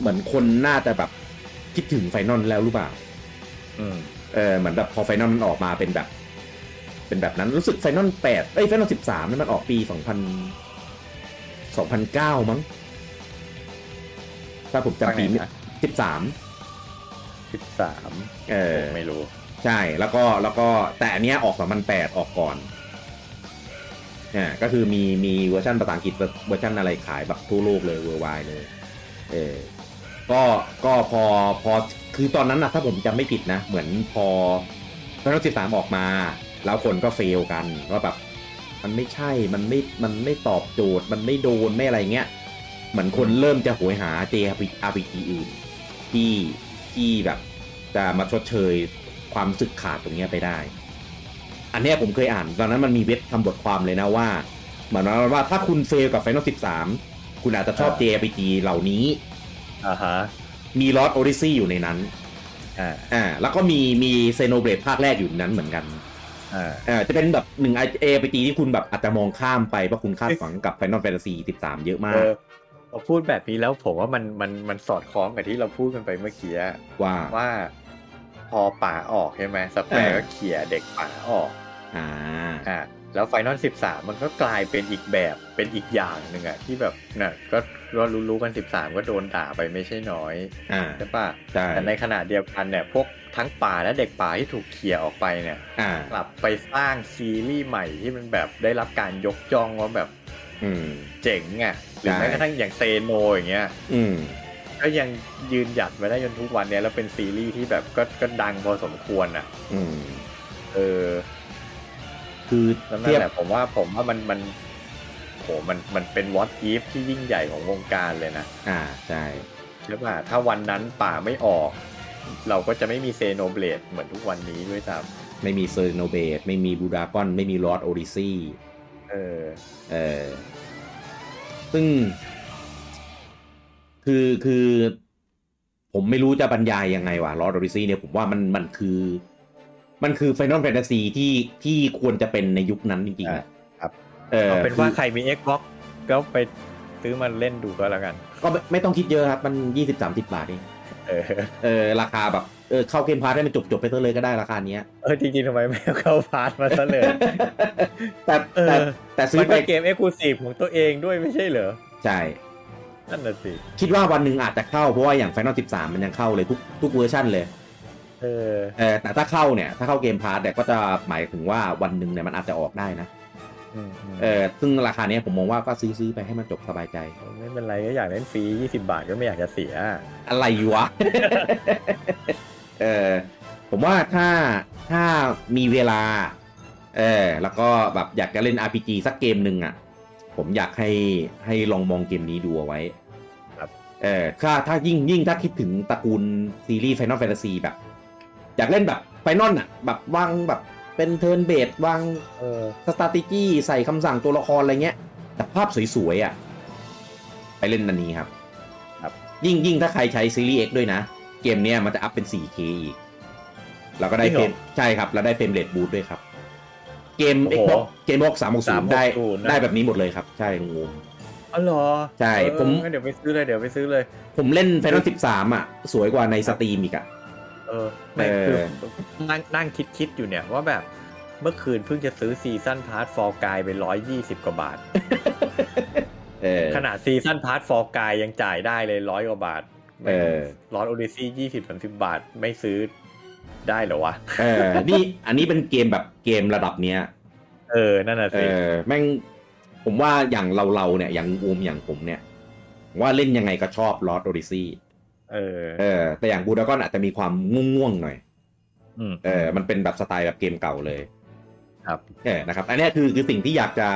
A: เหมือนคนน่าจะแบบคิดถึงไฟนอลแล้วหรือเปล่า
B: อืม
A: เออเหมือนแบบพอไฟนอลมันออกมาเป็นแบบ เป็นแบบนั้นรู้สึกไฟนอลแปดเอ้ยไฟนอลสิบสามนี่ยมันออกปีสองพันสองพันเก้ามั้งถ้าผมจำปีสิบสาม
B: สิบสาม
A: เออ
B: ไม่รู้
A: ใช่แล้วก็แล้วก็แต่อันเนี้ยออก2008 ออกก่อนอ่าก็คือมีมีเวอร์ชันภาษาอังกฤษเวอร์ชันอะไรขายแบบทั่วโลกเลยเวอร์ไวเลยเออก็ก็พอพอคือตอนนั้นนะถ้าผมจำไม่ผิดนะ เหมือนพอพระนกสิบสามออกมา แล้วคนก็เฟลกันว่าแบบมันไม่ใช่มันไม่มันไม่ตอบโจทย์ มันไม่โดนไม่อะไรเงี้ยเหมือนคนเริ่มจะโหยหา JRPG อื่น ที่ที่แบบจะมาชดเชยความรู้สึกขาดตรงเนี้ยไปได้ อันเนี้ยผมเคยอ่าน ตอนนั้นมันมีเว็บทำบทความเลยนะว่า เหมือนว่าว่าถ้าคุณเฟลกับ Final 13 คุณอาจจะชอบ
B: อ่า
A: JRPG เหล่านี้
B: อ่าฮะ
A: มี Lost Odyssey อยู่ในนั้น
B: อ่า
A: อ่าแล้วก็มีมี x e n o b l a d e ภาคแรกอยู่ในนั้นเหมือนกัน
B: อ่า
A: อ่าจะเป็นแบบหนึ่ง JRPG ที่คุณแบบอาจจะมองข้ามไปเพราะคุณคาดหวังกับ Final Fantasy 13 เยอะมาก
B: เออพอพูดแบบนี้แล้วผมว่ามันมันมันสอดคล้องกับที่เราพูดกันไปเมื่อกี้อะ
A: ว่า
B: ว่า พอป่าออกใช่ไหมสแปร
A: เออ
B: ก็เขี่ยเด็กป่าออก
A: อ่า
B: อ่าแล้วไฟนอลสิบสามมันก็กลายเป็นอีกแบบเป็นอีกอย่างหนึ่งอะที่แบบน่ะก็ก็รู้รู้กันสิบสามก็โดนด่าไปไม่ใช่น้อย
A: อ่า
B: ใช่ป่ะ
A: ใช่
B: แต่ในขณะเดียวกันเนี่ยพวกทั้งป่าและเด็กป่าที่ถูกเคลียร์ออกไปเนี่ย
A: อ่าก
B: ลับไปสร้างซีรีส์ใหม่ที่มันแบบได้รับการยกย่องว่าแบบ
A: อืม
B: เจ๋งอ่ะหรือ
A: ใช่
B: แม้กระทั่งอย่างเซโนอย่างเงี้ย
A: อืม
B: ก็ยังยืนหยัดมาได้จนทุกวันเนี้ยแล้วเป็นซีรีส์ที่แบบก็ก็ดังพอสมควรอ่ะ
A: อืม
B: เออ
A: คือ
B: แล้วนั่
A: เทีย
B: น
A: บ
B: แหละผมว่าผมว่ามันมันโหมันมันเป็นวอตอีฟที่ยิ่งใหญ่ของวงการเลยนะ
A: อ่าใช่
B: ใช่ป่ะถ้าวันนั้นป่าไม่ออก เราก็จะไม่มีเซโนเบลดเหมือนทุกวันนี้ด้วยซ้
A: ไม่มีเซอร์โนเบตไม่มีบูดากอน ไม่มีลอสโอริซี่
B: ำเออ
A: เออซึ่ง คือคือ ผมไม่รู้จะบรรยายยังไงวะลอสโอริซี่เนี่ยผมว่ามันมันคือ มันคือไฟนอลแฟนตาซีที่ที่ควรจะเป็นในยุคนั้นจริงๆอะ
B: ครับ
A: เออ
B: เอาเป็นว่า
A: คือ
B: ใครมี Xbox ก็ไปซื้อมันเล่นดูก็แล้วกัน
A: ก็ไม่ไม่ต้องคิดเยอะครับ มันยี่สิบสามสิบบาทเอง
B: เออ
A: เออราคาแบบเออเข้าเกมพาร์ทให้มันจบจบๆไปซะเลยก็ได้ราคาเนี้ย
B: เออจริงๆทำไมไม่เอาเข้าพาร์ทมาซะเลย
A: แต่
B: เอ
A: แต่
B: อ
A: แต่ซื้
B: มั
A: อน ไป
B: เป็นเกมเอ็กซ์คลูซีฟของตัวเองด้วยไม่ใช่เหรอ
A: ใช่
B: นั่นน่ะสิ
A: คิดว่าวันหนึ่งอาจจะเข้าเพราะว่าอย่าง Final 13 มันยังเข้าเลยทุกทุกเวอร์ชั่นเลย
B: เออ
A: เออแต่ถ้าเข้าเนี่ยถ้าเข้าเกมพาร์ทเนี่ยก็จะหมายถึงว่าวันหนึ่งเนี่ยมันอาจจะออกได้นะ
B: อืมๆ
A: เออซึ่งราคาเนี้ยผมมองว่าก็ซื้อซื้อไปให้มันจบสบายใจ
B: ไม่เป็นไรก็อยากเล่นฟรี 20 บาทก็ไม่อยากจะเสีย
A: อะไรวะ (laughs) เออผมว่าถ้าถ้ามีเวลา เออแล้วก็แบบอยากจะเล่น RPG สักเกมหนึ่งอ่ะ ผมอยากให้ให้ลองมองเกมนี้ดูเอาไว้
B: ครับ
A: เออถ้าถ้ายิ่งยิ่งถ้าคิดถึงตระกูลซีรีส์ Final Fantasy แบบ อยากเล่นแบบไฟนอลอ่ะ แบบวางแบบเป็นเทิร์นเบดวาง
B: เออ
A: สตาติจี้ใส่คำสั่งตัวละครอะไรเงี้ย แต่ภาพสวยๆอ่ะ ไปเล่นนันนี้ครับ
B: ครับ
A: ยิ่งยิ่งถ้าใครใช้ซีรีส์ X ด้วยนะ เกมเนี้ยมันจะอัพเป็น 4K อีก เราก็ได้เฟรมใช่ครับ เราได้เฟรมเรทบูทด้วยครับ เกม
B: โอ้โห
A: Xbox เกม Xbox 360 ได้
B: 360นะ
A: ได้แบบนี้หมดเลยครับ ใช่ลุงงง
B: อ๋อเหรอ
A: ใช่
B: เออ
A: ผม
B: งั้นเดี๋ยวไปซื้อเลยเดี๋ยวไปซื้อเลย
A: ผมเล่น Final 13 อ่ะ สวยกว่าในสตรีมอีกอ่ะ
B: เออไม่
A: เออ
B: คือนั่งนั่งคิดคิดๆอยู่เนี่ยว่าแบบเมื่อคืนเพิ่งจะซื้อซีซั่นพาร์ทฟอร์กายไป 120 กว่าบาท
A: เออ
B: ขนาดซีซั่นพาร์ทฟอร์กายยังจ่ายได้เลยร้อยกว่าบาท
A: เออ
B: ร้อนโอดิซี่ยี่สิบสามสิบบาทไม่ซื้อได้เหรอวะ
A: เออ นี่อันนี้เป็นเกมแบบเกมระดับเนี้ย
B: เออ นั่นน่ะ
A: เอ
B: สิ
A: อแม่งผมว่าอย่างเราเราๆเนี่ยอย่างอูมอย่างผมเนี่ยผมว่าเล่นยังไงก็ชอบลอ r d โอดิซี่
B: เออ
A: เออแต่อย่างบูดากอนอาจจะมีความง่วงๆหน่อย
B: อืม
A: เออมันเป็นแบบสไตล์แบบเกมเก่าเลย
B: ครับ
A: เออนะครับ อันเนี้ยคือคือสิ่งที่อยากจะ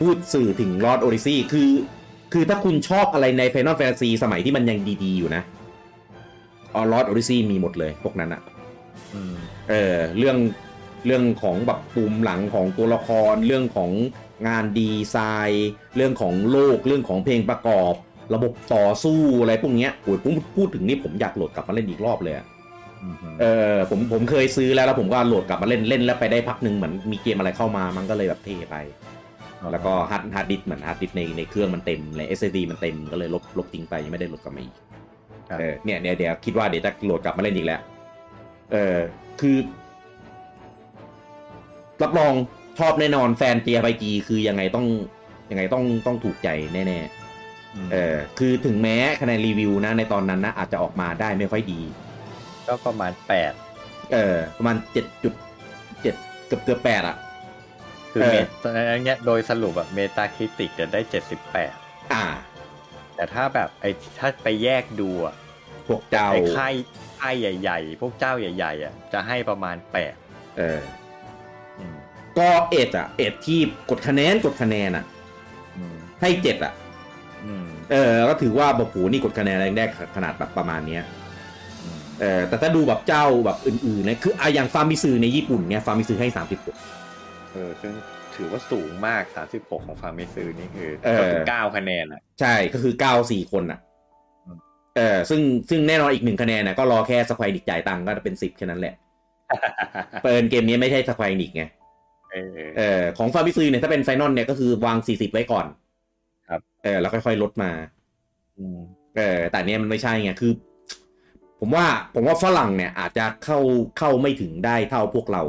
A: พูดสื่อถึงลอ r d โอดิซี่คือ คือถ้าคุณชอบอะไรใน Final Fantasy สมัยที่มันยังดีๆอยู่นะออลอ r d โอดิซี่มีหมดเลยพวกนั้นอะ
B: อืม
A: เออเรื่องเรื่องของแบบปูมหลังของตัวละคร เรื่องของงานดีไซน์ เรื่องของโลก เรื่องของเพลงประกอบ ระบบต่อสู้อะไรพวกเนี้ยโอ้ยผมพูดถึงนี่ผมอยากโหลดกลับมาเล่นอีกรอบเลยอะ
B: อืม
A: เออผมผมเคยซื้อแล้วแล้วผมก็โหลดกลับมาเล่นเล่นแล้วไปได้พักหนึ่งเหมือนมีเกมอะไรเข้ามามันก็เลยแบบเทไป แล้วก็ฮาร์ดฮาร์ดดิสก์เหมือนฮาร์ดดิสก์ในในเครื่องมันเต็มใน SSD มันเต็มก็เลยลบลบทิ้งไปยังไม่ได้โหลดกลับมาอีก
B: ครับ
A: เออเนี่ยเนี่ยเดี๋ยวคิดว่าเดี๋ยวจะโหลดกลับมาเล่นอีกแล้ว เออคือรับรองชอบแน่นอนแฟน JRPG คือยังไงต้องยังไงต้องต้องถูกใจแน่ๆเออคือถึงแม้คะแนนรีวิวนะในตอนนั้นนะอาจจะออกมาได้ไม่ค่อยดี
B: ก็ประมาณแปด
A: เออประมาณเจ็ดจุดเจ็ดเกือบเกือบแปดอ่ะ
B: คือ
A: เออ
B: เมตาอันเนี้ยโดยสรุปแบบเมตาคริติกจะได้เจ็ดสิบแปด
A: อ่า
B: แต่ถ้าแบบไอ้ถ้าไปแยกดูอะ
A: พวกเจ้า
B: ไอ้ค่ายค่ายใหญ่ ๆ พวกเจ้าใหญ่ ๆอะจะให้ประมาณแปด
A: เออ
B: อืม
A: ก็เอ็ดอ่ะเอ็ดที่กดคะแนนกดคะแนนอ่ะ
B: อืม
A: ให้เจ็ดอ่ะ
B: อืม
A: เออก็ถือว่าแบบโหนี่กดคะแนนแรงแรกขนาดแบบประมาณเนี้ย
B: อืม
A: เออแต่ถ้าดูแบบเจ้าแบบอื่นๆนะคืออะอย่างฟาร์มิซือในญี่ปุ่นเนี่ยฟาร์มิซือให้36
B: เออซึ่งถือว่าสูงมาก 36 ของฟาร์มิซือนี่คือ
A: เออ
B: ก็คือ9คะแนนอ่ะ
A: ใช่ก็คือ 9 4 คนอ่ะ
B: อืม
A: เออซึ่งซึ่งแน่นอนอีกหนึ่งคะแนนนะก็รอแค่สควอนิกจ่ายตังค์ก็เป็น 10 แค่นั้นแหละ เปิดเกมนี้ไม่ใช่สควอนิกไง
B: เออ
A: เออของฟาร์มิซือเนี่ยถ้าเป็นไฟนอลเนี่ยก็คือวาง 40 ไว้ก่อน
B: ครับ
A: เออแล้วค่อยๆลดมา
B: ม
A: เออแต่เนี้ยมันไม่ใช่ไงคือ ผมว่าผมว่าฝรั่งเนี่ยอาจจะเข้าเข้าไม่ถึงได้เท่าพวกเรา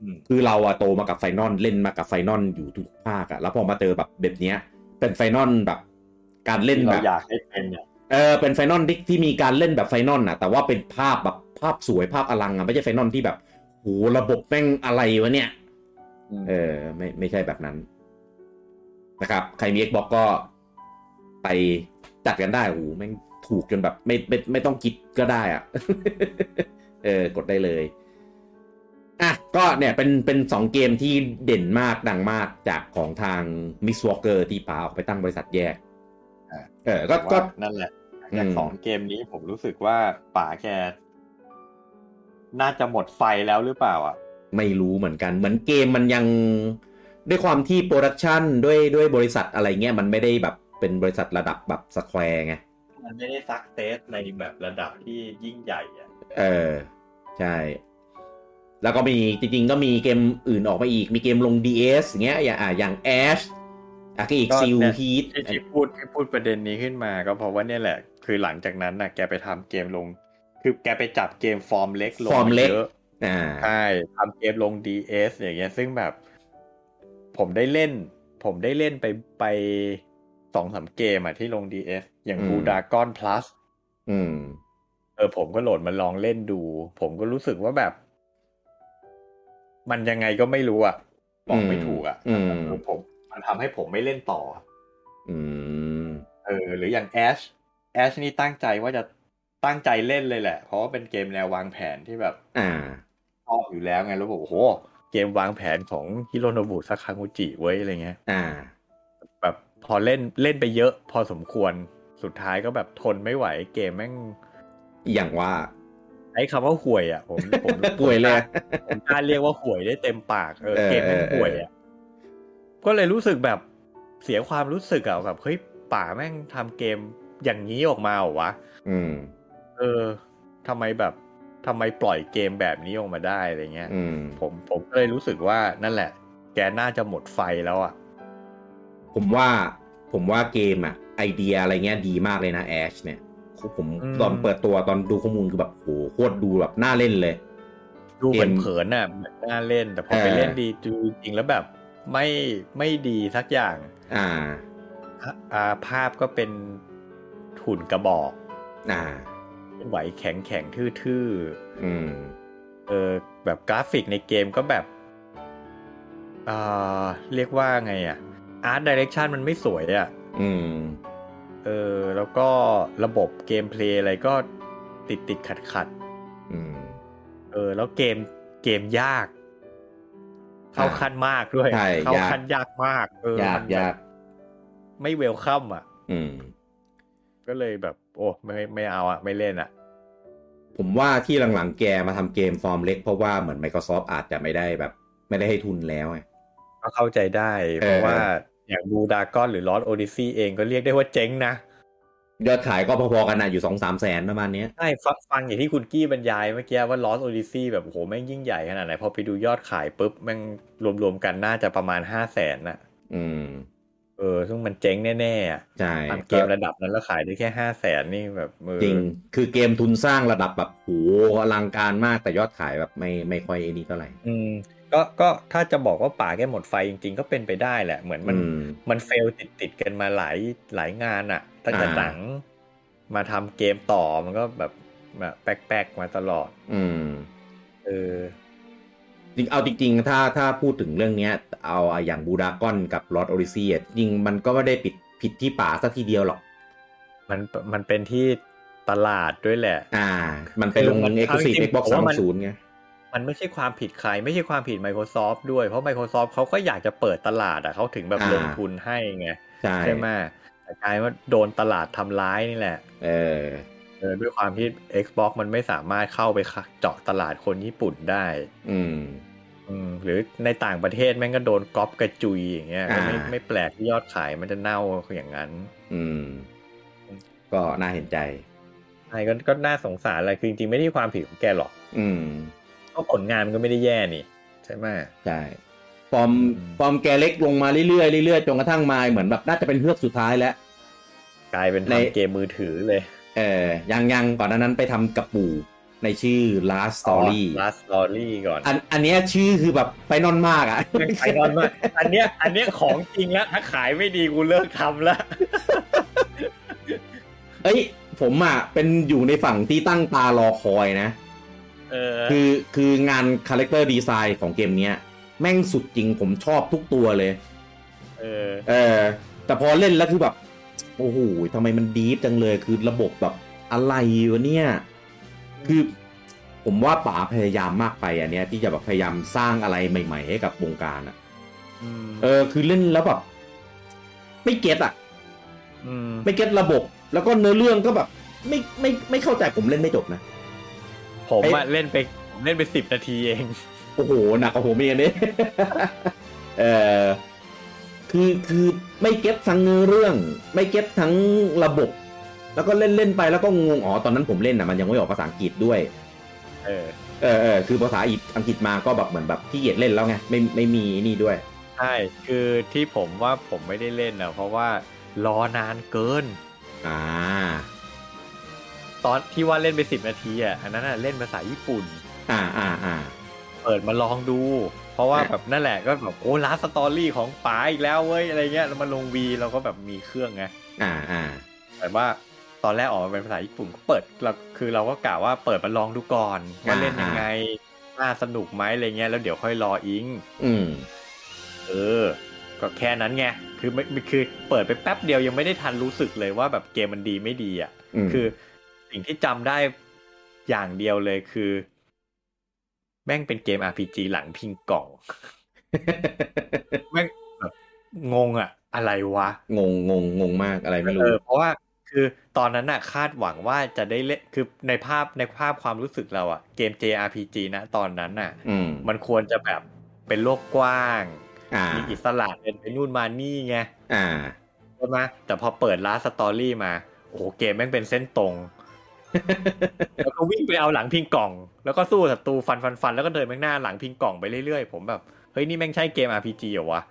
B: อืม
A: คือเราอะโตมากับไฟนอลเล่นมากับไฟนอลอยู่ทุกภาคอะแล้วพอมาเจอแบบแบบเนี้ย เป็นไฟนอลแบบ การเล่น
B: ที่
A: แบ
B: เรา
A: บ
B: อยากให้เป็นเนี่ย
A: เออเป็นไฟนอลที่ที่มีการเล่นแบบไฟนอลอะแต่ว่าเป็นภาพแบบภาพสวยภาพอลังอะไม่ใช่ไฟนอลที่แบบโหระบบแม่งอะไรวะเนี่ย
B: อืม
A: เออไม่ไม่ใช่แบบนั้น นะครับ ใครมี Xbox ก็ไปจัดกันได้โอ้โหแม่งถูกจนแบบไม่ไม่ไม่ต้องคิดก็ได้อะ (laughs) เออกดได้เลย อ่ะ ก็เนี่ยเป็นเป็นสองเกมที่เด่นมากดังมากจากของทาง Mix Walker ที่ป๋าออกไปตั้งบริษัทแยก
C: อ่า
A: เออ ก็ก็
C: นั่นแหละ
A: อืม
C: จากสองเกมนี้ผมรู้สึกว่าป๋าแก น่าจะหมดไฟแล้วหรือเปล่า อ่ะ
A: ไม่รู้เหมือนกัน เหมือนเกมมันยังด้วยความที่โปรดักชันด้วยด้วยบริษัทอะไรเงี้ยมันไม่ได้แบบเป็นบริษัทระดับแบบสแควร์ไง
C: มันไม่ได้ซักเซสในแบบระดับที่ยิ่งใหญ่อ่ะ
A: เออ ใช่ แล้วก็มีจริงๆ ก็มีเกมอื่นออกมาอีก มีเกมลง DS อย่างเงี้ยอย่างอ่ะอย่าง Ash อ่ะก็อีก
B: ก็
A: ซิล
B: เนี่ย
A: ฮีท
B: ที่ที่พูดที่พูดประเด็นนี้ขึ้นมาก็เพราะว่าเนี่ยแหละ คือหลังจากนั้นน่ะแกไปทำเกมลง คือแกไปจับเกมฟอร์มเล็กลง
A: ฟอร์มเล็ก
B: ยอะ
A: อ่า
B: ใช่ทำเกมลง DS อย่างเงี้ยซึ่งแบบ ผมได้เล่น ผมได้เล่นไปไปสองสามเกมอะที่ลง DS อย่าง
A: อืม
B: Blue Dragon Plus
A: อืม
B: เออผมก็โหลดมาลองเล่นดู ผมก็รู้สึกว่าแบบ มันยังไงก็ไม่รู้อะบอกไม่ถูกอะ
A: อืม
B: ผมผม มันทำให้ผมไม่เล่นต่อ
A: อืม
B: เออ หรืออย่างแอชแอชนี่ตั้งใจว่าจะตั้งใจเล่นเลยแหละ เพราะว่าเป็นเกมแนววางแผนที่แบบ
A: อ่า
B: ชอบอยู่แล้วไงแล้วบอกโอ้โห เกมวางแผนของฮิโรโนบุซากางูจิไว้ยอะไรเงี้ย
A: อ่า
B: แบบพอเล่นเล่นไปเยอะ พอสมควรสุดท้ายก็แบบทนไม่ไหวเกมแม่ง
A: อย่างว่า
B: ไอ้คำว่าห่วยอ่ะผมผมผม
A: ป่วยเลย
B: (laughs) ผมกล้าเรียกว่าห่วยได้เต็มปากเออ
A: เออ
B: เกมแม่ง
A: เออ
B: ห่วยอ่ะก็เลยรู้สึกแบบเสียความรู้สึกอ่ะแบบเฮ้ยป่าแม่งทำเกมอย่างนี้ออกมาเหรอวะ
A: อืม
B: เออทำไมแบบทำไมปล่อยเกมแบบนี้ออกมาได้อะไรเงี้ย
A: อืม
B: ผมผมก็เลยรู้สึกว่านั่นแหละ แกน่าจะหมดไฟแล้วอ่ะ
A: ผมว่าผมว่าเกมอะไอเดียอะไรเงี้ยดีมากเลยนะแอชเนี่ยผม
B: อืม
A: ตอนเปิดตัวตอนดูข้อมูลคือแบบโหโคตรดูแบบน่าเล่นเลย
B: ดู
A: เกม
B: เผินๆน่ะเหมือนน่าเล่น แต่พอ
A: เออ
B: ไปเล่นดีดูจริงแล้วแบบไม่ไม่ดีสักอย่าง
A: อ่า
B: อ่ะอ่าภาพก็เป็นถุนกระบอก
A: อ่า
B: เคลื่อนไหวแข็งแข็งๆทื่อ
A: อืม
B: ๆเออแบบกราฟิกในเกมก็แบบอ่าเรียกว่าไงอ่ะอาร์ตดิเรกชันมันไม่สวยอ่ะ
A: อืม
B: เออ แล้วก็ระบบเกมเพลย์อะไรก็ติดติดขัดขัดๆ
A: อืม
B: เออแล้วเกมเกมยาก เข้าขั้นมากด้วย
A: ใช่
B: เข้าย
A: าก
B: ขั้นยากมากเออย
A: าก
B: มันแบบ
A: ยาก
B: ไม่เวลคัมอ่ะ
A: อืม
B: ก็เลยแบบ โอ้ไม่ไม่เอาอ่ะ ไม่เล่นอ่ะ
A: ผมว่าที่หลังๆแกมาทำเกมฟอร์มเล็กเพราะว่าเหมือน Microsoft อาจจะไม่ได้แบบ ไม่ได้ให้ทุนแล้วไง
B: ก็เข้าใจได้
A: เออ
B: เพราะว่าอย่างบูดากอนหรือลอสโอดิซีเองก็เรียกได้ว่าเจ๊งนะ
A: ยอดขายก็พอๆกันนะอยู่สองสามแสนประมาณเนี้ย
B: ใช่ฟังฟังอย่างที่คุณกี้บรรยายเมื่อกี้ว่าลอสโอดิซีแบบโอ้โหแม่งยิ่งใหญ่ขนาดไหน พอไปดูยอดขายปุ๊บแม่งรวมๆกันน่าจะประมาณห้าแสนน่ะ
A: อืม
B: เออซึ่งมันเจ๊งแน่ๆอะ
A: ใช่
B: ทำเกมระดับนั้นแล้วขายได้แค่ห้าแสนนี่แบบเออ
A: จริง คือเกมทุนสร้างระดับแบบโหอลังการมากแต่ยอดขายแบบไม่ไม่ค่อยไอ้นี่เท่าไหร่
B: อืมก็ก็ถ้าจะบอกว่าป่าแกหมดไฟจริงๆ ก็เป็นไปได้แหละ เหมือนมัน
A: อืม
B: มันเฟลติดติดๆกันมาหลายหลายงานอะตั้งแต่
A: อ่า
B: หนังมาทำเกมต่อมันก็แบบแบบแป๊กๆมาตลอด
A: อืม
B: เออ
A: จริง เอาจริง ๆ ถ้าถ้าพูดถึงเรื่องเนี้ย เอาอย่างบูดากอนกับลอตโอริซีจริงมันก็ไม่ได้ปิดผิดที่ป่าซะทีเดียวหรอก
B: มันมันเป็นที่ตลาดด้วยแหละ
A: อ่า มันไปลง
B: คือมัน
A: เอ็กซ์คลูซีฟ
B: เอาจริ
A: เอ็
B: ง
A: กบ็อก
B: ผม
A: ซ์สา
B: ว่าม มัน
A: ศูนย์ไง
B: มันไม่ใช่ความผิดใคร ไม่ใช่ความผิด Microsoft ด้วยเพราะ Microsoft เขาก็อยากจะเปิดตลาดอะเขาถึงแบบ
A: อ่า
B: ลงทุนให้ไง
A: ใช่
B: ใช่ไหมแต่กลายว่าโดนตลาดทำร้ายนี่แหละ
A: เออ
B: เออด้วยความที่ Xbox มันไม่สามารถเข้าไปค่ะเจาะตลาดคนญี่ปุ่นได้
A: อืม
B: อืมหรือในต่างประเทศแม่งก็โดนก๊อปกระจุยอย่างเงี้ยก็ไม่
A: อ่า
B: ไม่แปลกที่ยอดขายมันจะเน่าอย่างนั้น
A: อืม ก็น่าเห็นใจ
B: ใช่ก็ก็น่าสงสารอะไรคือจริงๆไม่ได้ความผิดของแกหรอก
A: อืม
B: เพราะผลงานมันก็ไม่ได้แย่นี่ ใช่ไหม
A: ใช่ ฟอร์ม
B: อืม
A: ฟอร์มแกเล็กลงมาเรื่อยๆเรื่อยๆจนกระทั่งมาเหมือนแบบน่าจะเป็นเฮือกสุดท้ายแล้ว
B: กลายเป็น
A: ใน
B: ทำเกมมือถือเลย
A: เออยังยังก่อนหนานั้นไปทำกระปูในชื่อ last story
B: ลาสตอรี่ก่อน
A: อันอันเนี้ยชื่อคือแบบไปนอนมากอ่ะ
B: ไอ้นอนมาอันเนี้ยอันเนี้ยของจริงแล้วถ้าขายไม่ดีกูเลิกทำละ
A: เอ้ยผมอ่ะเป็นอยู่ในฝั่งที่ตั้งตารอคอยนะ
B: เออ
A: คือคืองานคาแรคเตอร์ดีไซน์ของเกมเนี้ย แม่งสุดจริงผมชอบทุกตัวเลย
B: เอ เออ
A: เออแต่พอเล่นแล้วคือแบบ โอ้โหทำไมมันดีฟจังเลยคือระบบแบบอะไรวะเนี่ย คือผมว่าป๋าพยายามมากไปอันเนี้ยที่จะแบบพยายามสร้างอะไรใหม่ ๆ ให้กับวงการอะ
B: อืม
A: เออคือเล่นแล้วแบบไม่เก็ตอะ
B: อืม
A: ไม่เก็ตระบบ แล้วก็เนื้อเรื่องก็แบบ ไม่ไม่ไม่เข้าใจผมเล่นไม่จบนะ
B: ผม
A: ไอ้
B: อะเล่นไปผมเล่นไปสิบนาทีเอง
A: โอ้โหหนักกว่าผมอีกอันนี้ (laughs) เออคือคือไม่เก็ตทั้งเนื้อเรื่อง ไม่เก็ตทั้งระบบ แล้วก็เล่นเล่นไปแล้วก็งงอ๋อตอนนั้นผมเล่นนะมันยังไม่ออกภาษาอังกฤษด้วย
B: เออ
A: เออเออคือภาษาอังกฤษมาก็แบบเหมือนแบบขี้เกียจเล่นแล้วไงไม่ไม่มีนี่ด้วย
B: ใช่คือที่ผมว่าผมไม่ได้เล่นนะเพราะว่ารอนานเกิน
A: อ่า
B: ตอนที่ว่าเล่นไปสิบนาทีอ่ะอันนั้นอะเล่นภาษาญี่ปุ่น
A: อ่าอ่าอ่า
B: เปิดมาลองดู เพราะว่า
A: อ่ะ
B: แบบนั่นแหละก็แบบโอ้ลาสตอรี่ของป๋าอีกแล้วเว้ยอะไรเงี้ยแล้วมาลงวีเราก็แบบมีเครื่องไง
A: อ่าอ่า
B: แต่ว่าตอนแรกออกมาเป็นภาษาญี่ปุ่นก็เปิดเราคือเราก็กล่าวว่าเปิดมาลองดูก่อนว่าเล่นยังไงน่าสนุกไหมอะไรเงี้ยแล้วเดี๋ยวค่อยรออิง
A: อืม
B: เออ ก็แค่นั้นไง คือไม่คือเปิดไปแป๊บเดียวยังไม่ได้ทันรู้สึกเลยว่าแบบเกมมันดีไม่ดีอ่ะ
A: ม
B: คือสิ่งที่จำได้อย่างเดียวเลยคือ แม่งเป็นเกม RPG หลังพิงกล่องแม่งแบบงงอ่ะ อะไรวะ
A: (laughs) งงงงงงมากอะไรไม่
B: เอ
A: รู้
B: อเพราะว่าคือตอนนั้นน่ะคาดหวังว่าจะได้เล่นคือในภาพในภาพความรู้สึกเราอ่ะ เกม JRPG นะตอนนั้นน่ะ
A: อืม
B: มันควรจะแบบเป็นโลกกว้าง
A: อ่า
B: มีอิสระเดินไปนู่นมานี่ไง
A: อ่า (laughs)
B: ใช่ไหมแต่พอเปิดลาสตอรี่มา โอ้โห เกมแม่งเป็นเส้นตรง แล้วก็วิ่งไปเอาหลังพิงกล่อง แล้วก็สู้ศัตรูฟันฟันฟันแล้วก็เดินแม่งหน้าหลังพิงกล่องไปเรื่อยๆ ผมแบบ เฮ้ย นี่แม่งใช่เกม RPG เหรอวะ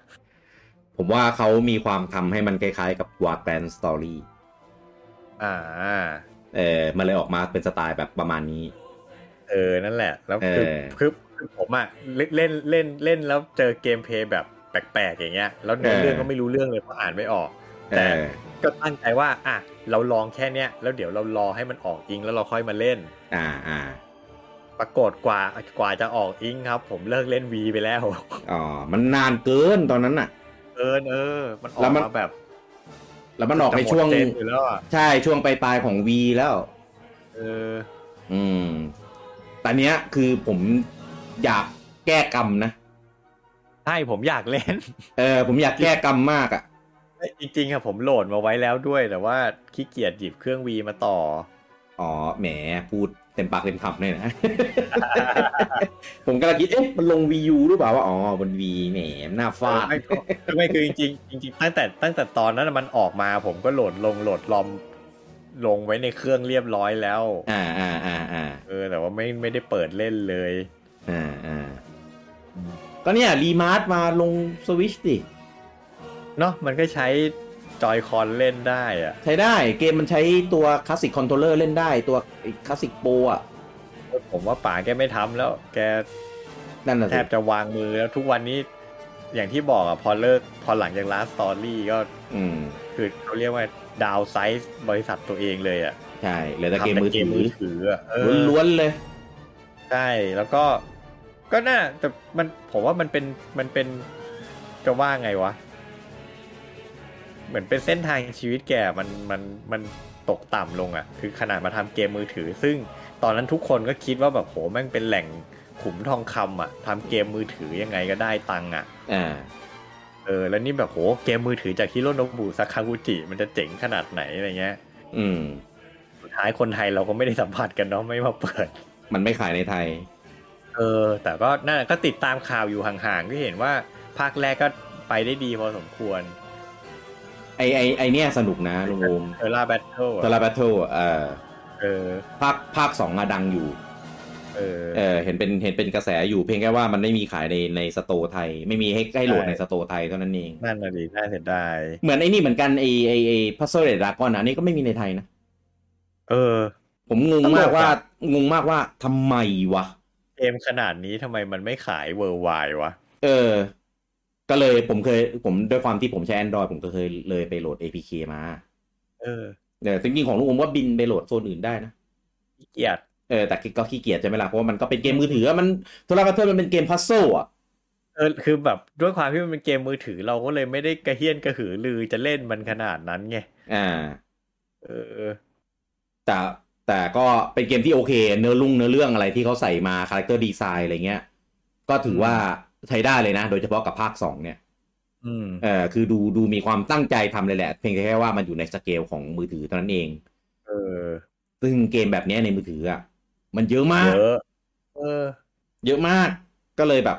A: ผมว่าเขามีความทำให้มันคล้ายๆกับวาแกนสตอรี่
B: อ่า
A: เออมันเลยออกมาเป็นสไตล์แบบประมาณนี้
B: เออ นั่นแหละ แล้วคือ
A: เออ
B: คือคือผมอะเล่นเล่นเล่นเล่นแล้วเจอเกมเพลย์แบบแปลกๆอย่างเงี้ย แล้วเนื้อเรื่องก็ไม่รู้เรื่องเลยเพราะอ่านไม่ออก
A: เอ
B: แต่
A: อ
B: ก็ตั้งใจว่า อ่ะ เราลองแค่เนี้ย แล้วเดี๋ยวเรารอให้มันออกอิงแล้วเราค่อยมาเล่น
A: อ่าอ่า
B: ปรากฏกว่ากว่าจะออกอิงครับ ผมเลิกเล่นวีไปแล้ว
A: อ๋อมันนานเกินตอนนั้นน่ะ
B: เออเออ มันออ
A: แล้
B: ก
A: วมัน
B: มาแบบ
A: แล้วมันออกไปช่วง
B: จะหมดเจนอยู่แล้วอ่ะ
A: ใช่ช่วงปลายๆของวีแล้ว
B: เออ
A: อืมแต่เนี้ยคือผมอยากแก้กรรมนะ
B: ใช่ผมอยากเล่น (laughs)
A: เออผมอยากแก้กรรมมากอะ่ะ
B: จริงๆอะผมโหลดมาไว้แล้วด้วย แต่ว่าขี้เกียจหยิบเครื่องวีมาต่อ
A: อ๋อแหมพูดเต็มปากเต็มคำเลยนะ (laughs) ผมกำลังคิดเอ๊ะมันลงวียูหรือเปล่าว่าอ๋อบนวีแหมหน้าฟาด
B: ไม่ไม่ไม่คือจริงๆจริงๆตั้งแต่ตั้งแต่ตอนนั้นมันออกมา ผมก็โหลดลงโหลดลอม ลงไว้ในเครื่องเรียบร้อยแล้ว
A: อ่าอ่าอ่าอ่า
B: เออ แต่ว่าไม่ไม่ได้เปิดเล่นเลย
A: อ่าอ่าก็เนี่ยรีมาร์ทมาลงสวิชดิ
B: เนาะมันก็ใช้จอยคอนเล่นได้อะ
A: ใช้ได้เกมมันใช้ตัวคลาสสิกคอนโทรลเลอร์เล่นได้ตัวคลาสสิกโปรอ่ะ
B: ผมว่าป๋าแกไม่ทำแล้ว แก
A: นั่นน่ะ
B: แท
A: สิ
B: บจะวางมือแล้วทุกวันนี้อย่างที่บอกอะพอเลิกพอหลังจากลาสตอรี่ก็
A: อืม
B: คือเขาเรียกว่าดาวไซส์บริษัทตัวเองเลยอะ
A: ใช่เหลยแต่
B: ทำ
A: เกมมือถือ
B: ถืออะเออ
A: ล้วนๆเลย
B: ใช่แล้วก็ก็น่าแต่มันผมว่ามันเป็นมันเป็นจะว่าไงวะ เหมือนเป็นเส้นทางชีวิตแกมันมันมันตกต่ำลงอะคือขนาดมาทำเกมมือถือ ซึ่งตอนนั้นทุกคนก็คิดว่าแบบโหแม่งเป็นแหล่งขุมทองคำอะทำเกมมือถือยังไงก็ได้ตังค์อะ
A: อ่า
B: เออแล้วนี่แบบโหเกมมือถือจากฮิโรโนบุซาคากุจิมันจะเจ๋งขนาดไหนอะไรเงี้ย
A: อืม
B: สุดท้ายคนไทยเราก็ไม่ได้สัมผัสกันเนาะไม่มาเปิด
A: มันไม่ขายในไทย
B: เออ แต่ก็นั่นแหละก็ติดตามข่าวอยู่ห่างๆก็เห็นว่าภาคแรกก็ไปได้ดีพอสมควร
A: ไอไอไอเนี่ยสนุกนะลุงโอม
B: เทอร่าแบทเทิล
A: ตลาบัตเทิลเอ่อ
B: เออ
A: ภาคภาคสองอะดังอยู่
B: เออ
A: เออเห็นเป็นเห็นเป็นกระแสอยู่เพียงแค่ว่ามันไม่มีขายในในสโตร์ไทย ไม่มีให้ให้โหลด
B: ใช่
A: ในสโตร์ไทยเท่านั้นเอง
B: นั่นน่ะดิน่าเสียดาย
A: เหมือนไอ้นี่เหมือนกันไอไอไอพัซเซอร์เดดากอนอันนี้ก็ไม่มีในไทยนะ
B: เออ
A: ผมงงมาก
B: ตลกอะ
A: ว่างงมากว่าทำไมวะ
B: เกมขนาดนี้ทำไมมันไม่ขายเวอร์ไววะ
A: เออ ก็เลยผมเคยผมด้วยความที่ผมใช้ Android ผมก็เคยเลยไปโหลด APK มา
B: เออ
A: เออจริงๆของลุงโอมก็บินไปโหลดโซนอื่นได้นะ
B: ขี้เกียด
A: เออแต่ก็ขี้เกียจใช่ไหมล่ะเพราะว่ามันก็เป็นเกมมือถืออะมันโทรศัพท์มันเป็นเกมพัซโซอ่ะ
B: เออคือแบบด้วยความที่มันเป็นเกมมือถือเราก็เลยไม่ได้กระเฮี้ยนกระหือรือจะเล่นมันขนาดนั้นไง
A: อ่า
B: เออ
A: แต่แต่ก็เป็นเกมที่โอเค เนื้อลุ่งเนื้อเรื่องอะไรที่เขาใส่มาคาแรคเตอร์ดีไซน์อะไรเงี้ย ก็ถือว่าใช้ได้เลยนะ โดยเฉพาะกับภาคสองเนี่ย
B: อืม
A: เออคือดูดูมีความตั้งใจทำเลยแหละ เพียงแค่ว่ามันอยู่ในสเกลของมือถือเท่านั้นเอง
B: เออ
A: ซึ่งเกมแบบเนี้ยในมือถืออ่ะมันเยอะมาก
B: เยอะเออ
A: เยอะมากก็เลยแบบ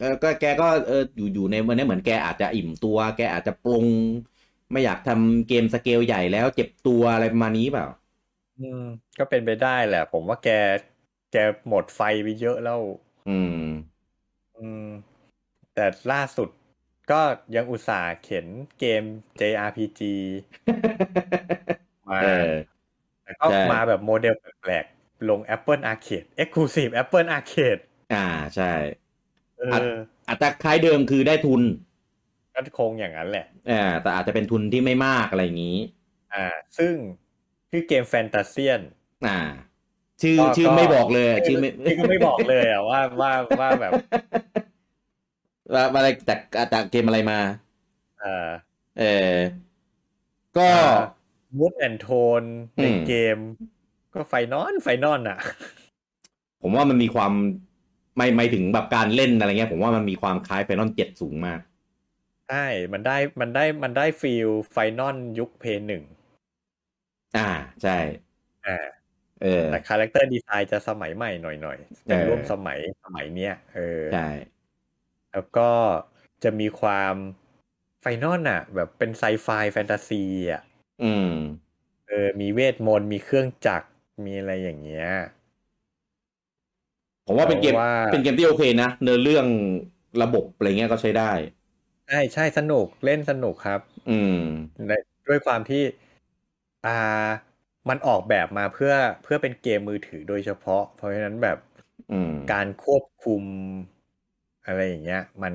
A: เออก็แกก็เอออยู่อยู่ในวันนี้เหมือนแกอาจจะอิ่มตัว แกอาจจะปรงไม่อยากทำเกมสเกลใหญ่แล้วเจ็บตัวอะไรประมาณนี้เปล่า
B: อืม ก็เป็นไปได้แหละ ผมว่าแก แกหมดไฟไปเยอะแล้ว
A: อืม
B: อืม แต่ล่าสุดก็ยังอุตส่าห์เข็นเกม JRPG มา
A: (laughs) เออ
B: แต่ก็
A: ใช่
B: มาแบบโมเดลแปลกๆ ลง Apple Arcade Exclusive Apple Arcade
A: อ่าใช่
B: เออ
A: อัตราคล้ายเดิมคือได้ทุน
B: ก็คงอย่างนั้นแหละ
A: เออแต่อาจจะเป็นทุนที่ไม่มากอะไรอย่างนี้
B: อ่า ซึ่งชื่อเกมแฟนตาเซียน
A: อ่า ชื่อ
B: ก็
A: ชื่อ
B: ก็
A: ไม่บอกเลยชื่อ (laughs) ไม่
B: ที่ก็ไม่บอกเลยอ่ะว่าว่าว่าแบบ
A: ว่าว่าอะไรจากจากเกมอะไรมา
B: เอ่อ
A: เออก็
B: มูดแอนโทน
A: อืม
B: ในเกม ก็ไฟนอนไฟนอนอ่ะ
A: ผมว่ามันมีความไม่ไม่ถึงแบบการเล่นอะไรเงี้ย ผมว่ามันมีความคล้ายไฟนอลเจ็ดสูงมาก
B: ใช่ มันได้มันได้มันได้ฟีลไฟนอนยุคเพย์หนึ่ง
A: อ่า ใช่
B: อ่า
A: เออ
B: แต่คาแรคเตอร์ดีไซน์จะสมัยใหม่หน่อยหน่อยๆจะ
A: เออ
B: ร่วมสมัยสมัยเนี้ยเออ
A: ใช่
B: แล้วก็จะมีความไฟนอนอ่ะ แบบเป็นไซไฟแฟนตาซีอ่ะ
A: อืม
B: เออมีเวทมนต์มีเครื่องจักรมีอะไรอย่างเงี้ย
A: ผมว่าเป็นเกม
B: เพราะว่า
A: เป็นเกมที่โอเคนะเนื้อเรื่องระบบอะไรเงี้ยก็ใช้ได้
B: ใช่ใช่สนุกเล่นสนุกครับ
A: อืม
B: และด้วยความที่อ่ามันออกแบบมาเพื่อเพื่อเป็นเกมมือถือโดยเฉพาะ เพราะฉะนั้นแบบ
A: อืม
B: การควบคุมอะไรอย่างเงี้ย มัน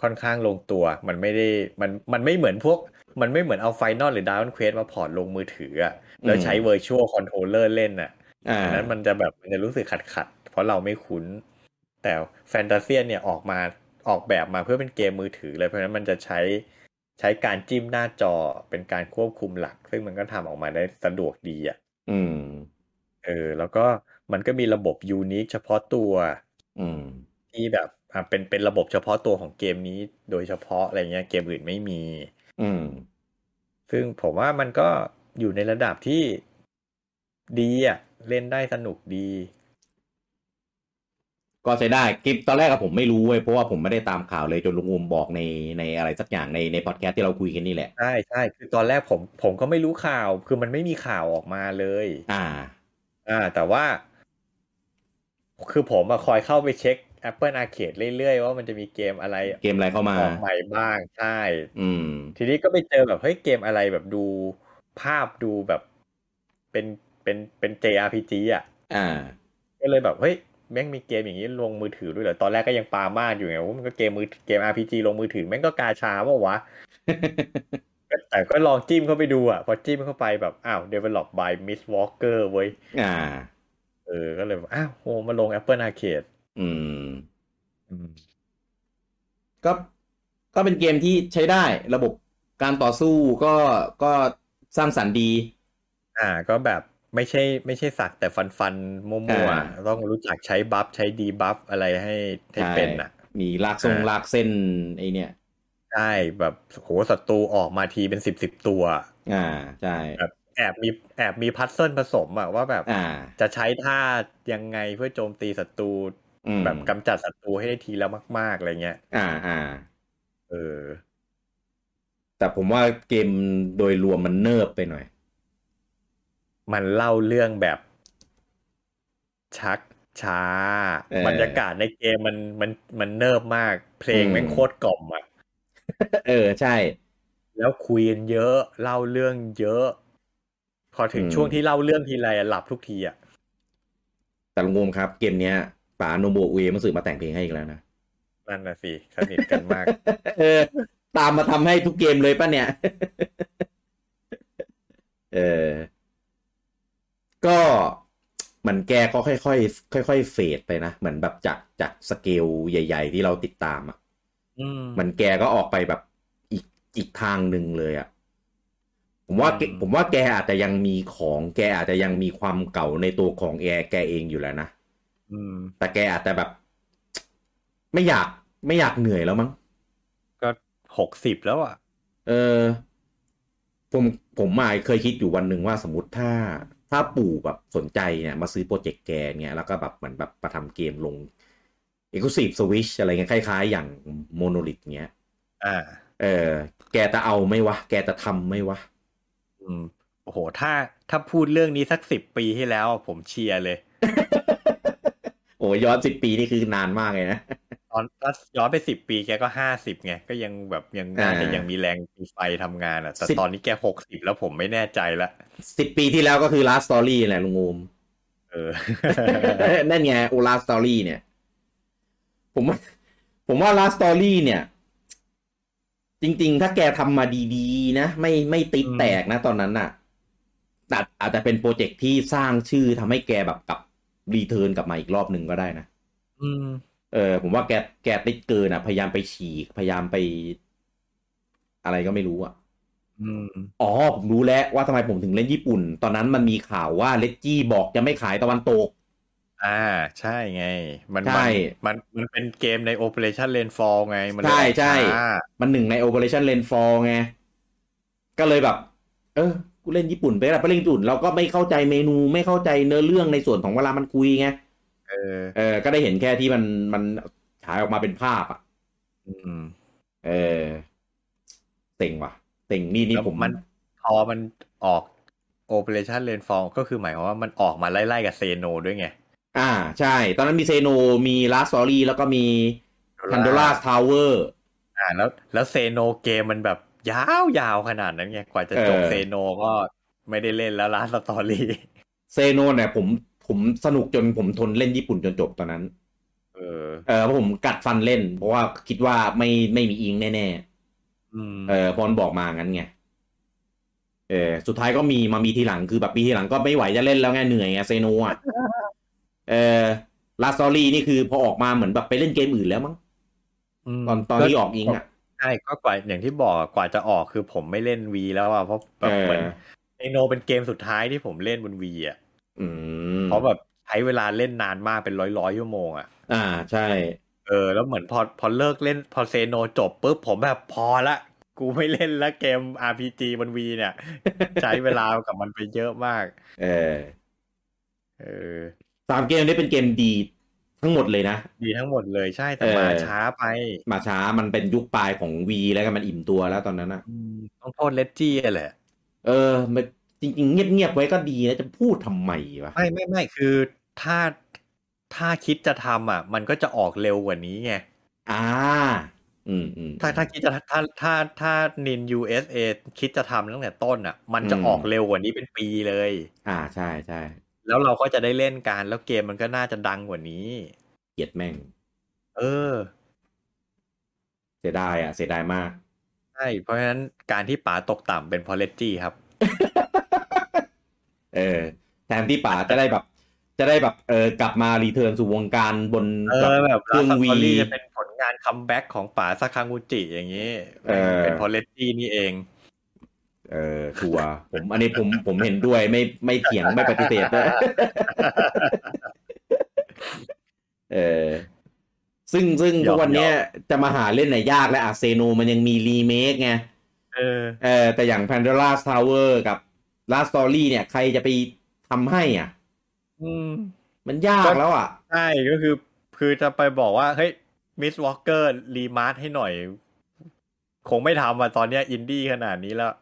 B: ค่อนข้างลงตัว มันไม่ได้มันมันไม่เหมือนพวก มันไม่เหมือนเอาไฟนอลหรือดาวน์เควสมาพอร์ตลงมือถืออะแล้วใช้เวอร์ชวลคอนโทรลเลอร์เล่นอะ
A: อ่า
B: อันนั้นมันจะแบบมันจะรู้สึกขัดขัดๆเพราะเราไม่คุ้น แต่แฟนตาเซียนเนี่ยออกมาออกแบบมาเพื่อเป็นเกมมือถือเลยเพราะฉะนั้นมันจะใช้ใช้การจิ้มหน้าจอเป็นการควบคุมหลัก ซึ่งมันก็ทำออกมาได้สะดวกดีอะ่ะ
A: อืม
B: เออแล้วก็มันก็มีระบบยูนิคเฉพาะตัว
A: อืม
B: ที่แบบอ่ะเป็นเป็นระบบเฉพาะตัวของเกมนี้โดยเฉพาะอะไรเงี้ยเกมอื่นไม่มี
A: อืม
B: ซึ่งผมว่ามันก็อยู่ในระดับที่ดีอะ่ะเล่นได้สนุกดี
A: ก็ใช้ได้คลิปตอนแรกอะผมไม่รู้เว้ยเพราะว่าผมไม่ได้ตามข่าวเลยจนลุงอูมบอกในในอะไรสักอย่างในในพอดแคสต์ที่เราคุยกันนี่แหละ
B: ใช่ใช่คือตอนแรกผมผมก็ไม่รู้ข่าว คือมันไม่มีข่าวออกมาเลย
A: อ่า
B: อ่าแต่ว่า คือผมอะคอยเข้าไปเช็ค Apple Arcade เรื่อยๆ ว่ามันจะมีเกมอะไร
A: เกมอะไรเข้ามา
B: ออกใหม่บ้างใช่
A: อืม
B: ทีนี้ก็ไปเจอแบบเฮ้ยเกมอะไรแบบดูภาพดูแบบเป็นเป็นเป็น JRPG อ่ะ
A: อ่า (laughs)
B: ก็เลยแบบเฮ้ยแม่งมีเกมอย่างนี้ลงมือถือด้วยเหรอ ตอนแรกก็ยังปามาดอยู่ไงว่ามันก็เกมมือเกม RPG ลงมือถือแม่งก็กาชาเปล่าวะ แต่ก็ลองจิ้มเข้าไปดูอ่ะ พอจิ้มเข้าไปแบบอ้าว develop by Miss Walker เว้ย
A: อ่า
B: เออ ก็เลยแบบอ้าวโหมาลง Apple Arcade
A: อืม
B: อืม
A: ก็ก็เป็นเกมที่ใช้ได้ ระบบการต่อสู้ก็ก็สร้างสรรค์ดี
B: อ่าก็แบบไม่ใช่ไม่ใช่สักแต่ฟันฟันๆมั่ว
A: อ่า
B: ๆต้องรู้จักใช้บัฟใช้ดีบัฟอะไรให้ให้เป็นอ่ะ
A: มีลากทรง
B: อ่า
A: ลากเส้นไอเนี่ย
B: ใช่แบบโหศัตรูออกมาทีเป็นสิบสิบตัว
A: อ่าใช่
B: แอบมีแอบมีพัซเซิลผสมอะว่าแบบ
A: อ่า
B: จะใช้ท่ายังไงเพื่อโจมตีศัตรู
A: อืม
B: แบบกำจัดศัตรูให้ได้ทีละมาก ๆ อะไรเงี้ย
A: อ่าอ่า
B: เออ
A: แต่ผมว่าเกมโดยรวมมันเนิบไปหน่อย
B: มันเล่าเรื่องแบบชักช้า
A: เออ
B: บรรยากาศในเกมมันมันมันเนิบมาก เพลงแม่งโคตรกล่อมอะ
A: เออใช่
B: แล้วคุยกันเยอะ เล่าเรื่องเยอะ พอถึง
A: อืม
B: ช่วงที่เล่าเรื่องทีไรอะหลับทุกทีอ่ะ
A: แต่ลุงโอมครับเกมเนี้ยป๋าโนโบอุเอมันสื่อมาแต่งเพลงให้อีกแล้วนะ
B: นั่นนะสิสนิทกัน (laughs) มาก
A: เออ ตามมาทำให้ทุกเกมเลยป่ะเนี่ย เออ ก็แหม มันแกก็ค่อยๆค่อยๆเฟดไปนะเหมือนแบบจากจากสเกลใหญ่ ๆ ที่เราติดตามอะ
B: อืม
A: มันแกก็ออกไปแบบอีกอีกทางหนึ่งเลยอะ่ะ ผมว่าแก
B: อืม
A: ผมว่าแกอาจจะยังมีของแกอาจจะยังมีความเก่าในตัวของแอร์แกเองอยู่แล้วนะ
B: อืม
A: แต่แกอาจจะแบบ ไม่อยากไม่อยากเหนื่อยแล้วมั้ง
B: ก็หกสิบแล้วอ่ะ
A: เออ ผมผมมาเคยคิดอยู่วันหนึ่งว่าสมมติถ้า ถ้าปู่แบบสนใจเนี่ย มาซื้อโปรเจกต์แกเนี่ยแล้วก็แบบเหมือนแบบมาทำเกมลง Exclusive Switch อะไรเงี้ยคล้ายๆ อย่าง Monolith เงี้ย
B: อ่า
A: เออ แกจะเอาไหมวะ แกจะทำไหมวะ
B: อืมโอ้โห ถ้าถ้าพูดเรื่องนี้สักสิบปีที่แล้วอะผมเชียร์เลย
A: โอ้ยย้อนสิบปีนี่คือนานมากเลยนะ (laughs)
B: ตอนถ้าย้อนไปสิบปีแกก็ห้าสิบไง ก็ยังแบบยังน่าจะ
A: อ่ายั
B: ยังมีแรงมีไฟทำงานอ่ะ แต่
A: สิบ
B: ตอนนี้แกหกสิบแล้วผมไม่แน่ใจละ
A: สิบปีที่แล้วก็คือ last story แหละลุงงูม
B: เอ
A: (laughs)
B: อ
A: นั่นไงโอ last story เนี่ย ผมว่า ผมว่า last story เนี่ย จริง ๆ ถ้าแกทำมาดีๆ นะ ไม่ไม่ติดแตกนะตอนนั้นน่ะอาจอาจจะเป็นโปรเจกต์ที่สร้างชื่อทำให้แกแบบกลับรีเทิร์นกลับมาอีกรอบหนึ่งก็ได้นะ
B: อืม
A: เออผมว่าแกแกติดเกินอ่ะ พยายามไปฉีก พยายามไป อะไรก็ไม่รู้อ่ะ
B: อืม
A: อ๋อ ผมรู้แล้วว่าทำไมผมถึงเล่นญี่ปุ่น ตอนนั้นมันมีข่าวว่าเล g จี้บอกจะไม่ขายตะวันตก
B: อ่า ใช่ไง มัน
A: ใช่
B: มันมันมันเป็นเกมใน Operation Rainfall ไง มันเลย
A: ใช่ใช่
B: อ่า
A: มันหนึ่งใน Operation Rainfall ไง ก็เลยแบบ เออ กูเล่นญี่ปุ่นไปแล้วไปเล่นญี่ปุ่น เราก็ไม่เข้าใจเมนูไม่เข้าใจเนื้อเรื่องในส่วนของเวลามันคุยไง
B: เออ
A: เออ ก็ได้เห็นแค่ที่มันมันฉายออกมาเป็นภาพอ่ะ
B: อืม
A: เออเต็งว่ะเต็งนี่นี่
B: แล้ว
A: ผม
B: มันพอมันออก Operation Rainfall ก็คือหมายความว่ามันออกมาไล่ๆกับเซโนด้วยไง
A: อ่า ใช่ ตอนนั้นมีเซโนมีลาสซอรี่แล้วก็มีคันโดล่าทาวเวอร์
B: อ่าแล้วแล้วเซโนเกมมันแบบยาวยาวขนาดนั้นไงกว่าจะจบ
A: เออ
B: เซโนก็ไม่ได้เล่นแล้วลาสตอรี่
A: เซโนเนี่ยผมผมสนุกจนผมทนเล่นญี่ปุ่นจนจบตอนนั้น
B: เออ
A: เออเพราะผมกัดฟันเล่น เพราะว่าคิดว่าไม่ไม่มีอิงแน่
B: อืม
A: ๆ เออพอมันบอกมางั้นไง เออสุดท้ายก็มีมามีทีหลังคือแบบปีทีหลังก็ไม่ไหวจะเล่นแล้วไงเหนื่อยไงเซโนอ่ะ เออลาสตอรี่นี่คือพอออกมาเหมือนแบบไปเล่นเกมอื่นแล้วมั้ง
B: ม
A: ตอนตอนที่ออกอิงอ่ะ
B: ใช่ก็กว่าอย่างที่บอกกว่าจะออกคือผมไม่เล่นวีแล้วอ่ะเพราะแบ
A: เอบ อ
B: เหมือนเซโนเป็นเกมสุดท้ายที่ผมเล่นบนวีอ่ะ
A: อืม
B: เพราะแบบใช้เวลาเล่นนานมากเป็นร้อยร้อยๆชั่วโมงอ่ะ
A: อ่าใช่
B: เออแล้วเหมือนพอพอเลิกเล่นพอเซโนจบปุ๊บผมแบบพอละกูไม่เล่นละเกม RPG บนวีเนี่ย (laughs) ใช้เวลากับมันไปเยอะมาก
A: เออ
B: เออ
A: สามเกมนี้เป็นเกมดีทั้งหมดเลยนะ
B: ดีทั้งหมดเลยใช่แต่
A: เออ
B: มาช้าไป
A: มาช้ามันเป็นยุคปลายของวีแล้วก็มันอิ่มตัวแล้วตอนนั้นอะ
B: ต้องโทษเลตจี้แหละ
A: เออมันจริงๆ เงียบๆไว้ก็ดีนะจะพูดทำไมวะ
B: ไม่ไม่ไม่คือถ้าถ้าคิดจะทำอ่ะ มันก็จะออกเร็วกว่านี้ไง
A: อ่า อืมอืม
B: ถ้าถ้าคิดจะถ้าถ้าถ้านิน USA คิดจะทำตั้งแต่ต้นอ่ะ มันจะ
A: อืม
B: ออกเร็วกว่านี้เป็นปีเลย
A: อ่าใช่ใช่
B: แล้วเราก็จะได้เล่นกันแล้วเกมมันก็น่าจะดังกว่านี้
A: เกลียดแม่ง
B: เออ
A: เสียดายอ่ะ เสียดายมาก
B: ใช่เพราะฉะนั้นการที่ป๋าตกต่ำเป็นเพราะเลตจี้ครับ
A: เออแทนที่ป๋าจะได้แบบ จะได้แบบเออกลับมารีเทิร์นสู่วงการบน
B: เออแบบ
A: เครื่อง
B: ลาซา
A: วี
B: คอรี่จะเป็นผลงานคัมแบ็กของป๋าซาคางูจิอย่างนี้
A: เออ
B: เป็นเพอเลตตี้นี่เอง
A: เออชัวร์ผม อันนี้ผมผมเห็นด้วยไม่ไม่เถียงไม่ปฏิเสธด้วย (laughs) เออซึ่งซึ่ง
B: ย
A: ทุ
B: อม
A: กวันเนี้ย
B: ย
A: จะมาหาเล่นไหนยากและอาเซโนมันยังมีรีเมคไง
B: เออ
A: เออแต่อย่าง Pandora Tower กับ Last Story เนี่ย ใครจะไปทำให้อ่ะ
B: อืม
A: มันยากแล้วอ่ะ
B: ใช่ก็คือ คือจะไปบอกว่า เฮ้ย มิสวอลเกอร์รีมาร์ให้หน่อย คงไม่ทำอ่ะตอนเนี้ยอินดี้ขนาดนี้แล้ว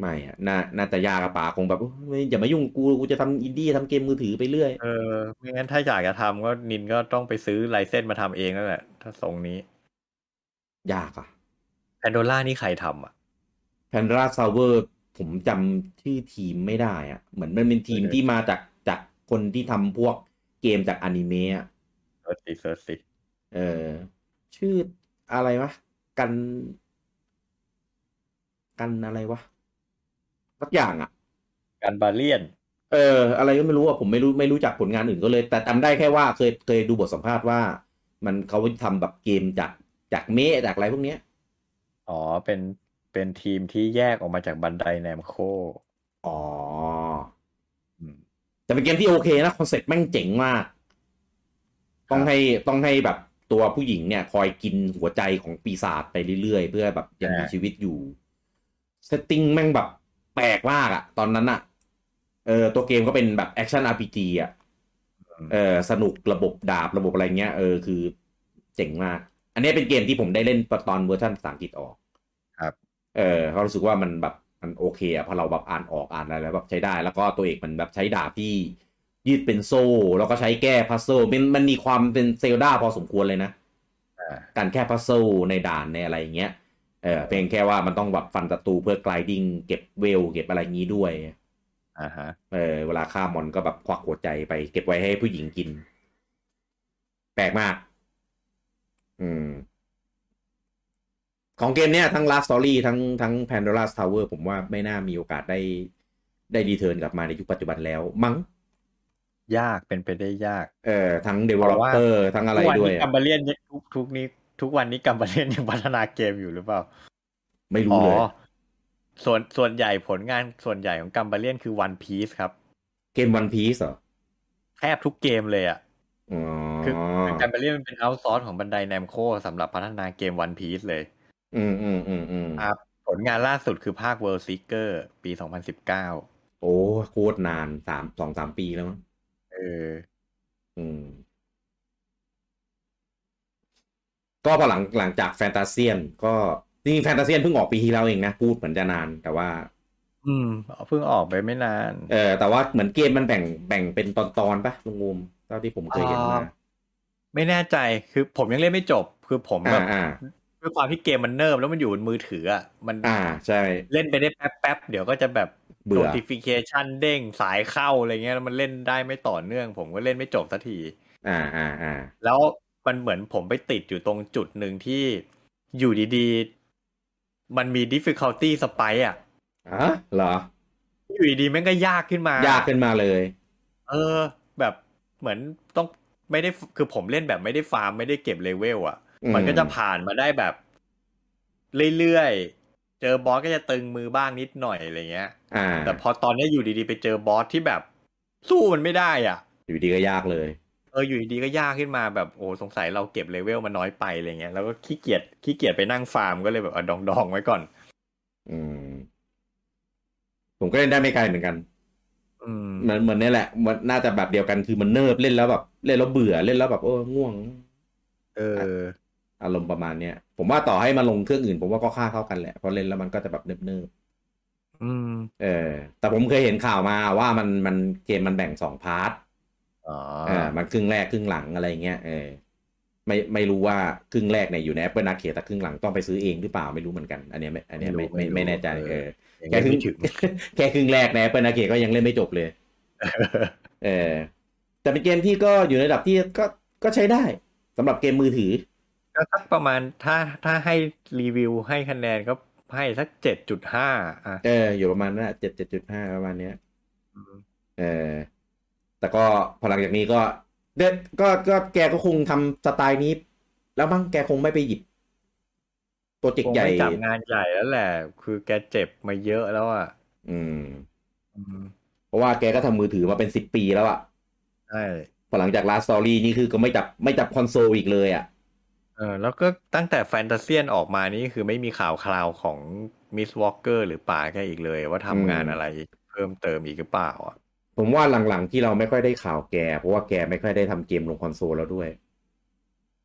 A: ไม่อ่ะน่าน่าจะยากอะป๋าคงแบบเฮ้ยอย่ามายุ่งกู กูจะทำอินดี้ทำเกมมือถือไปเรื่อย
B: เออ ไม่งั้นถ้าอยากจะทำก็นินก็ต้องไปซื้อไลเซนส์มาทำเองแล้วแหละ ถ้าทรงนี้
A: ยากอ่ะ
B: แพนโดล่านี่ใครทำอ่ะ
A: Pandora Tower ผมจำชื่อทีมไม่ได้อ่ะ เหมือนมันเป็นทีม
B: เออ
A: ที่มาจากจากคนที่ทำพวกเกมจากอนิเมะอะ
B: เซิร์ชสิเซิร์ชสิ
A: เออ ชื่ออะไรวะ กัน กันอะไรวะสักอย่างอ่ะ
B: การบาเลียน
A: เ เออ อะไรก็ไม่รู้อะผมไม่รู้ไม่รู้จักผลงานอื่นก็เลย แต่จำได้แค่ว่าเคยเคยดูบทสัมภาษณ์ว่า มันเขาทำแบบเกมจากจากเมะจากอะไรพวกเนี้ย
B: อ๋อเป็นเป็นทีมที่แยกออกมาจากบันไดแนมโค
A: อ๋ออืมแต่เป็นเกมที่โอเคนะคอนเซ็ปต์แม่งเจ๋งมาก ต้องให้ต้องให้แบบตัวผู้หญิงเนี่ย คอยกินหัวใจของปีศาจไปเรื่อยๆ เพื่อแบบยังมีชีวิตอยู่เซตติ้งแม่งแบบแปลกมากอะตอนนั้นอะเออตัวเกมก็เป็นแบบแอคชั่นอาร์พีจีอะเออสนุกระบบดาบระบบอะไรเงี้ยเออคือเจ๋งมาก อันนี้เป็นเกมที่ผมได้เล่นตอนเวอร์ชันภาษาอังกฤษออก เออเขารู้สึกว่ามันแบบมันโอเคอะพอเราแบบอ่านออกอ่านอะไรแล้วแบบใช้ได้ แล้วก็ตัวเอกมันแบบใช้ดาบที่ยืดเป็นโซ่ แล้วก็ใช้แก้พัซเซิลมันมันมีความเป็นเซลดาพอสมควรเลยนะ
B: อ่า
A: การแค่พัซเซิลในด่านในอะไรอย่างเงี้ยเออเพียงแค่ว่ามันต้องแบบฟันศัตรูเพื่อกลายดิ้งเก็บเวล เก็บอะไรอย่างงี้ด้วย
B: อ่าฮะ
A: เออเวลาฆ่ามอนก็แบบควักหัวใจไปเก็บไว้ให้ผู้หญิงกิน แปลกมาก อืม ของเกมเนี้ยทั้ง Last Story ทั้งทั้ง Pandora's Tower ผมว่าไม่น่ามีโอกาสได้ได้ดีเทิร์นกลับมาในยุคปัจจุบันแล้ว มั้ง
B: ยากเป็นไปได้ยาก
A: เออทั้ง
B: เพราะว่า
A: Developer ทั้งอะไร
B: ทุกวัน
A: ด้วย
B: นี้กัม
A: อะ
B: บาเลียนยังทุกทุกนี้ทุกวันนี้กัมบาเลียนยังพัฒนาเกมอยู่หรือเปล่า
A: ไม่
B: อ๋
A: รู้
B: อ
A: เลย
B: ส่วนส่วนใหญ่ผลงานส่วนใหญ่ของกัมบาเลียนคือวันพีซครับ
A: เกม One Piece เหรอ
B: แทบทุกเกมเลยอ่ะ
A: อ๋อ
B: คือ กัมบาเลียนมันเป็นเอาซอร์สของบันไดแนมโคสำหรับพัฒนาเกมวันพีซเลย
A: อืมอืมอืมอืม
B: ครับ ผลงานล่าสุดคือภาค World Seeker ปี 2019
A: โอ้โคตรนานสามสองสามปีแล้วมั้ง
B: เออ
A: อืม ก็พอหลังหลังจากแฟนตาเซียน ก็จริงๆแฟนตาเซียนเพิ่งออกปีที่แล้วเองนะพูดเหมือนจะนาน แต่ว่า
B: อืมเพิ่งออกไปไม่นาน
A: เออแต่ว่าเหมือนเกมมันแบ่งแบ่งเป็นตอนตอนๆปะลุงงูมเท่าที่ผมเคยเห็นมา
B: ไม่แน่ใจคือผมยังเล่นไม่จบ คือผมแบ
A: อ่า
B: บ
A: อ่า
B: ด้วยความที่เกมมันเนิบแล้วมันอยู่บนมือถืออ่ะมัน
A: อ่า ใช่
B: เล่นไปได้แป๊บแป๊บๆเดี๋ยวก็จะแบบ
A: เบื่อ
B: notification เด้งสายเข้าอะไรเงี้ยแล้วมันเล่นได้ไม่ต่อเนื่อง ผมก็เล่นไม่จบสักที
A: อ่าอ่าอ่า
B: แล้วมันเหมือนผมไปติดอยู่ตรงจุดหนึ่งที่อยู่ดีๆ มันมี difficulty spike อ่ะ
A: อ่ะเหรอ
B: อยู่ดีๆแม่งก็ยากขึ้นมาย
A: ากขึ้นมาเลย
B: เออ แบบเหมือนต้องไม่ได้คือผมเล่นแบบไม่ได้ฟาร์มไม่ได้เก็บเลเวลอ่ะ
A: อืม
B: มันก็จะผ่านมาได้แบบ เรื่อยๆ เจอบอสก็จะตึงมือบ้างนิดหน่อยอะไรเงี้ย
A: อ่า
B: แต่พอตอนเนี้ยอยู่ดีๆ ไปเจอบอสที่แบบ สู้มันไม่ได้อ่ะ
A: อยู่ดีก็ยากเลย
B: เอออยู่ดีๆก็ยากขึ้นมาแบบโอ้สงสัยเราเก็บเลเวลมาน้อยไปอะไรเงี้ยแล้วก็ขี้เกียจขี้เกียจไปนั่งฟาร์มก็เลยแบบเอาดองดองๆไว้ก่อน
A: อืม ผมก็เล่นได้ไม่ไกลเหมือนกัน
B: อืม
A: เหมือนเหมือนนี่แหละมันน่าจะแบบเดียวกันคือมันเนิบเล่นแล้วแบบ เล่นแล้วเบื่อเล่นแล้วแบบเออง่วง
B: เออ
A: อารมณ์ประมาณเนี้ยผมว่าต่อให้มาลงเครื่องอื่น ผมว่าก็ค่าเท่ากันแหละเพราะเล่นแล้วมันก็จะแบบเนิบ
B: อืม
A: ๆเออ แต่ผมเคยเห็นข่าวมาว่ามันมันเกมมันแบ่งสองพาร์ท
B: อ๋อ
A: เออมันครึ่งแรกครึ่งหลังอะไรเงี้ยเออไม่ไม่รู้ว่าครึ่งแรกเนี่ยอยู่ใน Apple Arcade แต่ครึ่งหลังต้องไปซื้อเองหรือเปล่าไม่รู้เหมือนกัน อันเนี้ยไม่อันเนี้ยไม่ไม่ไม่แน่ใจเออ
B: ยัง
A: แค่ค
B: ไม่
A: รึ่ง
B: ถึง
A: แค่ครึ่งแรกใน Apple Arcade ก็ยังเล่นไม่จบเลย เออแต่เป็นเกมที่ก็อยู่ในระดับที่ก็ก็ใช้ได้สำหรับเกมมือถือ
B: ก็สักประมาณถ้าถ้าให้รีวิวให้คะแนนก็ให้สักเจ็ดจุดห้าอ่ะ
A: เอออยู่ประมาณนั้นเจ็ดเจ็ดจุดห้าประมาณเนี้ย
B: อืม
A: เออแต่ก็พอหลังจากนี้ก็เด็กก็ก็แกก็คงทำสไตล์นี้ แล้วมั้งแกคงไม่ไปหยิบโปรเจก
B: ค
A: ต์
B: ง
A: ใหญ่
B: ไม่จับงานใหญ่แล้วแหละ คือแกเจ็บมาเยอะแล้วอ่ะ
A: อืม
B: อืม
A: เพราะว่าแกก็ทำมือถือมาเป็นสิบปีแล้วอะ
B: ใช่
A: พอหลังจากลาสตอรี่นี่คือก็ไม่จับไม่จับคอนโซลอีกเลยอะ
B: เออแล้วก็ตั้งแต่แฟนตาเซียนออกมานี่คือไม่มีข่าวคราวของมิสวอลเกอร์หรือป่าแกอีกเลย ว่าทำงานอะไรเพิ่มเติมอีกหรือเปล่าอ่ะ
A: ผมว่าหลังๆที่เราไม่ค่อยได้ข่าวแก เพราะว่าแกไม่ค่อยได้ทำเกมลงคอนโซลแล้วด้วย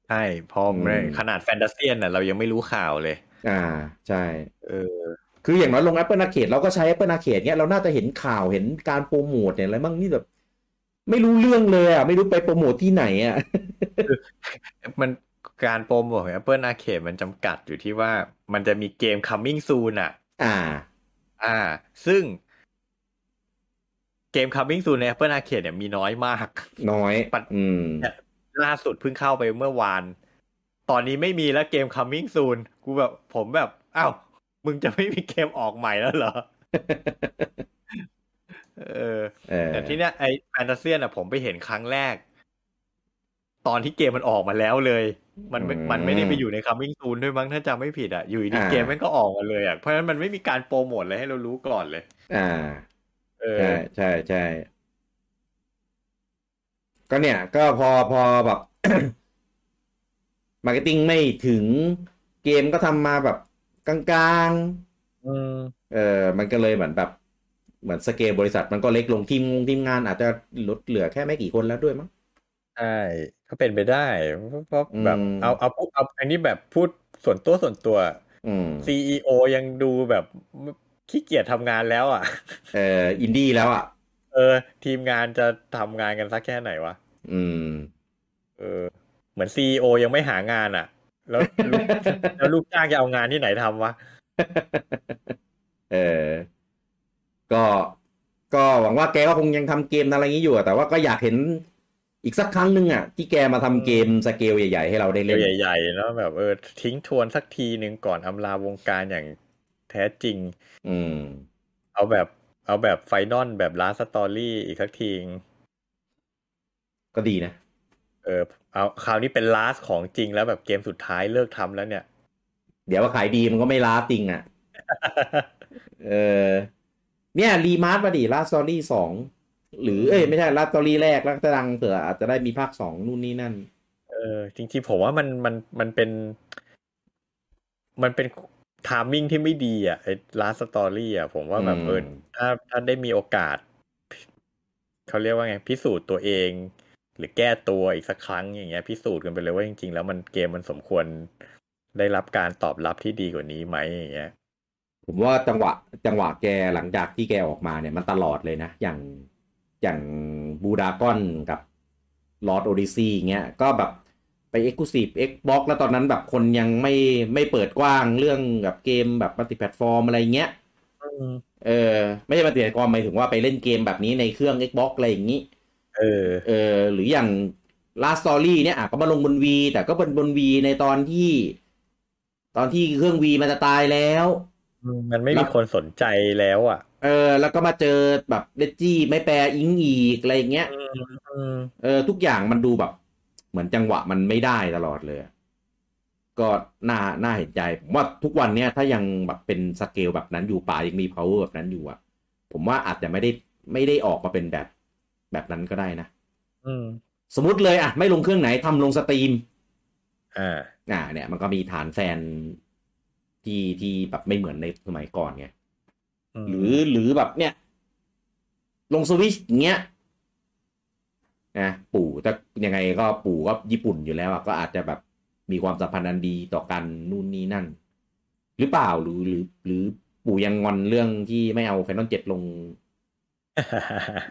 B: ใช่เพอ
A: อืม
B: ขนาดแฟนตาเซียนน่ะเรายังไม่รู้ข่าวเลย
A: อ่า ใช่
B: เออ
A: คืออย่างน้อยลง Apple Arcade เราก็ใช้ Apple Arcade เนี้ยเราน่าจะเห็นข่าวเห็นการโปรโมทเนี่ยอะไรบ้างนี่แบบ ไม่รู้เรื่องเลยอ่ะ ไม่รู้ไปโปรโมทที่ไหนอ่ะ
B: มันการโปรโมทของ Apple Arcade มันจำกัดอยู่ที่ว่ามันจะมีเกม coming soon อ่ะ
A: อ่า
B: อ่า ซึ่งเกม coming soon ใน Apple Arcade เนี่ยมีน้อยมาก
A: น้อย
B: ปัด
A: อืม
B: ล่าสุดเพิ่งเข้าไปเมื่อวาน ตอนนี้ไม่มีแล้วเกม coming soon กูแบบผมแบบ อ้าว มึงจะไม่มีเกมออกใหม่แล้วเหรอ เออ
A: (laughs) เออ
B: แต่ ที่เนี้ยไอแฟนตาเซียนอ่ะผมไปเห็นครั้งแรก ตอนที่เกมมันออกมาแล้วเลย มันไม่
A: อืม
B: มันไม่ได้ไปอยู่ในคัมมิ่งซูนด้วยมั้งถ้าจำไม่ผิดอ่ะอยู่ดี
A: อ่า
B: เกมมันก็ออกมาเลยอ่ะเพราะฉะนั้นมันไม่มีการโปรโมทอะไรให้เรารู้ก่อนเลย
A: อ่า
B: เออ
A: ใช่ใช่ใช่ก็เนี่ย ก็พอพอแบบ (coughs) มาร์เก็ตติ้งไม่ถึงเกมก็ทำมาแบบกลาง
B: อืม
A: ๆเออมันก็เลยเหมือนแบบ เหมือนสเกลบริษัทมันก็เล็กลงทีมงงทีมงานอาจจะลดเหลือแค่ไม่กี่คนแล้วด้วยมั้ง
B: ใช่ก็เป็นไปได้เพราะแบบ
A: อืม
B: เอาเอาเอาเอาอันนี้แบบพูดส่วนตัวส่วนตัว
A: อืม
B: CEO ยังดูแบบขี้เกียจทำงานแล้วอ่ะ (laughs)
A: เอออินดี้แล้วอ่ะ
B: เออ ทีมงานจะทำงานกันสักแค่ไหนวะ
A: อืม (laughs)
B: เออ เหมือนซีอยังไม่หางานอ่ะ แล้ว (laughs) ลูก แล้วลูกจ้างจะเอางานที่ไหนทำวะ
A: (laughs) เออ ก็ ก็หวังว่าแกก็คงยังทำเกมอะไรอย่างนี้อยู่อะแต่ว่าก็อยากเห็นอีกสักครั้งหนึ่งอ่ะ ที่แกมาทำเกมสเกลใหญ่ๆให้เราได้เล่น
B: ใหญ่ๆเนาะแบบเออทิ้งทวนสักทีหนึ่งก่อนอำลาวงการอย่างแท้จริง
A: อืม
B: เอาแบบ เอาแบบไฟนอลแบบลาสตอรี่อีกสักทีง
A: ก็ดีนะ
B: เออ เอาคราวนี้เป็นลาสของจริงแล้วแบบเกมสุดท้ายเลิกทำแล้วเนี่ย
A: เดี๋ยวว่าขายดีมันก็ไม่ล้าติงอ่ะ เออ เนี่ยรีมาร์มาดิลาสตอรี่สอง หรือเอ้ยไม่ใช่ลาสตอรี่แรกแล้วจะดังเผื่ออาจจะได้มีภาคสองนู่นนี่นั่น
B: เออจริงๆผมว่ามันมันมันเป็น มันเป็นทามมิ่งที่ไม่ดีอ่ะไอ้ลาสตอรี่อ่ะ ผมว่าแบบ
A: อืม
B: เออถ้าถ้าได้มีโอกาส เขาเรียกว่าไง พิสูจน์ตัวเอง หรือแก้ตัวอีกสักครั้งอย่างเงี้ยพิสูจน์กันไปเลยว่าจริงๆ แล้วมันเกมมันสมควรได้รับการตอบรับที่ดีกว่านี้ไหมอย่างเงี้ย
A: ผมว่าจังหวะจังหวะแกหลังจากที่แกออกมาเนี่ยมันตลอดเลยนะ อย่างอย่างบูดากอนกับลอ r d โอดิซี่เงี้ยก็แบบไป e x c l u s i v e Xbox แล้วตอนนั้นแบบคนยังไม่ไม่เปิดกว้างเรื่องแบบเกมแบบมัลติแพลตฟอร์มอะไรเงี้ยเออไม่ใช่มัลติแพลตฟอร์มหมายถึงว่าไปเล่นเกมแบบนี้ในเครื่อง Xbox อะไรอย่างนี้
B: เออ
A: เออหรืออย่าง Last Story เนี่ยอ่ะก็มาลงบนวีแต่ก็เป็นบนวีในตอนที่ ตอนที่เครื่องวีมันจะตายแล้ว
B: มันไม่มีคนสนใจแล้วอ่ะ
A: เออแล้วก็มาเจอแบบเดจี้ไม่แปลอิงอีกอะไรอย่างเงี้ย
B: อืม
A: เออทุกอย่างมันดูแบบ เหมือนจังหวะมันไม่ได้ตลอดเลยอะก็น่าน่าเห็นใจผมว่าทุกวันเนี้ยถ้ายังแบบเป็นสเกลแบบนั้นอยู่ป่ายังมี power แบบนั้นอยู่อ่ะ ผมว่าอาจจะไม่ได้ไม่ได้ออกมาเป็นแบบแบบนั้นก็ได้นะ
B: อืม
A: สมมติเลยอ่ะ ไม่ลงเครื่องไหนทำลงสตรีม
B: อ่า
A: อ่า เนี่ย มันก็มีฐานแฟนที่ที่แบบไม่เหมือนในสมัยก่อนไง หรือหรือแบบเนี่ย ลงสวิชอย่างเงี้ยนะปู่แต่ยังไงก็ปู่ก็ญี่ปุ่นอยู่แล้วอะก็อาจจะแบบมีความสัมพันธ์อันดีต่อกันนู่นนี่นั่น หรือเปล่าหรือหรือ หรือปู่ยังงอนเรื่องที่ไม่เอาแฟนตอนเจ็ดลง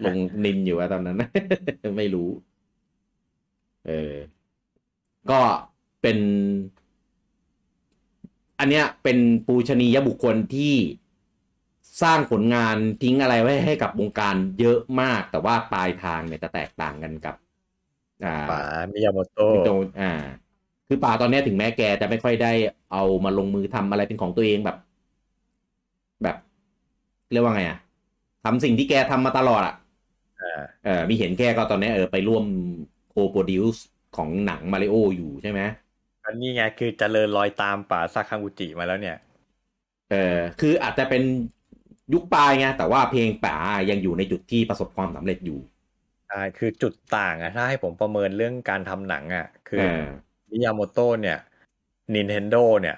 A: ลงนินอยู่อะตอนนั้น (laughs) ไม่รู้ เออ ก็เป็น อันเนี้ย เป็นปูชนียบุคคลที่สร้างผลงานทิ้งอะไรไว้ให้กับวงการเยอะมาก แต่ว่าปลายทางเนี่ยจะแตกต่างกันกับ อ่า
B: (laughs) ป๋ามิยาโมโต
A: มิโต
B: ะ
A: อ่า คือป่าตอนเนี้ยถึงแม้แกจะไม่ค่อยได้เอามาลงมือทำอะไรเป็นของตัวเองแบบ แบบ เรียกว่าไงอะทำสิ่งที่แกทำมาตลอดอะ
B: อ่า
A: เออมีเห็นแกก็ตอนเนี้ยเออไปร่วมโคโปรดิวส์ของหนังมาริโออยู่ใช่ไหม
B: อันนี้ไงคือเจริญรอยตามป่าซาคังอุจิมาแล้วเนี่ย
A: เออคืออาจจะเป็นยุคปลายไงแต่ว่าเพลงป่ายังอยู่ในจุดที่ประสบความสำเร็จอยู่
B: ใช่ คือจุดต่างอะถ้าให้ผมประเมินเรื่องการทำหนังอะคือ
A: เออ
B: มิยาโมโตะเนี่ย Nintendo เนี่ย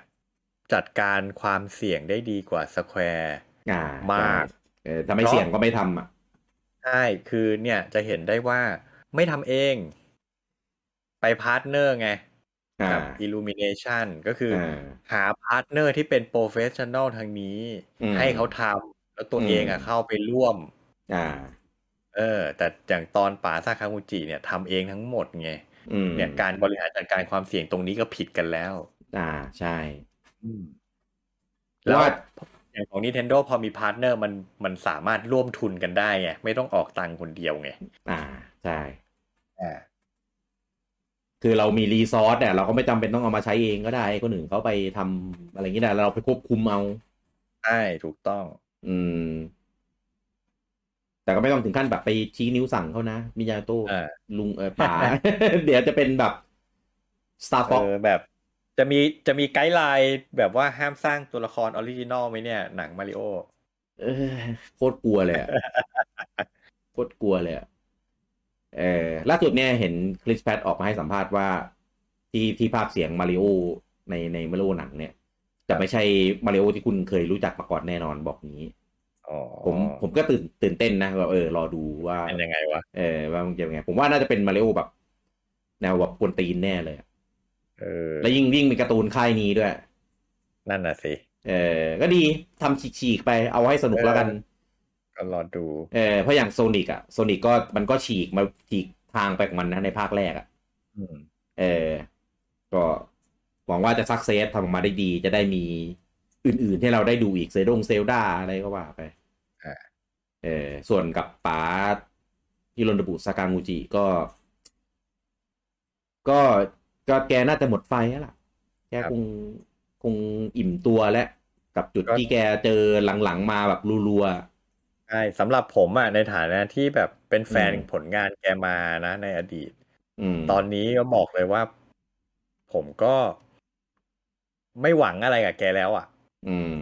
B: จัดการความเสี่ยงได้ดีกว่า Square
A: อ่าม
B: าก
A: เออถ้าไม่เสี่ยงก็ไม่ทำอ่ะ
B: ใช่ คือเนี่ยจะเห็นได้ว่าไม่ทำเอง ไปพาร์ทเนอร์ไง
A: อ่า
B: กับ Illumination ก็คืออา หาพาร์ทเนอร์ที่เป็นโปรเฟชชั่น a ลทางนี้
A: อืม
B: ให้เขาทำแล้วตัวเอง
A: อื
B: อะ
A: ม
B: เข้าไปร่วม
A: อ่า
B: เออ แต่อย่างตอนป่าซาคางูจิเนี่ยทำเองทั้งหมดไง
A: อืม
B: เนี่ยการบริหารจัดการความเสี่ยงตรงนี้ก็ผิดกันแล้ว
A: อ่าใช่
B: แล้ว
A: ว่า
B: อย่างของ Nintendo พอมีพาร์ทเนอร์มันมันสามารถร่วมทุนกันได้ไงไม่ต้องออกตังค์คนเดียวไง
A: อ่าใช่
B: อ่า
A: คือเรามีรีซอสเนี่ยเราก็ไม่จำเป็นต้องเอามาใช้เองก็ได้ให้คนอื่นเขาไปทำอะไรอย่างนี้ได้เราไปควบคุมเอา
B: ใช่ถูกต้อง
A: อืม แต่ แต่ก็ไม่ต้องถึงขั้นแบบไปชี้นิ้วสั่งเขานะ มิยาโต้
B: เออ
A: ลุงเออป่า (laughs) เดี๋ยวจะเป็นแบบ Star
B: เอ
A: Fox
B: อแบบจะมีจะมีไกด์ไลน์แบบว่าห้ามสร้างตัวละครออริจินอลไหมเนี่ยหนังมาริโอ
A: เออโคตรกลัวเลยอะ โคตรกลัวเลยอะเออล่าสุดเนี่ยเห็นคริสแพทออกมาให้สัมภาษณ์ว่า ที่ที่ภาคเสียงมาริโอในในมาริโอหนังเนี่ยจะไม่ใช่มาริโอที่คุณเคยรู้จักมาก่อนแน่นอนบอกนี้
B: อ๋อ
A: ผมผมก็ตื่นตื่นเต้นนะแบบเออรอดูว่า
B: เป็นยังไงวะ
A: เออว่ามันจะเป็นไง ผมว่าน่าจะเป็นมาริโอแบบ แนวแบบกวนตีนแน่เลยอะ
B: เออ
A: แล้วยิ่งยิ่งเป็นการ์ตูนค่ายนี้ด้วย
B: นั่นน่ะสิ
A: เออ ก็ดีทำฉีกๆไปเอาให้สนุกแล้วกัน
B: ก็รอดู
A: เออเพราะอย่างโซนิกอะโซนิกก็มันก็ฉีกมาฉีกทางไปของมันนะในภาคแรกอะ
B: อืม
A: เออ ก็หวังว่าจะซักเซสทำออกมาได้ดี จะได้มีอื่นๆที่เราได้ดูอีกเซดงเซลดาอะไรก็ว่าไป
B: อ่า
A: เออส่วนกับป๋าฮิโรนดบุสากางูจิก็ ก็ก็แกน่าจะหมดไฟแล้วล่ะ แกคงคงอิ่มตัวแล้วกับจุดที่แกเจอหลังๆมาแบบรัว
B: ใช่สำหรับผมอ่ะในฐานะที่แบบเป็นแฟน
A: อืม
B: ผลงานแกมานะในอดีต
A: ๆอืม
B: ตอนนี้ก็บอกเลยว่า ผมก็ไม่หวังอะไรกับแกแล้วอ่ะ
A: อืม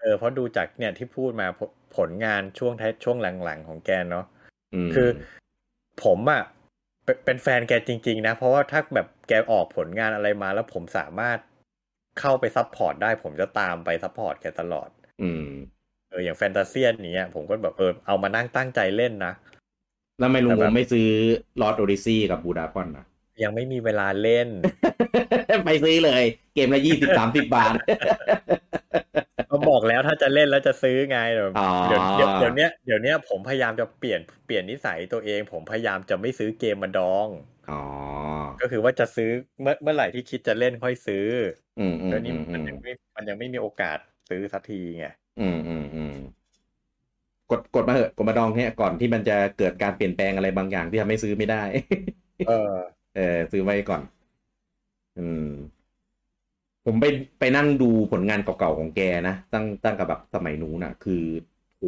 B: เออเพราะดูจากเนี่ยที่พูดมาผลผลงานช่วงท้ายช่วงหลังๆของแกเนาะ
A: ม
B: คือผมอะ่ะเป็นเป็นแฟนแกจริง ๆ นะ เพราะว่าถ้าแบบแกออกผลงานอะไรมาแล้วผมสามารถเข้าไปซัพพอร์ตได้ ผมจะตามไปซัพพอร์ตแกตลอด
A: อืม
B: เอออย่างแฟนตาเซียนเนี้ย ผมก็แบบเออเอามานั่งตั้งใจเล่นนะ
A: แล้วทำไม่ลุง
B: แต่
A: ผ
B: แบบ
A: มไม่ซื้อลอ r d โอ d ิซี่กับบูดา g อนนะ
B: ยังไม่มีเวลาเล่น
A: (laughs) ไปซื้อเลย เกมละยี่สิบสามสิบบาท
B: ก็บอกแล้วถ้าจะเล่นแล้วจะซื้อไงเดี๋ยว
A: อ๋อ
B: เดี๋ยวเดี๋ยวเดี๋ยวเนี้ยเดี๋ยวเนี้ยผมพยายามจะเปลี่ยนเปลี่ยนนิสัยตัวเอง ผมพยายามจะไม่ซื้อเกมมาดอง
A: อ๋อ
B: ก็คือว่าจะซื้อเมื่อเมื่อไหร่ที่คิดจะเล่นค่อยซื้อ
A: อืมอืม
B: แล้วนี่
A: อืม
B: มันยังไม่มันยังไม่มีโอกาสซื้อสักทีไง
A: อืมอืมอืมกดกดมาเหอะกดมาดองเนี่ยก่อนที่มันจะเกิดการเปลี่ยนแปลงอะไรบางอย่างที่ทำให้ซื้อไม่ได้
B: เออ
A: เออซื้อไว้ก่อน อืม ผมไปไปนั่งดูผลงานเก่าๆของแกนะตั้งตั้งกับแบบสมัยนู้นน่ะ คือโห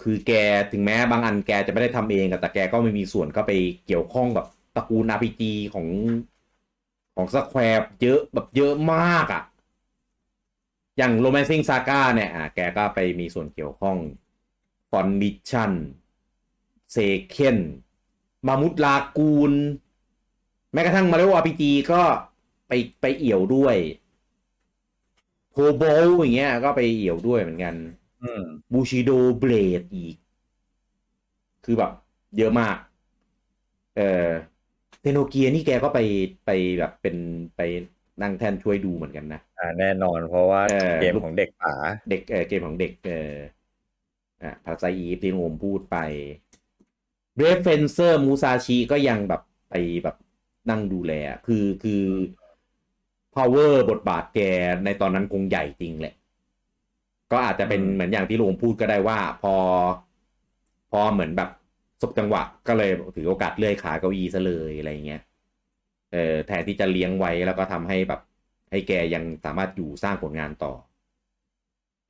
A: คือแกถึงแม้บางอันแกจะไม่ได้ทำเองอะแต่แกก็ไม่มีส่วนเข้าไปเกี่ยวข้องกับตระกูล RPG ของของสแควร์เยอะแบบเยอะมากอะอย่าง Romancing Saga เนี่ยอ่ะแกก็ไปมีส่วนเกี่ยวข้องฟอนมิชชั่นเซเคนมามุดลากูล แม้กระทั่งมาริโอ RPG ก็ไปไปเอี่ยวด้วยโ o โบอย่างเงี้ย ก็ไปเอี่ยวด้วยเหมือนกัน
B: อืม
A: บูชิโดเบลดอีก คือแบบเยอะมาก เออเทโนเกียนี่แกก็ไปไปแบบเป็นไปนั่งแท่นช่วยดูเหมือนกันนะ
B: อ่าแน่นอนเพราะว่า
A: เออ
B: เกมของเด็กป๋า
A: เด็กเออเกมของเด็กเอออ่ะภาษาอีฟที่ลุงโอมพูดไปเรฟเฟนเซอร์มูซาชิก็ยังแบบไปแบบนั่งดูแล คือคือ power บทบาทแกในตอนนั้นคงใหญ่จริงแหละ ก็อาจจะเป็นเหมือนอย่างที่ลุงโอมพูดก็ได้ว่า พอ พอเหมือนแบบสบจังหวะ ก็เลยถือโอกาสเลื่อยขาเก้าอี้ซะเลยอะไรเงี้ยเออแทนที่จะเลี้ยงไว้แล้วก็ทำให้แบบ ให้แกยังสามารถอยู่สร้างผลงานต่อ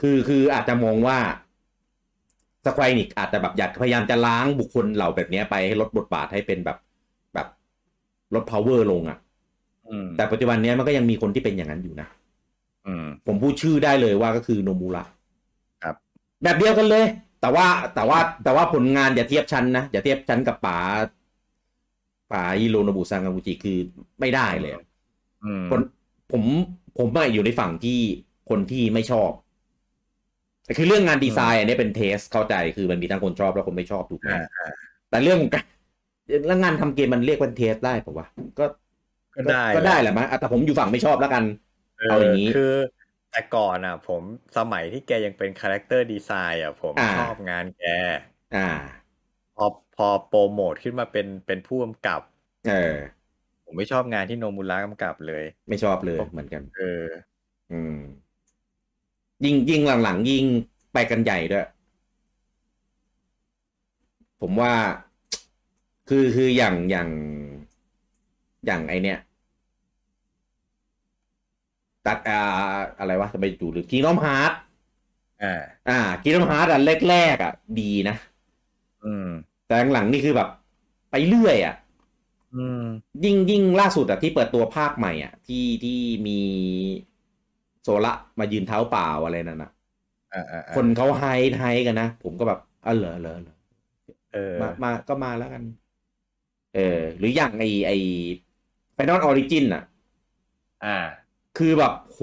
A: คือคืออาจจะมองว่าสควอนิกอาจจะแบบอยากพยายามจะล้างบุคคลเหล่าแบบเนี้ยไปให้ลดบทบาทให้เป็นแบบแบบลด power ลงอะ่ะ
B: อืม
A: แต่ปัจจุบันเนี้ยมันก็ยังมีคนที่เป็นอย่างนั้นอยู่นะ
B: อืม
A: ผมพูดชื่อได้เลยว่าก็คือโนมูระ
B: ครับ
A: แบบเดียวกันเลย แต่ว่าแต่ว่าแต่ว่าผลงานอย่าเทียบชั้นนะ อย่าเทียบชั้นกับป๋าป๋าฮิโรโนบุซังกังกุจิคือไม่ได้เลยอะ
B: อืม
A: คนผมผมอะอยู่ในฝั่งที่คนที่ไม่ชอบแต่คือเรื่องงานดีไซน์อันนี้เป็นเทสเข้าใจคือมันมีทั้งคนชอบและคนไม่ชอบถูกไหม
B: อ่าอ่า
A: แต่เรื่องของการแล้วงานทำเกมมันเรียกว่าเทสได้ปะวะก็
B: ก็ได้
A: ก็ได้แหละมั้งอ่ะแต่ผมอยู่ฝั่งไม่ชอบแล้วกัน เอา
B: เอาอย่
A: อา
B: ย่าง ง
A: นี้
B: นี้คือ แต่ก่อนอ่ะ ผมสมัยที่แกยังเป็นคาแรคเตอร์ดีไซน์อ่ะผม
A: อ่า
B: ชอบงานแก
A: อ่า
B: พอพอโปรโมทขึ้นมาเป็นเป็นผู้กำกับ
A: เออ
B: ผมไม่ชอบงานที่โนมูระกำกับเลย
A: ไม่ชอบเลยเหมือนกัน
B: เออ
A: อืม ยิ่งยิ่งหลังๆ ยิ่งไปกันใหญ่ด้วย ผมว่า คือคืออย่างอย่างอย่างไอเนี่ย ตัดอ่าอะไรวะจะไปดูหรือกีนอมฮาร์ด
B: อ่า
A: อ่ากีนอมฮาร์ดอันแรกๆอ่ะ ดีนะ
B: อืม
A: แต่หลังๆนี่คือแบบไปเรื่อยอ่ะ
B: อืม
A: ยิ่งยิ่งล่าสุดอะที่เปิดตัวภาคใหม่อ่ะ ที่ที่มีโซละมายืนเท้าเปล่าอะไรนั่นนะ
B: อ่าอ่าอ่า
A: คนเขาไฮไฮกันนะผมก็แบบอ๋อเหรอเหรอเหรอ
B: เออ
A: มามาก็มาแล้วกัน เออ หรืออย่างไอไอไฟนอลออริจินอ่ะ
B: อ่า
A: คือแบบโห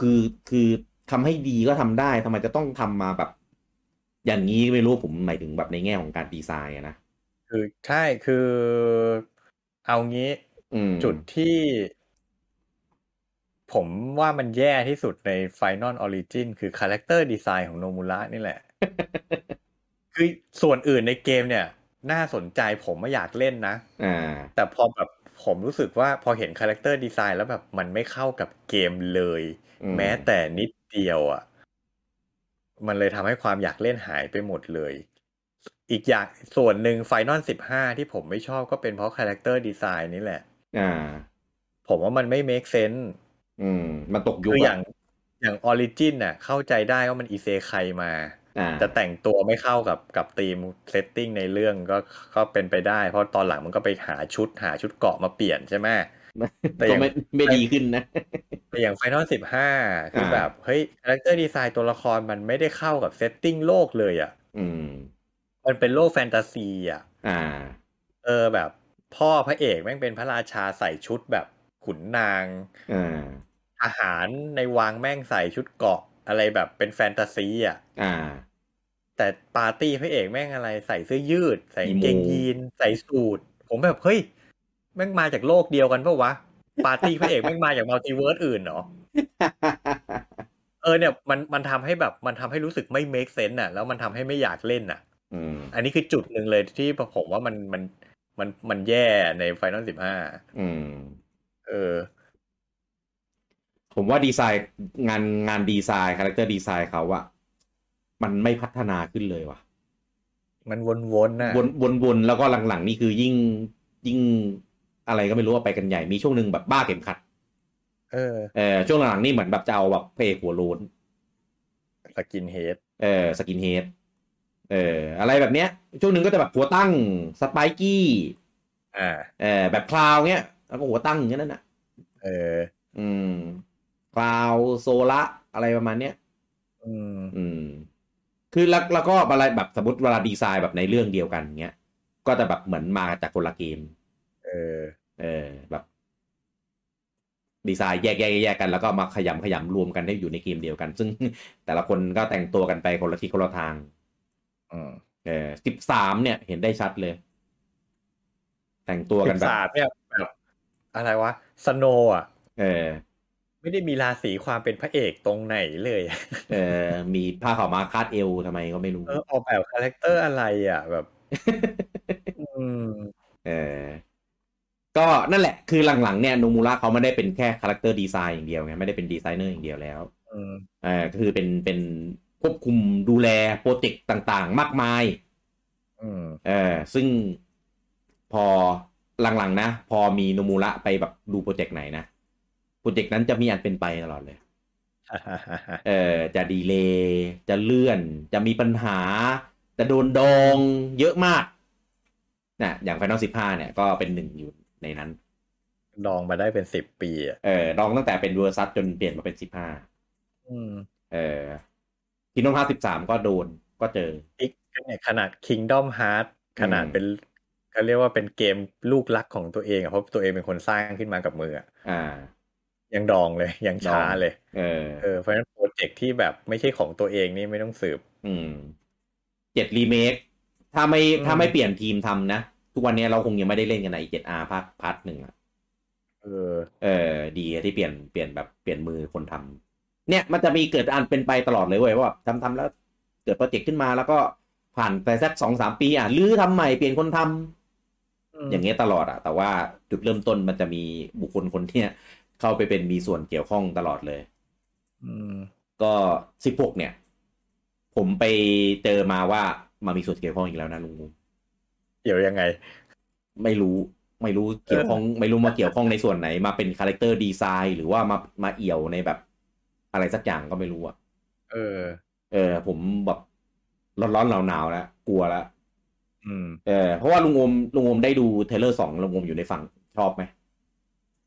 A: คือคือทำให้ดีก็ทำได้ทำไมจะต้องทำมาแบบ อย่างนี้ไม่รู้ผมหมายถึงแบบในแง่ของการดีไซน์อะนะ
B: คือใช่คือ เอางี้
A: อืม
B: จุดที่ ผมว่ามันแย่ที่สุดใน Final Origin คือคาแรคเตอร์ดีไซน์ของโนมูระนี่แหละ
A: (laughs)
B: คือส่วนอื่นในเกมเนี่ย น่าสนใจผมไม่อยากเล่นนะ
A: อ่า
B: แต่พอแบบผมรู้สึกว่าพอเห็นคาแรคเตอร์ดีไซน์แล้วแบบมันไม่เข้ากับเกมเลย
A: อืม
B: แม้แต่นิดเดียวอะ่ะ มันเลยทำให้ความอยากเล่นหายไปหมดเลย อีกอย่างส่วนหนึ่งไฟนอลสิบห้าที่ผมไม่ชอบก็เป็นเพราะคาแรคเตอร์ดีไซน์นี่แหละ
A: อ่า
B: ผมว่ามันไม่ make sense
A: อืม มันตกยุค
B: คืออย่าง
A: ะ
B: อย่างออริจินน่ะเข้าใจได้ว่ามันอีเซไคมา
A: อ่า
B: แต่แต่งตัวไม่เข้ากับกับธีมเซตติ้งในเรื่องก็ก็เป็นไปได้ เพราะตอนหลังมันก็ไปหาชุดหาชุดเกาะมาเปลี่ยนใช่ไห
A: (laughs)
B: ม
A: ก็
B: แต่ยัง
A: ไม่ไม่ดีขึ้นนะ
B: แต่อย่าง Final 15 คือแบบ เฮ้ยคาแรคเตอร์ดีไซน์ตัวละครมันไม่ได้เข้ากับเซตติ้งโลกเลยอะ่ะ
A: อืม
B: มันเป็นโลกแฟนตาซีอ่ะ
A: อ่า
B: เออแบบ พ่อพระเอกแม่งเป็นพระราชาใส่ชุดแบบขุนนาง
A: อ่า
B: ทหารในวังแม่งใส่ชุดเกาะอะไรแบบเป็นแฟนตาซีอ่ะ (laughs)
A: อ่า
B: แต่ปาร์ตี้พระเอกแม่งอะไรใส่เสื้อยืด ใส่กางเกง
A: อีโม
B: ยีน ใส่สูทผมแบบ เฮ้ย แม่งมาจากโลกเดียวกันปะวะ ปาร์ตี้พระเอกแม่งมาจากมัลติเวิร์สอื่นเหรอ เออเนี่ยมันมันทำให้แบบมันทำให้รู้สึกไม่ make sense น่ะแล้วมันทำให้ไม่อยากเล่นน่ะ
A: อืม
B: อันนี้คือจุดหนึ่งเลยที่ผมว่ามันมันมันมันแย่ใน Final 15
A: อืม
B: เออ
A: ผมว่าดีไซน์งานงานดีไซน์คาแรคเตอร์ดีไซน์เขาอะมันไม่พัฒนาขึ้นเลยว่ะ
B: มันวนๆน่ะ
A: วนวนวนแล้วก็หลังๆ นี่คือยิ่งยิ่งอะไรก็ไม่รู้ว่าไปกันใหญ่มีช่วงหนึ่งแบบบ้าเข็มขัด
B: เออ
A: เออช่วงหลังๆนี่เหมือนแบบจะเอาแบบเพลหัวโลน
B: สกินเฮด
A: เออสกินเฮดเอออะไรแบบเนี้ย ช่วงหนึ่งก็จะแบบหัวตั้งสไปกี้
B: อ่า
A: เออแบบคลาวเงี้ยแล้วก็หัวตั้งอย่างนั้นน่ะ
B: เออ
A: อืมคลาวโซละอะไรประมาณเนี้ย
B: อืม
A: อืม คือแล้วแล้วก็อะไรแบบสมมติเวลาดีไซน์แบบในเรื่องเดียวกันเงี้ย ก็จะแบบเหมือนมาจากคนละเกม
B: เออ
A: เออแบบดีไซน์แยกแยกแยกกันแล้วก็มาขยำขยำรวมกันให้อยู่ในเกมเดียวกัน ซึ่ง (laughs) แต่ละคนก็แต่งตัวกันไปคนละทิศคนละทาง
B: อืม
A: เออสิบสามเนี่ย เห็นได้ชัดเลย แต่งตัว
B: สิ
A: กัน
B: บ
A: แบบ
B: สามเนี่ยแบบอะไรวะสโนอ่ะ
A: เออ
B: ไม่ได้มีราศีความเป็นพระเอกตรงไหนเลย (laughs)
A: เออมีผ้าขาวม้าคาดเอวทำไมก็ไม่รู้
B: เออออกแบบคาแรคเตอร์อะไรอ่ะ (laughs) แบบ อืม
A: เออ ก็นั่นแหละ คือหลังๆเนี่ยโนมูระเขาไม่ได้เป็นแค่คาแรคเตอร์ดีไซน์อย่างเดียวไงไม่ได้เป็นดีไซเนอร์อย่างเดียวแล้ว
B: อืม
A: เออคือเป็นเป็นควบคุมดูแลโปรเจกต์ต่างๆ มากมาย
B: อืม (laughs)
A: เออซึ่งพอหลังๆ นะ พอมีโนมูระไปแบบดูโปรเจกต์ไหนนะ โปรเจกต์นั้นจะมีอันเป็นไปตลอดเลย เออจะดีเลย์จะเลื่อน จะมีปัญหา จะโดนดองเยอะมากนะอย่างไฟนอลสิบห้าเนี่ยก็เป็นหนึ่งอยู่ในนั้น
B: ดองมาได้เป็นสิบปีอ่ะ
A: เออดองตั้งแต่เป็นเวอร์ซัสจนเปลี่ยนมาเป็นสิบห้า
B: อืม
A: เออคินโนพาสิบสามก็โดนก็เจอ
B: อีกเนี่ยขนาด Kingdom Heart ขนาดเป็นเขาเรียกว่าเป็นเกมลูกรักของตัวเองอะเพราะตัวเองเป็นคนสร้างขึ้นมากับมืออะ
A: อ่า
B: ยังดองเลย ยังช้าเลย
A: เออ
B: เออเพราะฉะนั้นโปรเจกต์ที่แบบไม่ใช่ของตัวเองนี่ไม่ต้องสืบ
A: อืมเจ็ดรีเมค ถ้าไม่
B: อืม
A: ถ้าไม่เปลี่ยนทีมทำนะ ทุกวันนี้เราคงยังไม่ได้เล่นกันในเจ็ดอาร์พาร์ทพาร์ทหนึ่งอะ
B: เออ
A: เออ ดีที่เปลี่ยนเปลี่ยนแบบเปลี่ยนมือคนทำเนี่ยมันจะมีเกิดอันเป็นไปตลอดเลยเว้ยว่าแบบทำทำแล้วเกิดโปรเจกต์ขึ้นมาแล้วก็ผ่านไปสักสองสามปีอ่ะรื้อทำใหม่เปลี่ยนคนทำ
B: อ
A: อย่างเงี้ยตลอดอ่ะ แต่ว่าจุดเริ่มต้นมันจะมีบุคคลคนเนี้ยเข้าไปเป็นมีส่วนเกี่ยวข้องตลอดเลย
B: อืม
A: ก็สิบหกเนี่ย ผมไปเจอมาว่ามามีส่วนเกี่ยวข้องอีกแล้วนะลุงมุม
B: เกี่ยวยังไง
A: ไม่รู้ไม่รู้เกี่ยวข้องไม่รู้มาเกี่ยวข้องในส่วนไหน มาเป็นคาแรคเตอร์ดีไซน์หรือว่ามามาเอี่ยวในแบบ อะไรสักอย่างก็ไม่รู้อ่ะ
B: เออ
A: เออ ผมแบบร้อนๆหนาวๆแล้วกลัวแล้ว
B: อืม
A: เออเพราะว่าลุงโอมลุงโอมได้ดูเทรลเลอร์สองลุงโอมอยู่ในฝั่งชอบไหม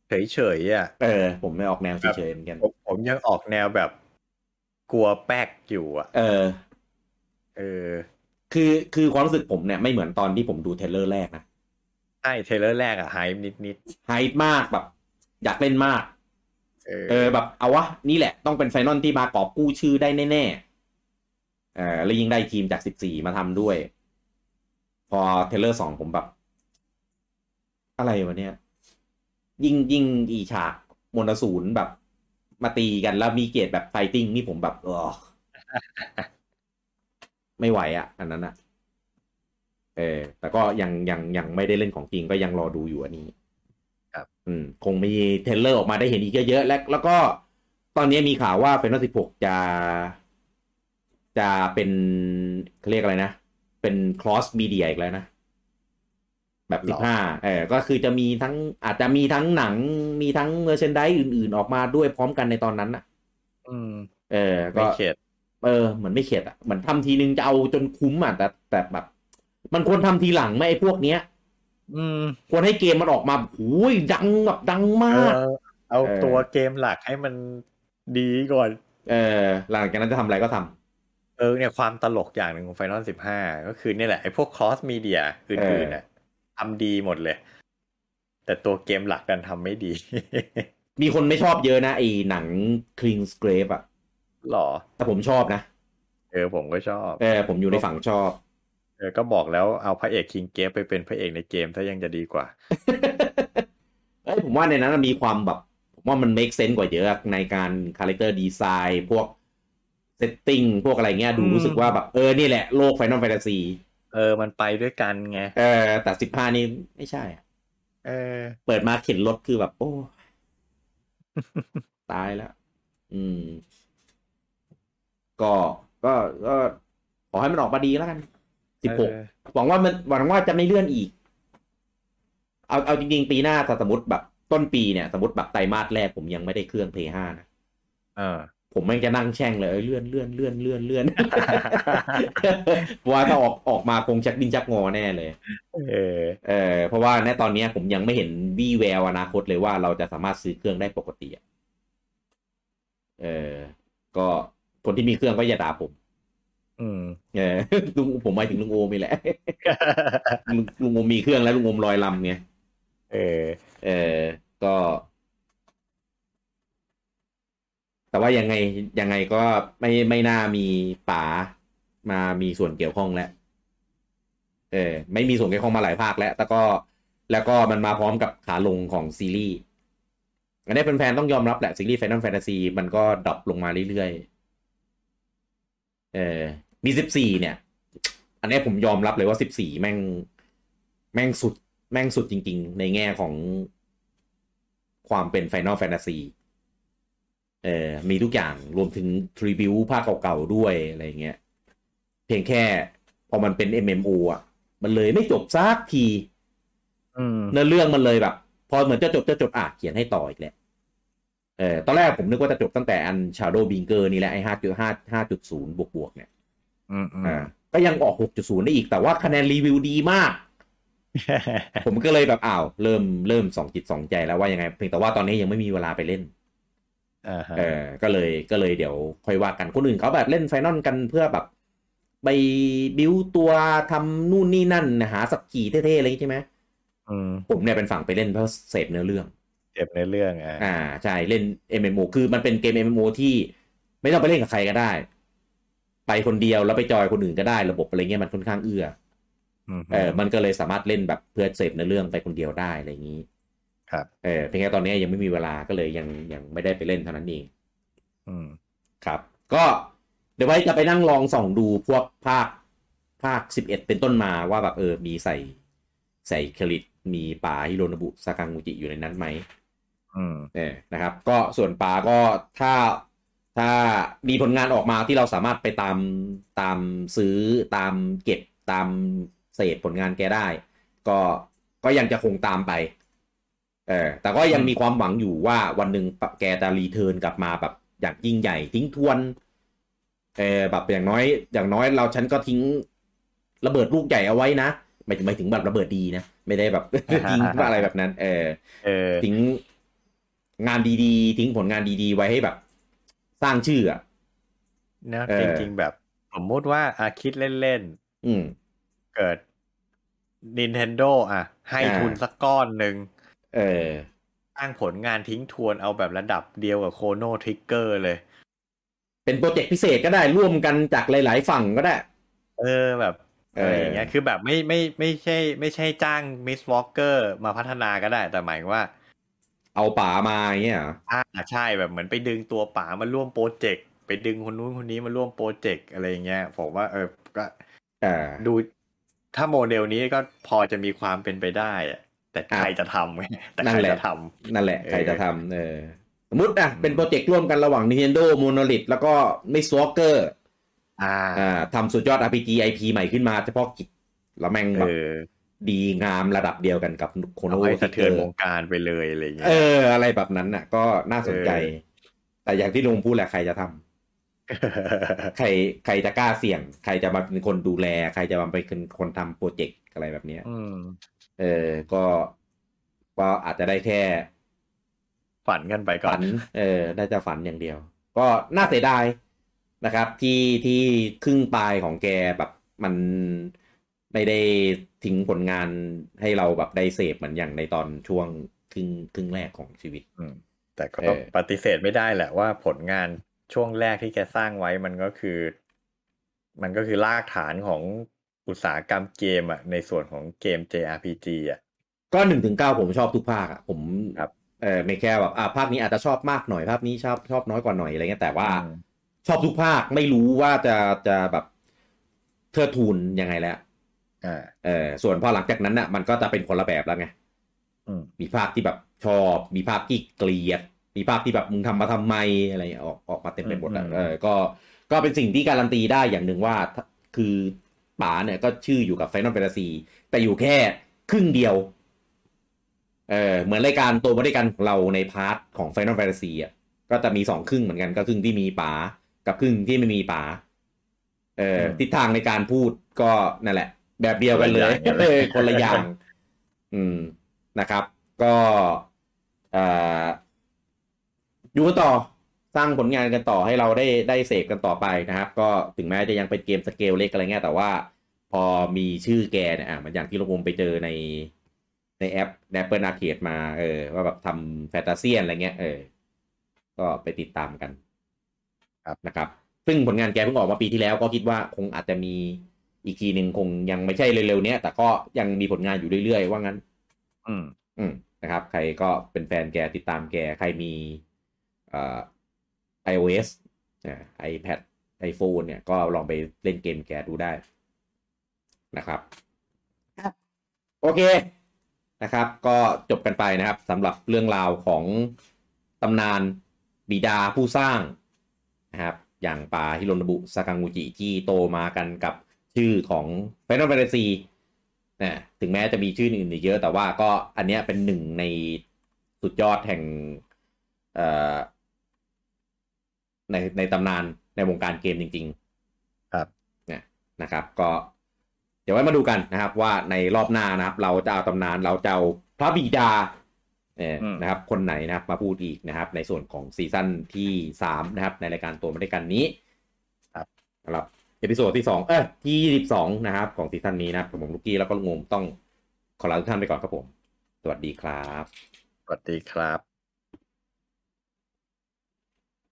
B: เฉยเฉยๆอ่ะ
A: เออผมไม่ออกแนวเฉยๆเหมือนกัน
B: ผมผมยังออกแนวแบบกลัวแป๊กอยู่อ่ะ
A: เออ
B: เออ
A: คือคือความรู้สึกผมเนี่ยไม่เหมือนตอนที่ผมดูเทรลเลอร์แรกนะ
B: ใช่เทรลเลอร์แรกอ่ะหายนิดนิด
A: ไฮป์มากแบบ อยากเล่นมาก
B: ๆเออ
A: เออแบบเอาวะนี่แหละต้องเป็นไฟนอลที่มากอบกู้ชื่อได้แน่ๆเออแล้วยิงได้ทีมจากสิบสี่มาทำด้วย พอเทรลเลอร์สองผมแบบ อะไรวะเนี่ย ยิ่งยิ่งอีฉากมนต์อสูรแบบ มาตีกันแล้วมีเกรดแบบไฟติ้งนี่ผมแบบเออ ไม่ไหวอะอันนั้นอะเออแต่ก็ยังยังยังไม่ได้เล่นของจริงก็ยังรอดูอยู่อันนี้ อืมคงมีเทรลเลอร์ออกมาได้เห็นอีกเยอะๆและแล้วก็ตอนนี้มีข่าวว่า f ฟน a l 16 จะ จะเป็นเขาเรียกอะไรนะ เป็น cross media อีกแล้วนะ แบบ 15เออก็คือจะมีทั้งอาจจะมีทั้งหนังมีทั้งเมอร์เชนด s e อื่นๆ ออกมาด้วยพร้อมกันในตอนนั้นน่ะ
B: อืม
A: เออ
B: ไม่
A: ก็
B: เข็ด
A: เออเหมือนไม่เข็ดอ่ะเหมือนทำทีนึงจะเอาจนคุ้มอ่ะแต่แต่แบบ มันควรทำทีหลังไหมไอ้พวกเนี้ย
B: อืม
A: ควรให้เกมมันออกมาโอ้ยดังแบบดัง
B: เอ
A: มาก
B: อเอา
A: เออ
B: ตัวเกมหลักให้มันดีก่อน
A: เออหลังจากนั้นจะทำอะไรก็ทำ
B: เออเนี่ยความตลกอย่างหนึ่งของ Final 15 ก็คือเนี่ยแหละ ไอ้พวก cross media อื่น
A: เออ
B: ๆน่ะทำดีหมดเลย แต่ตัวเกมหลักดันทำไม่ดี (laughs)
A: มีคนไม่ชอบเยอะนะไอ้หนัง Clean Scrape อะ
B: หรอ
A: แต่ผมชอบนะ
B: เออผมก็ชอบ
A: เออผมอยู่ในฝั่งชอบ
B: เออก็บอกแล้วเอาพระเอกคิงเกฟไปเป็นพระเอกในเกมถ้ายังจะดีกว่า
A: เอ้ยผมว่าในนั้นมีความแบบ ผมว่ามัน make sense กว่าเยอะในการคาแรคเตอร์ดีไซน์พวก setting พวกอะไรเงี้ยดู
B: อืม
A: รู้สึกว่าแบบ เออ นี่แหละโลก Final Fantasy
B: เออมันไปด้วยกันไง
A: เออแต่สิบห้านี่ไม่ใช่อะ
B: เออ
A: เปิดมาเข็นรถคือแบบ โอ้ (laughs) ตายแล้ว อืม ก็ก็ก็ขอให้มันออกมาดีแล้วกันสิบหก หวังว่ามันหวังว่าจะไม่เลื่อนอีก เอาเอาจริงๆ ปีหน้าถ้าสมมติแบบต้นปีเนี่ย สมมติแบบไตรมาสแรกผมยังไม่ได้เครื่อง p 5นะ
B: เออ
A: ผมแม่งจะนั่งแช่งเลยเอ้ยเลื่อนเลื่อนเลื่อนเลื่อนเลื่อน (laughs) เพราะว่าถ้าออกออกมาคงชักดินชักงอแน่เลย
B: เออ
A: เออเพราะว่าณตอนเนี้ยผมยังไม่เห็นวี่แววอนาคตเลยว่าเราจะสามารถซื้อเครื่องได้ปกติอะเออ ก็คนที่มีเครื่องก็อย่าด่าผม
B: อืม
A: เอ (laughs) อลุงผมหมายถึงลุงโอมนี่แหละ (laughs) ลุงลุงโอมมีเครื่องแล้วลุงโอมลอยลำไง
B: เออ
A: เออ ก็ แต่ว่ายังไงยังไงก็ไม่ไม่น่ามีป๋ามามีส่วนเกี่ยวข้องแล้ว เออ ไม่มีส่วนเกี่ยวข้องมาหลายภาคแล้วแต่ก็แล้วก็มันมาพร้อมกับขาลงของซีรีส์อันนี้แฟนๆต้องยอมรับแหละ ซีรีส์ Final Fantasy มันก็ดรอปลงมาเรื่อยๆ เออ มีสิบสี่เนี่ย อันนี้ผมยอมรับเลยว่าสิบสี่แม่ง แม่งสุด แม่งสุดจริง ๆ ในแง่ของความเป็น Final Fantasy เออมีทุกอย่างรวมถึงทริบิวภาคเก่าๆ ด้วยอะไรเงี้ย เพียงแค่พอมันเป็น MMO อ่ะ มันเลยไม่จบสักที
B: อืม
A: เนื้อเรื่องมันเลยแบบ พอเหมือนจะจบจะจบอ่ะเขียนให้ต่ออีกแหละเออตอนแรกผมนึกว่าจะจบตั้งแต่อัน Shadow Binger นี่แหละไอ้ห้าจุดห้าห้าจุดศูนย์บวกๆเนี่ย
B: อืมอื
A: อ่าม ก็ยังออก 6.0 ได้อีก แต่ว่าคะแนนรีวิวดีมาก ผมก็เลยแบบอ้าวเริ่มเริ่มสองจิตสองใจแล้วว่ายังไง เพียงแต่ว่าตอนนี้ยังไม่มีเวลาไปเล่น
B: อ่าฮะ
A: เออ ก็เลยก็เลยเดี๋ยวค่อยว่ากัน คนอื่นเขาแบบเล่นไฟนอลกันเพื่อแบบไปบิวตัวทำนู่นนี่นั่นหาสักกี่เท่ๆอะไรอย่างงี้ใช่ไหม
B: อืม
A: ผมเนี่ยเป็นฝั่งไปเล่นเพื่อเสพเนื้อเรื่อง
B: เจ็บในเรื่องอ่ะ
A: อ่าใช่เล่น MMO คือมันเป็นเกม MMO ที่ไม่ต้องไปเล่นกับใครก็ได้ ไปคนเดียวแล้วไปจอยคนอื่นก็ได้ระบบอะไรเงี้ยมันค่อนข้างเอื้อ
B: ม
A: เออ มันก็เลยสามารถเล่นแบบเพื่อเสพในอเรื่องไปคนเดียวได้อะไรอย่างนี้
B: ครับ
A: เออ เพียงแค่ตอนนี้ยังไม่มีเวลาก็เลยยังยังไม่ได้ไปเล่นเท่านั้นเอง
B: อืม
A: ครับ ก็เดี๋ยวไว้จะไปนั่งลองส่องดูพวกภาคภาคสิบเอ็ดเป็นต้นมาว่าแบบเออ มีใส่ใส่เคลิตมีป่าฮิโรนบุสากังมูจิอยู่ในนั้นไหม
B: อืม
A: เออนะครับ ก็ส่วนป๋าก็ถ้าถ้ามีผลงานออกมาที่เราสามารถไปตามตามซื้อตามเก็บตามเสพผลงานแกได้ ก็ก็ยังจะคงตามไป เออแต่ก็ยังมีความหวังอยู่ว่าวันหนึ่งแกจะรีเทิร์นกลับมาแบบอย่างยิ่งใหญ่ทิ้งทวน เออแบบอย่างน้อย อย่างน้อยเราฉันก็ทิ้งระเบิดลูกใหญ่เอาไว้นะ ไม่ไม่ถึงแบบระเบิดดีนะ ไม่ได้แบบ (laughs) ทิ้งอะไรแบบนั้น เออ
B: เออ
A: ทิ้งงานดีๆ ทิ้งผลงานดีๆ ไว้ให้แบบ สร้างชื่ออ่ะ
B: นะ
A: เออ
B: จริงๆแบบสมมติว่าอาคิดเล่น
A: อืม
B: ๆ เกิด Nintendo อ่ะ ให้
A: อ่า
B: ทุนสักก้อนหนึ่ง
A: เออ
B: สร้างผลงานทิ้งทวนเอาแบบระดับเดียวกับโคโนทริกเกอร์เลย
A: เป็นโปรเจกต์พิเศษก็ได้ร่วมกันจากหลาย ๆ ฝั่งก็ได้
B: เออแบบ
A: เอออ
B: อะไรอย่างเงี้ยคือแบบไม่ไม่ไม่ใช่ ไม่ใช่จ้างมิสวอลเกอร์มาพัฒนาก็ได้ แต่หมายถึงว่า
A: เอาป่ามาอย่างเงี้ยเหรอ
B: อ่าใช่แบบเหมือนไปดึงตัวป๋ามาร่วมโปรเจกต์ไปดึงคนนู้นคนนี้มาร่วมโปรเจกต์อะไรอย่างเงี้ยผมว่าเออก็
A: เออ
B: ดูถ้าโมเดลนี้ก็พอจะมีความเป็นไปได้อะแต่ใครจะทำไงแต่
A: นั่
B: ใคน ร
A: แหละ
B: จะท
A: นั่นแหละ
B: เออ
A: ใครจะทำเออสมมติอ่ะ
B: อืม
A: เป็นโปรเจกต์ร่วมกันระหว่าง Nintendo Monolith แล้วก็ Miss Walker
B: ำอ่า
A: อ่าทำสุดยอด RPG IP ใหม่ขึ้นมาเฉพาะกิจ แล้วแม่งแบ
B: เอบ อ
A: ดีงามระดับเดียวกันกับโคโน
B: เอา
A: โว
B: ให้
A: ติ
B: สะ
A: เก
B: เทื
A: อ
B: อน
A: ร์
B: วงการไปเลยอะไรอย่างเงี้
A: เอย อ อะไรแบบนั้นน่ะ ก็น่าสนใจ
B: เออ
A: แต่อย่างที่ลุงพูดแหละใครจะทำ ใครใครจะกล้าเสี่ยง ใครจะมาเป็นคนดูแล ใครจะมาเป็นคนทำโปรเจกต์อะไรแบบเนี้ย
B: อืม
A: เออ ก็ก็อาจจะได้แค่
B: ฝันกันไปก่อ
A: ฝั
B: น
A: น เออ ได้จะฝันอย่างเดียว ก็น่าเสียดายนะครับ ที่ที่ครึ่งปลายของแกแบบมันไม่ได้ทิ้งผลงานให้เราแบบได้เสพเหมือนอย่างในตอนช่วงครึ่งครึ่งแรกของชีวิต
B: แต่ก็ต้อง
A: เออ
B: ปฏิเสธไม่ได้แหละว่าผลงานช่วงแรกที่แกสร้างไว้มันก็คือ มันก็คือรากฐานของอุตสาหกรรมเกมอ่ะในส่วนของเกม JRPG อ่ะ
A: ก็หนึ่งถึงเก้าผมชอบทุกภาคอะผม
B: ครับ
A: เออไม่แค่แบบอ่ะภาคนี้อาจจะชอบมากหน่อยภาคนี้ชอบชอบน้อยกว่าหน่อยอะไรเงี้ยแต่ว่า
B: อืม
A: ชอบทุกภาคไม่รู้ว่าจะจะแบบเทิดทูนยังไงแล้ว
B: อ่า
A: เออส่วนพอหลังจากนั้นน่ะมันก็จะเป็นคนละแบบแล้วไง
B: อืม
A: มีภาคที่แบบชอบ มีภาคที่เกลียด มีภาคที่แบบมึงทำมาทำไมอะไรออกออกมาเต็มไปหมดอะ
B: อืม
A: เออก็ก็เป็นสิ่งที่การันตีได้อย่างหนึ่งว่าถ้าคือป๋าเนี่ยก็ชื่ออยู่กับไฟนอลแฟนตาซีแต่อยู่แค่ครึ่งเดียวเออเหมือนรายการโตมาด้วยกันของเราในพาร์ทของไฟนอลแฟนตาซีอ่ะ ก็จะมีสองครึ่งเหมือนกันก็ครึ่งที่มีป๋ากับครึ่งที่ไม่มีป๋าเออ
B: อืม
A: ทิศทางในการพูดก็นั่นแหละ แบบเดียวกันเลย
B: คนละอย่าง
A: เออ
B: เลย
A: คนละอย่าง อืมนะครับ ก็เอ่อดูกันต่อสร้างผลงานกันต่อให้เราได้ได้เสพกันต่อไปนะครับ ก็ถึงแม้จะยังเป็นเกมสเกลเล็กอะไรเงี้ยแต่ว่า พอมีชื่อแกเนี่ยอ่ะมันอย่างที่ลงวมไปเจอในในแอปแอปเปิลอาเคดมาเออว่าแบบทำแฟนตาเซียนอะไรเงี้ยเออ ก็ไปติดตามกัน
B: ครับ
A: นะครับ ซึ่งผลงานแกเพิ่งออกมาปีที่แล้วก็คิดว่าคงอาจจะมีอีกทีหนึ่งคงยังไม่ใช่เร็วๆเนี้ยแต่ก็ยังมีผลงานอยู่เรื่อยๆว่างั้น
B: อืม
A: อืมนะครับ ใครก็เป็นแฟนแกติดตามแก ใครมีเอ่อ iOS อ่า iPad iPhone เนี่ยก็ลองไปเล่นเกมแกดูได้นะครับ โอเคนะครับ ก็จบกันไปนะครับสำหรับเรื่องราวของตำนานบิดาผู้สร้างนะครับ อย่างป่าฮิโรนบุสากังงูจิที่โตมากันกับชื่อของ Final Fantasy นะถึงแม้จะมีชื่ออื่นๆอีกเยอะ แต่ว่าก็อันเนี้ยเป็นหนึ่งในสุดยอดแห่งเอ่อในในตำนานในวงการเกมจริงๆ
B: ครับ
A: เนี่ยนะครับ ก็ เดี๋ยวไว้มาดูกันนะครับ ว่าในรอบหน้านะครับ เราจะเอาตำนานเราจะเอาพระบิดาเนี่ย
B: อืม
A: นะครับ คนไหนนะครับ มาพูดอีกนะครับ ในส่วนของซีซั่นที่สามนะครับ ในรายการตัวมาด้วยกันนี้ สำหรับเอพิโซดที่สองเออที่ยี่สิบสองนะครับ ของซีซั่นนี้นะครับผมลูกกี้แล้วก็ลุงงมต้องขอลาทุกท่านไปก่อนครับผม สวัสดีครับ
B: สวัสดีครับ